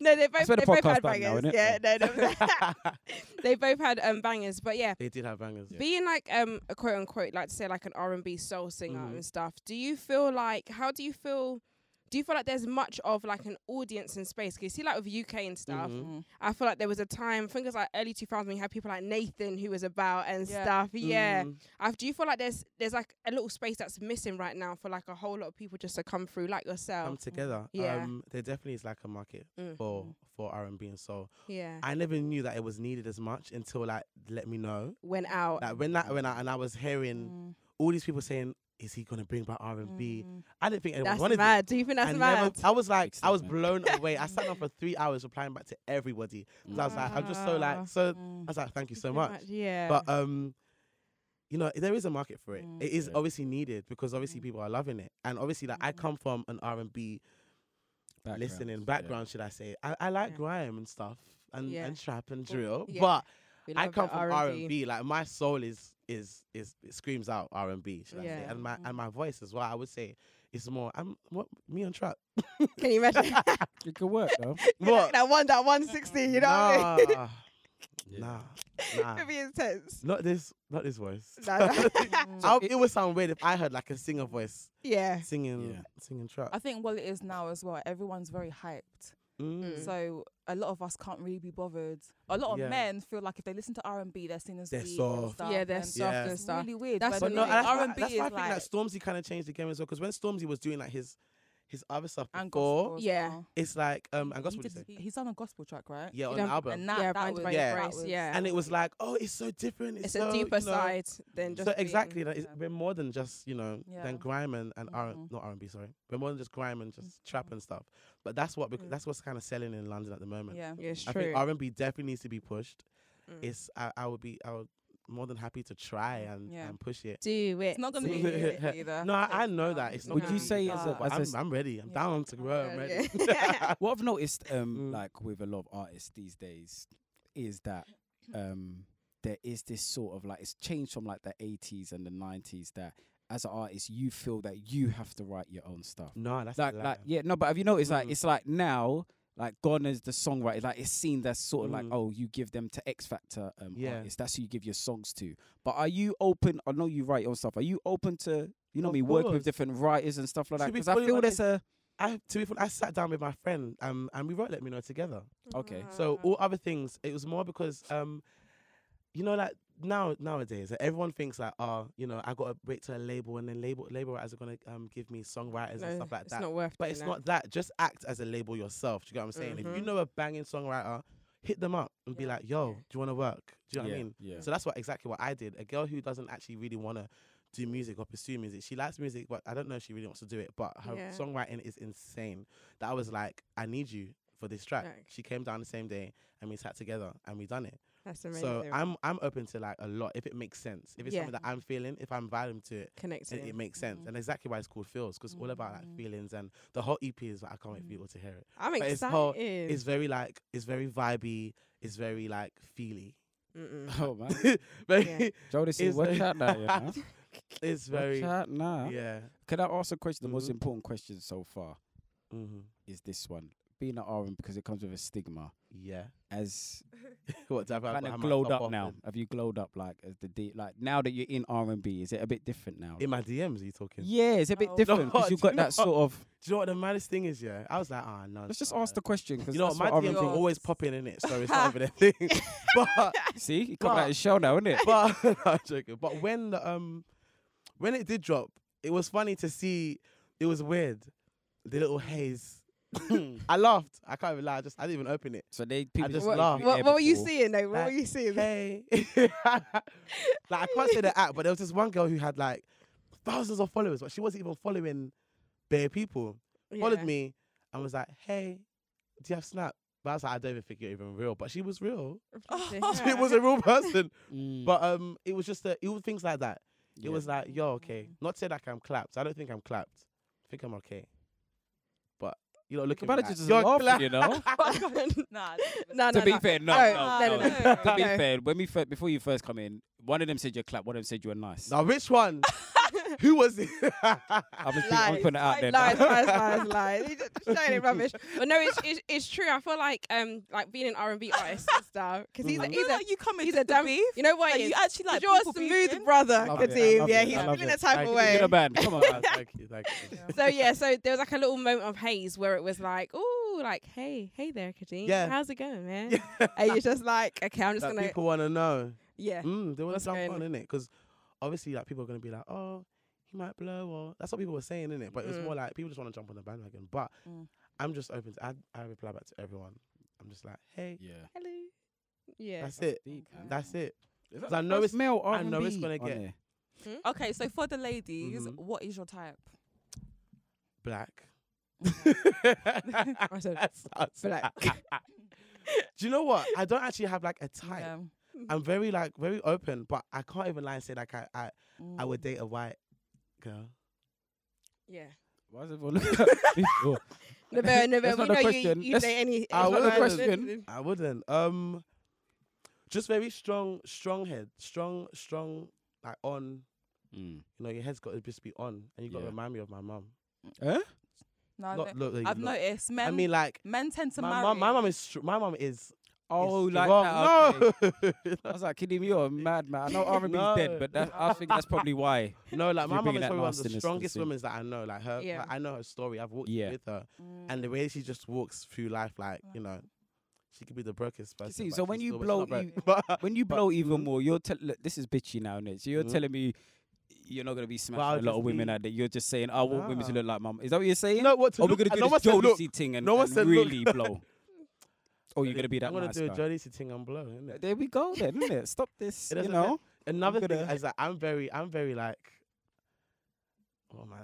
[SPEAKER 1] no, they both
[SPEAKER 4] swear the
[SPEAKER 1] they both
[SPEAKER 4] podcast's
[SPEAKER 1] had
[SPEAKER 4] back now,
[SPEAKER 1] bangers.
[SPEAKER 4] innit?
[SPEAKER 1] yeah. No, no. they both had um bangers, but yeah.
[SPEAKER 2] They did have bangers.
[SPEAKER 1] being like um a quote unquote like to say like an R and B soul singer
[SPEAKER 2] Mhm.
[SPEAKER 1] and stuff. Do you feel like how do you feel? Do you feel like there's much of like an audience in space? 'Cause you see like with UK and stuff.
[SPEAKER 2] Mhm.
[SPEAKER 3] Mm.
[SPEAKER 1] I feel like there was a time, I think it was like early 2000s, when you had people like Nathan who was about and
[SPEAKER 3] Yeah.
[SPEAKER 1] stuff. Yeah.
[SPEAKER 2] Mm.
[SPEAKER 1] I, do you feel like there's there's like a little space that's missing right now for like a whole lot of people just to come through like
[SPEAKER 2] Come
[SPEAKER 1] yourself?
[SPEAKER 2] together.
[SPEAKER 1] Yeah.
[SPEAKER 2] Um, there definitely is like a market
[SPEAKER 1] Mm.
[SPEAKER 2] for for R and B and soul.
[SPEAKER 1] Yeah.
[SPEAKER 2] I never knew that it was needed as much until like let me know.
[SPEAKER 1] Went out.
[SPEAKER 2] Like when that when I and I was hearing
[SPEAKER 3] Mm.
[SPEAKER 2] all these people saying, "Is he gonna bring back R and B?"
[SPEAKER 3] Mm.
[SPEAKER 2] I didn't think anyone
[SPEAKER 1] That's
[SPEAKER 2] wanted
[SPEAKER 1] mad.
[SPEAKER 2] it.
[SPEAKER 1] Do you think that's
[SPEAKER 2] I,
[SPEAKER 1] mad?
[SPEAKER 2] never, I was like,
[SPEAKER 4] Big
[SPEAKER 2] I was blown
[SPEAKER 4] statement.
[SPEAKER 2] away. I sat down for three hours replying back to everybody. 'Cause I was like, I'm just so
[SPEAKER 1] Wow.
[SPEAKER 2] like, so I
[SPEAKER 3] Mm.
[SPEAKER 2] was like, thank you so
[SPEAKER 1] Pretty
[SPEAKER 2] much.
[SPEAKER 1] Yeah.
[SPEAKER 2] But um, you know, there is a market for it.
[SPEAKER 3] Mm.
[SPEAKER 2] It is
[SPEAKER 4] Yeah.
[SPEAKER 2] obviously needed because obviously
[SPEAKER 3] Mm.
[SPEAKER 2] people are loving it, and obviously like I
[SPEAKER 1] Mm-hmm.
[SPEAKER 3] Mhm.
[SPEAKER 2] come from an R and B
[SPEAKER 4] Background,
[SPEAKER 2] listening
[SPEAKER 4] yeah.
[SPEAKER 2] background, should I say? I, I like
[SPEAKER 1] Yeah.
[SPEAKER 2] grime and stuff and
[SPEAKER 1] Yeah.
[SPEAKER 2] and trap and drill,
[SPEAKER 1] yeah.
[SPEAKER 2] but
[SPEAKER 1] We
[SPEAKER 2] I
[SPEAKER 1] love
[SPEAKER 2] come
[SPEAKER 1] the
[SPEAKER 2] from R and B. Like my soul is is is it screams out R and B, should I say?
[SPEAKER 1] Yeah. mm-hmm.
[SPEAKER 2] And my and my voice as well. I would say it's more. I'm what me on trap.
[SPEAKER 1] Can you imagine?
[SPEAKER 4] It could work though.
[SPEAKER 1] You're like
[SPEAKER 2] What?
[SPEAKER 1] that one that 160, you know what I
[SPEAKER 2] nah,
[SPEAKER 1] mean?
[SPEAKER 2] nah,
[SPEAKER 1] It'd
[SPEAKER 2] nah.
[SPEAKER 1] be intense.
[SPEAKER 2] Not this, not this voice.
[SPEAKER 1] Nah, nah.
[SPEAKER 3] Mm.
[SPEAKER 2] I, it would sound weird if I heard like a singer voice
[SPEAKER 1] yeah.
[SPEAKER 2] singing,
[SPEAKER 4] Yeah.
[SPEAKER 2] singing trap.
[SPEAKER 3] I think what it is now as well, everyone's very hyped.
[SPEAKER 2] Mm.
[SPEAKER 3] So a lot of us can't really be bothered. A lot of
[SPEAKER 2] Yeah.
[SPEAKER 3] men feel like if they listen to R and B, they're seen as
[SPEAKER 2] They're
[SPEAKER 3] weak
[SPEAKER 2] soft.
[SPEAKER 3] And stuff,
[SPEAKER 1] Yeah, they're
[SPEAKER 3] and
[SPEAKER 1] soft
[SPEAKER 2] Yeah.
[SPEAKER 1] and
[SPEAKER 3] It's
[SPEAKER 1] stuff.
[SPEAKER 3] really weird.
[SPEAKER 1] That's
[SPEAKER 3] but
[SPEAKER 1] what
[SPEAKER 2] But no,
[SPEAKER 1] it
[SPEAKER 2] and that's,
[SPEAKER 3] R
[SPEAKER 2] why-
[SPEAKER 3] and B
[SPEAKER 2] that's
[SPEAKER 3] is
[SPEAKER 2] why I
[SPEAKER 3] like
[SPEAKER 2] think that Stormzy kind of changed the game as well. Because when Stormzy was doing like his his other stuff
[SPEAKER 3] and
[SPEAKER 2] before,
[SPEAKER 3] gospel. as
[SPEAKER 1] Yeah.
[SPEAKER 3] well.
[SPEAKER 2] it's like um and gospel.
[SPEAKER 3] he
[SPEAKER 2] did you
[SPEAKER 3] did-
[SPEAKER 2] say?
[SPEAKER 3] he- he's done a gospel track, right?
[SPEAKER 2] Yeah, on
[SPEAKER 1] don't-
[SPEAKER 2] the album.
[SPEAKER 3] And that,
[SPEAKER 1] yeah,
[SPEAKER 3] that
[SPEAKER 1] Blinded
[SPEAKER 3] was
[SPEAKER 1] by
[SPEAKER 2] Your
[SPEAKER 3] that
[SPEAKER 1] Grace,
[SPEAKER 3] was-
[SPEAKER 1] yeah.
[SPEAKER 2] and it was like, oh, it's so different. It's,
[SPEAKER 1] It's
[SPEAKER 2] so,
[SPEAKER 1] a deeper
[SPEAKER 2] you know,
[SPEAKER 1] side than just
[SPEAKER 2] So
[SPEAKER 1] being-
[SPEAKER 2] exactly, like, it's
[SPEAKER 3] Yeah.
[SPEAKER 2] been more than just you know
[SPEAKER 3] Yeah.
[SPEAKER 2] than grime and, and R
[SPEAKER 3] Mhm.
[SPEAKER 2] not R and B sorry, but more than just grime and just trap
[SPEAKER 3] Mhm.
[SPEAKER 2] and stuff. But that's what bec-
[SPEAKER 1] Mm.
[SPEAKER 2] that's what's kind of selling in London at the moment.
[SPEAKER 3] Yeah.
[SPEAKER 1] Yeah, it's
[SPEAKER 2] I
[SPEAKER 1] true.
[SPEAKER 2] think R and B definitely needs to be pushed.
[SPEAKER 1] Mm.
[SPEAKER 2] It's I, I would be I would more than happy to try and
[SPEAKER 3] Yeah.
[SPEAKER 2] and push it.
[SPEAKER 1] Do it.
[SPEAKER 3] It's not gonna be
[SPEAKER 2] Yeah.
[SPEAKER 3] easy either.
[SPEAKER 2] No, I,
[SPEAKER 3] Takes
[SPEAKER 2] I know
[SPEAKER 3] time.
[SPEAKER 2] that it's not.
[SPEAKER 4] Would
[SPEAKER 2] gonna
[SPEAKER 4] you
[SPEAKER 2] be
[SPEAKER 4] say
[SPEAKER 2] easy,
[SPEAKER 4] as
[SPEAKER 3] a-
[SPEAKER 2] but
[SPEAKER 4] as a
[SPEAKER 2] I'm,
[SPEAKER 4] s-
[SPEAKER 2] I'm ready. I'm
[SPEAKER 3] Yeah.
[SPEAKER 2] down to grow. I'm
[SPEAKER 1] Yeah,
[SPEAKER 2] ready.
[SPEAKER 1] yeah.
[SPEAKER 4] What I've noticed, um,
[SPEAKER 2] Mm.
[SPEAKER 4] like with a lot of artists these days, is that um, there is this sort of like it's changed from like the '80s and the '90s that as an artist you feel that you have to write your own stuff.
[SPEAKER 2] no, Mm, that's
[SPEAKER 4] like,
[SPEAKER 2] a lie.
[SPEAKER 4] like, yeah, no, but have you noticed? Like,
[SPEAKER 2] Mm.
[SPEAKER 4] it's like now, like, gone as the songwriter. Like, it's seen as sort of like,
[SPEAKER 2] Mm.
[SPEAKER 4] oh, you give them to X Factor um,
[SPEAKER 2] Yeah.
[SPEAKER 4] artists. That's who you give your songs to. But are you open? I know you write your own stuff. Are you open to, you know,
[SPEAKER 2] Of
[SPEAKER 4] me working
[SPEAKER 2] course.
[SPEAKER 4] with different writers and stuff like
[SPEAKER 2] To
[SPEAKER 4] that?
[SPEAKER 2] be
[SPEAKER 4] Because I
[SPEAKER 2] fully
[SPEAKER 4] feel uh, there's a
[SPEAKER 2] I to be fun, I sat down with my friend um and we wrote Let Me Know together.
[SPEAKER 4] Okay.
[SPEAKER 1] Uh-huh.
[SPEAKER 2] So all other things, it was more because um, you know, like now nowadays, like, everyone thinks like, oh, you know, I got to wait to a label, and then label label writers are gonna um give me songwriters
[SPEAKER 1] No,
[SPEAKER 2] and stuff like
[SPEAKER 1] it's
[SPEAKER 2] that.
[SPEAKER 1] not worth
[SPEAKER 2] but
[SPEAKER 1] doing
[SPEAKER 2] it's
[SPEAKER 1] that.
[SPEAKER 2] not that. Just act as a label yourself. Do you get what I'm saying? If you
[SPEAKER 1] Mhm.
[SPEAKER 2] know a banging songwriter, hit them up and be
[SPEAKER 3] Yeah.
[SPEAKER 2] like, yo,
[SPEAKER 1] Yeah.
[SPEAKER 2] do you want to work? Do you know what I mean?
[SPEAKER 4] Yeah.
[SPEAKER 2] So that's what exactly what I did. A girl who doesn't actually really want to do music or pursue music. She likes music, but I don't know if she really wants to do it. But her
[SPEAKER 1] Yeah.
[SPEAKER 2] songwriting is insane. That I was like, I need you for this track.
[SPEAKER 1] Like-
[SPEAKER 2] She came down the same day and we sat together and we done it.
[SPEAKER 1] That's amazing.
[SPEAKER 2] So I'm I'm open to like a lot if it makes sense. If it's
[SPEAKER 1] Yeah.
[SPEAKER 2] something that I'm feeling, if I'm vibing to it,
[SPEAKER 1] connecting.
[SPEAKER 2] it, it makes sense.
[SPEAKER 3] Mhm.
[SPEAKER 2] And exactly why it's called feels, because all about like
[SPEAKER 3] Mhm.
[SPEAKER 2] feelings and the whole EP is like, I can't wait for people to hear it.
[SPEAKER 1] I'm
[SPEAKER 2] but
[SPEAKER 1] excited.
[SPEAKER 2] it's whole- It's very like it's very vibey. It's very like feely.
[SPEAKER 1] Mm-mm.
[SPEAKER 4] Oh man,
[SPEAKER 2] very,
[SPEAKER 1] Yeah.
[SPEAKER 4] Jodeci,
[SPEAKER 2] It's
[SPEAKER 4] watch
[SPEAKER 2] very-
[SPEAKER 4] out now. You know?
[SPEAKER 2] It's very
[SPEAKER 4] Watch out now.
[SPEAKER 2] yeah.
[SPEAKER 4] Can I ask a question? The most
[SPEAKER 2] Mhm.
[SPEAKER 4] important question so far
[SPEAKER 2] Mm-hmm.
[SPEAKER 4] is this one: being an R and because it comes with a stigma.
[SPEAKER 2] Yeah.
[SPEAKER 4] As
[SPEAKER 2] what type
[SPEAKER 4] kind
[SPEAKER 2] am
[SPEAKER 4] of
[SPEAKER 2] I
[SPEAKER 4] glowed
[SPEAKER 2] top
[SPEAKER 4] up
[SPEAKER 2] off
[SPEAKER 4] now,
[SPEAKER 2] with?
[SPEAKER 4] have you glowed up like as the D, like now that you're in R and B? Is it a bit different now?
[SPEAKER 2] In my DMs, are you talking?
[SPEAKER 4] yeah, it's a bit
[SPEAKER 3] No.
[SPEAKER 4] different
[SPEAKER 2] No,
[SPEAKER 4] because you've
[SPEAKER 2] do you
[SPEAKER 4] got that
[SPEAKER 2] know-
[SPEAKER 4] sort of.
[SPEAKER 2] Do you know what the maddest thing is? Yeah, I was like, ah, no.
[SPEAKER 4] Let's
[SPEAKER 2] it's
[SPEAKER 4] just
[SPEAKER 2] not,
[SPEAKER 4] ask the
[SPEAKER 2] no."
[SPEAKER 4] question because
[SPEAKER 2] You know, what, my DMs
[SPEAKER 1] and
[SPEAKER 2] are
[SPEAKER 1] B-
[SPEAKER 2] always popping in it, so it's not even a thing. but
[SPEAKER 4] See, you come out
[SPEAKER 2] But-
[SPEAKER 4] his shell now, isn't it?
[SPEAKER 2] but no, I'm joking. But when the, um when it did drop, it was funny to see. It was weird, the little haze. I laughed. I can't even lie. I just I didn't even open it.
[SPEAKER 4] So they people
[SPEAKER 2] just
[SPEAKER 4] put
[SPEAKER 2] laugh.
[SPEAKER 4] you
[SPEAKER 1] What,
[SPEAKER 4] there
[SPEAKER 1] what were you
[SPEAKER 4] before.
[SPEAKER 1] seeing though? What
[SPEAKER 2] Like,
[SPEAKER 1] were you seeing?
[SPEAKER 2] Hey, like I can't say the app, but there was this one girl who had like thousands of followers, but she wasn't even following bare people. Followed
[SPEAKER 1] Yeah.
[SPEAKER 2] me and was like, "Hey, do you have Snap?" But I was like, "I don't even think you're even real," but she was real.
[SPEAKER 1] Yeah.
[SPEAKER 2] it was a real person.
[SPEAKER 4] Mm,
[SPEAKER 2] But um, it was just a, it was things like that.
[SPEAKER 4] yeah.
[SPEAKER 2] It was like, yo, okay.
[SPEAKER 1] Mm-hmm.
[SPEAKER 2] Not say like I'm clapped. I don't think I'm clapped. I think I'm okay. But you know, look at me
[SPEAKER 4] About
[SPEAKER 2] like,
[SPEAKER 4] it just
[SPEAKER 2] "You're
[SPEAKER 4] laughing,
[SPEAKER 2] clapped."
[SPEAKER 4] you know.
[SPEAKER 3] Nah.
[SPEAKER 1] no, no,
[SPEAKER 4] to be
[SPEAKER 1] no.
[SPEAKER 4] fair, no,
[SPEAKER 1] No,
[SPEAKER 4] no,
[SPEAKER 1] no,
[SPEAKER 4] no,
[SPEAKER 1] no, no,
[SPEAKER 4] no. To be
[SPEAKER 1] no.
[SPEAKER 4] fair, when we first, before you first come in, one of them said you're clap, one of them said you were nice.
[SPEAKER 2] Now which one? Who was it?
[SPEAKER 4] I'm just I'm
[SPEAKER 1] Lies,
[SPEAKER 4] putting it out there. now.
[SPEAKER 1] lies, lies, lies, lies. You just shouting rubbish. But no, it's, it's it's true. I feel like um like being an R and B artist and stuff because he's a,
[SPEAKER 3] I
[SPEAKER 1] he's
[SPEAKER 3] knew
[SPEAKER 1] a
[SPEAKER 3] that Mm. you coming
[SPEAKER 1] he's
[SPEAKER 3] to
[SPEAKER 1] a damn
[SPEAKER 3] beef.
[SPEAKER 1] you know what
[SPEAKER 3] Like,
[SPEAKER 1] it
[SPEAKER 3] you
[SPEAKER 1] is?
[SPEAKER 3] actually like
[SPEAKER 1] you're a
[SPEAKER 3] people
[SPEAKER 1] smooth
[SPEAKER 3] beefing?
[SPEAKER 1] brother,
[SPEAKER 4] Love it, I
[SPEAKER 1] Kadeem.
[SPEAKER 4] love
[SPEAKER 1] Yeah,
[SPEAKER 4] it,
[SPEAKER 1] he's
[SPEAKER 4] I love
[SPEAKER 1] feeling
[SPEAKER 4] it.
[SPEAKER 1] a type
[SPEAKER 2] Thank
[SPEAKER 1] of
[SPEAKER 2] you.
[SPEAKER 1] way.
[SPEAKER 4] You're the man. Come on.
[SPEAKER 2] thank you, thank you.
[SPEAKER 1] So yeah, so there was like a little moment of haze where it was like, oh, like hey, hey there, Kadeem.
[SPEAKER 2] Yeah.
[SPEAKER 1] How's it going, man? And you're just like, okay, I'm just
[SPEAKER 2] That
[SPEAKER 1] gonna
[SPEAKER 2] people want to know.
[SPEAKER 1] yeah.
[SPEAKER 2] Mm, they want
[SPEAKER 1] What's
[SPEAKER 2] to jump
[SPEAKER 1] going
[SPEAKER 2] on,
[SPEAKER 1] on?
[SPEAKER 2] innit? Because obviously, like people are gonna be like, oh, he might blow, or that's what people were saying, innit? But it was
[SPEAKER 1] Mm.
[SPEAKER 2] more like people just want to jump on the bandwagon. But
[SPEAKER 3] Mm.
[SPEAKER 2] I'm just open to. I, I reply back to everyone. I'm just like, hey,
[SPEAKER 4] Yeah.
[SPEAKER 1] Hello. Yeah. Mm.
[SPEAKER 2] that's it.
[SPEAKER 4] Deep,
[SPEAKER 3] man.
[SPEAKER 2] That's it. 'Cause I know it's
[SPEAKER 4] male
[SPEAKER 2] I know it's
[SPEAKER 4] R&B
[SPEAKER 2] gonna
[SPEAKER 4] on
[SPEAKER 2] get-
[SPEAKER 4] there.
[SPEAKER 3] Okay, so for the
[SPEAKER 1] Mm-hmm.
[SPEAKER 3] ladies,
[SPEAKER 2] Mhm.
[SPEAKER 3] what is your type?
[SPEAKER 2] black.
[SPEAKER 1] I said,
[SPEAKER 2] That's us.
[SPEAKER 1] black.
[SPEAKER 2] Do you know what? I don't actually have like a type.
[SPEAKER 3] Yeah.
[SPEAKER 2] I'm very like very open, but I can't even lie and say like I I, I
[SPEAKER 3] Mm.
[SPEAKER 2] would date a white girl.
[SPEAKER 1] yeah.
[SPEAKER 4] Why is everyone looking at me for?
[SPEAKER 1] No, but, no,
[SPEAKER 4] That's
[SPEAKER 1] but we
[SPEAKER 4] not the
[SPEAKER 1] know
[SPEAKER 4] question.
[SPEAKER 1] you, you
[SPEAKER 4] That's-
[SPEAKER 1] say any.
[SPEAKER 2] I
[SPEAKER 1] it's not
[SPEAKER 2] wouldn't.
[SPEAKER 1] the
[SPEAKER 4] Question.
[SPEAKER 2] I wouldn't. Um, just very strong, strong head, strong, strong, like on. You
[SPEAKER 4] Mm.
[SPEAKER 2] know, your head's got to just be on, and you got to
[SPEAKER 4] Yeah.
[SPEAKER 2] remind me of my mum.
[SPEAKER 4] Huh?
[SPEAKER 3] No, I've
[SPEAKER 2] Not
[SPEAKER 3] no-
[SPEAKER 2] look. that you
[SPEAKER 3] I've
[SPEAKER 2] look-
[SPEAKER 3] noticed men.
[SPEAKER 2] I mean, like
[SPEAKER 3] men tend to
[SPEAKER 2] my
[SPEAKER 3] marry.
[SPEAKER 2] mum. My mum is. Str- my mum is.
[SPEAKER 4] Oh,
[SPEAKER 2] is
[SPEAKER 4] like
[SPEAKER 2] strong.
[SPEAKER 4] that. Okay.
[SPEAKER 2] No,
[SPEAKER 4] I was like, kidding me, you're a mad man. I know R&B's dead,
[SPEAKER 2] No.
[SPEAKER 4] but that, I think that's probably why.
[SPEAKER 2] no. Like
[SPEAKER 4] You're
[SPEAKER 2] my mum is
[SPEAKER 4] bringing that
[SPEAKER 2] probably one of the
[SPEAKER 4] nastiness to the
[SPEAKER 2] strongest
[SPEAKER 4] scene.
[SPEAKER 2] women that I know. Like her.
[SPEAKER 1] Yeah.
[SPEAKER 2] Like, I know her story. I've walked
[SPEAKER 4] Yeah.
[SPEAKER 2] with her,
[SPEAKER 3] Mm.
[SPEAKER 2] and the way she just walks through life, like you know, she could be the brokest person.
[SPEAKER 4] see,
[SPEAKER 2] but
[SPEAKER 4] so when
[SPEAKER 2] she's
[SPEAKER 4] you
[SPEAKER 2] still- she's
[SPEAKER 4] blow-
[SPEAKER 2] not broke.
[SPEAKER 4] you-
[SPEAKER 2] but
[SPEAKER 4] When you
[SPEAKER 2] But- mm-hmm.
[SPEAKER 4] blow even more, you're tell look, this is bitchy now, innit? So you're
[SPEAKER 2] Mhm.
[SPEAKER 4] telling me you're not gonna be
[SPEAKER 2] I'll
[SPEAKER 4] smashing a lot
[SPEAKER 2] just
[SPEAKER 4] of women
[SPEAKER 2] be-
[SPEAKER 4] out there. You're just saying, "Oh, I want women to
[SPEAKER 2] Nah.
[SPEAKER 4] look like mum. Is that what you're saying?
[SPEAKER 2] no, what to
[SPEAKER 4] Or Oh, we're
[SPEAKER 2] look-
[SPEAKER 4] gonna
[SPEAKER 2] and
[SPEAKER 4] do
[SPEAKER 2] no one
[SPEAKER 4] this
[SPEAKER 2] said look.
[SPEAKER 4] Jodeci thing and,
[SPEAKER 2] No one
[SPEAKER 4] and
[SPEAKER 2] said look.
[SPEAKER 4] really blow. Oh, you're gonna be that
[SPEAKER 2] I'm gonna
[SPEAKER 4] nice
[SPEAKER 2] do a
[SPEAKER 4] guy.
[SPEAKER 2] Jodeci thing and blow. Isn't it?
[SPEAKER 4] There we go then, isn't it? Stop this,
[SPEAKER 2] It
[SPEAKER 4] you
[SPEAKER 2] doesn't
[SPEAKER 4] know?
[SPEAKER 2] Another thing
[SPEAKER 4] gonna-
[SPEAKER 2] is that I'm very, I'm very like, oh my,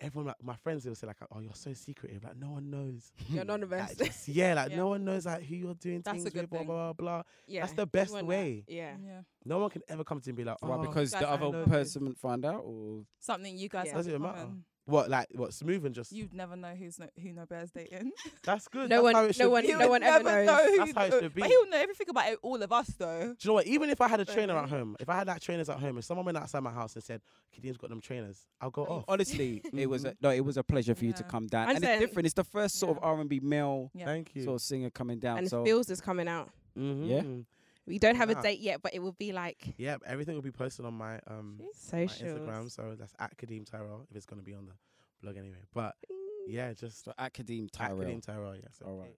[SPEAKER 2] everyone, like, my friends, they'll say like, oh, you're so secretive, like no one knows.
[SPEAKER 1] You're anonymous.
[SPEAKER 2] Like, just- yeah, like
[SPEAKER 3] Yeah.
[SPEAKER 2] no one knows like who you're doing
[SPEAKER 3] That's a
[SPEAKER 2] things
[SPEAKER 3] good
[SPEAKER 2] with, blah
[SPEAKER 3] thing.
[SPEAKER 2] blah blah. blah.
[SPEAKER 1] yeah.
[SPEAKER 2] That's the
[SPEAKER 1] you
[SPEAKER 2] best
[SPEAKER 1] want that.
[SPEAKER 2] way.
[SPEAKER 1] Yeah.
[SPEAKER 3] Yeah.
[SPEAKER 2] No one can ever come to me and be like, oh,
[SPEAKER 4] Why? Because
[SPEAKER 3] guys,
[SPEAKER 4] the
[SPEAKER 3] I
[SPEAKER 4] other
[SPEAKER 3] know.
[SPEAKER 4] person would find out, or
[SPEAKER 3] Something you guys
[SPEAKER 1] Yeah.
[SPEAKER 3] have
[SPEAKER 2] Doesn't
[SPEAKER 3] in
[SPEAKER 2] matter.
[SPEAKER 3] common.
[SPEAKER 2] what, like what, smooth and just.
[SPEAKER 3] You'd never know who's no, who no bear's dating.
[SPEAKER 2] That's good.
[SPEAKER 1] No
[SPEAKER 2] That's
[SPEAKER 1] one-
[SPEAKER 2] how it
[SPEAKER 1] no
[SPEAKER 2] should
[SPEAKER 1] one-
[SPEAKER 2] be.
[SPEAKER 1] no
[SPEAKER 3] You'd
[SPEAKER 1] one ever knows.
[SPEAKER 3] Know
[SPEAKER 2] That's
[SPEAKER 3] who,
[SPEAKER 2] how it
[SPEAKER 3] no-
[SPEAKER 2] should
[SPEAKER 3] But
[SPEAKER 2] be.
[SPEAKER 3] he'll know everything about it, all of us, though.
[SPEAKER 2] Do you know what? Even if I had a trainer
[SPEAKER 3] Really?
[SPEAKER 2] at home, if I had like trainers at home, if someone went outside my house and said, Kadeem's got them trainers, I'll go off.
[SPEAKER 4] honestly, it was a, no, it was a pleasure for you to
[SPEAKER 3] Yeah.
[SPEAKER 4] come down,
[SPEAKER 1] I
[SPEAKER 4] and
[SPEAKER 1] said-
[SPEAKER 4] it's different. It's the first sort of
[SPEAKER 3] Yeah.
[SPEAKER 4] R and B male
[SPEAKER 3] Yeah.
[SPEAKER 2] Thank you.
[SPEAKER 4] sort of singer coming down.
[SPEAKER 1] And
[SPEAKER 4] so
[SPEAKER 1] Feels is coming out.
[SPEAKER 2] mm-hmm.
[SPEAKER 1] We don't have a
[SPEAKER 2] Wow.
[SPEAKER 1] date yet, but it will be like
[SPEAKER 2] Yeah, but everything will be posted on my um my
[SPEAKER 1] social.
[SPEAKER 2] Instagram. So that's at Kadeem Tyrell if it's gonna be on the blog anyway. But yeah, just
[SPEAKER 4] So Academe Tyrell.
[SPEAKER 2] Academe Tyrell. Yeah. So
[SPEAKER 4] All right.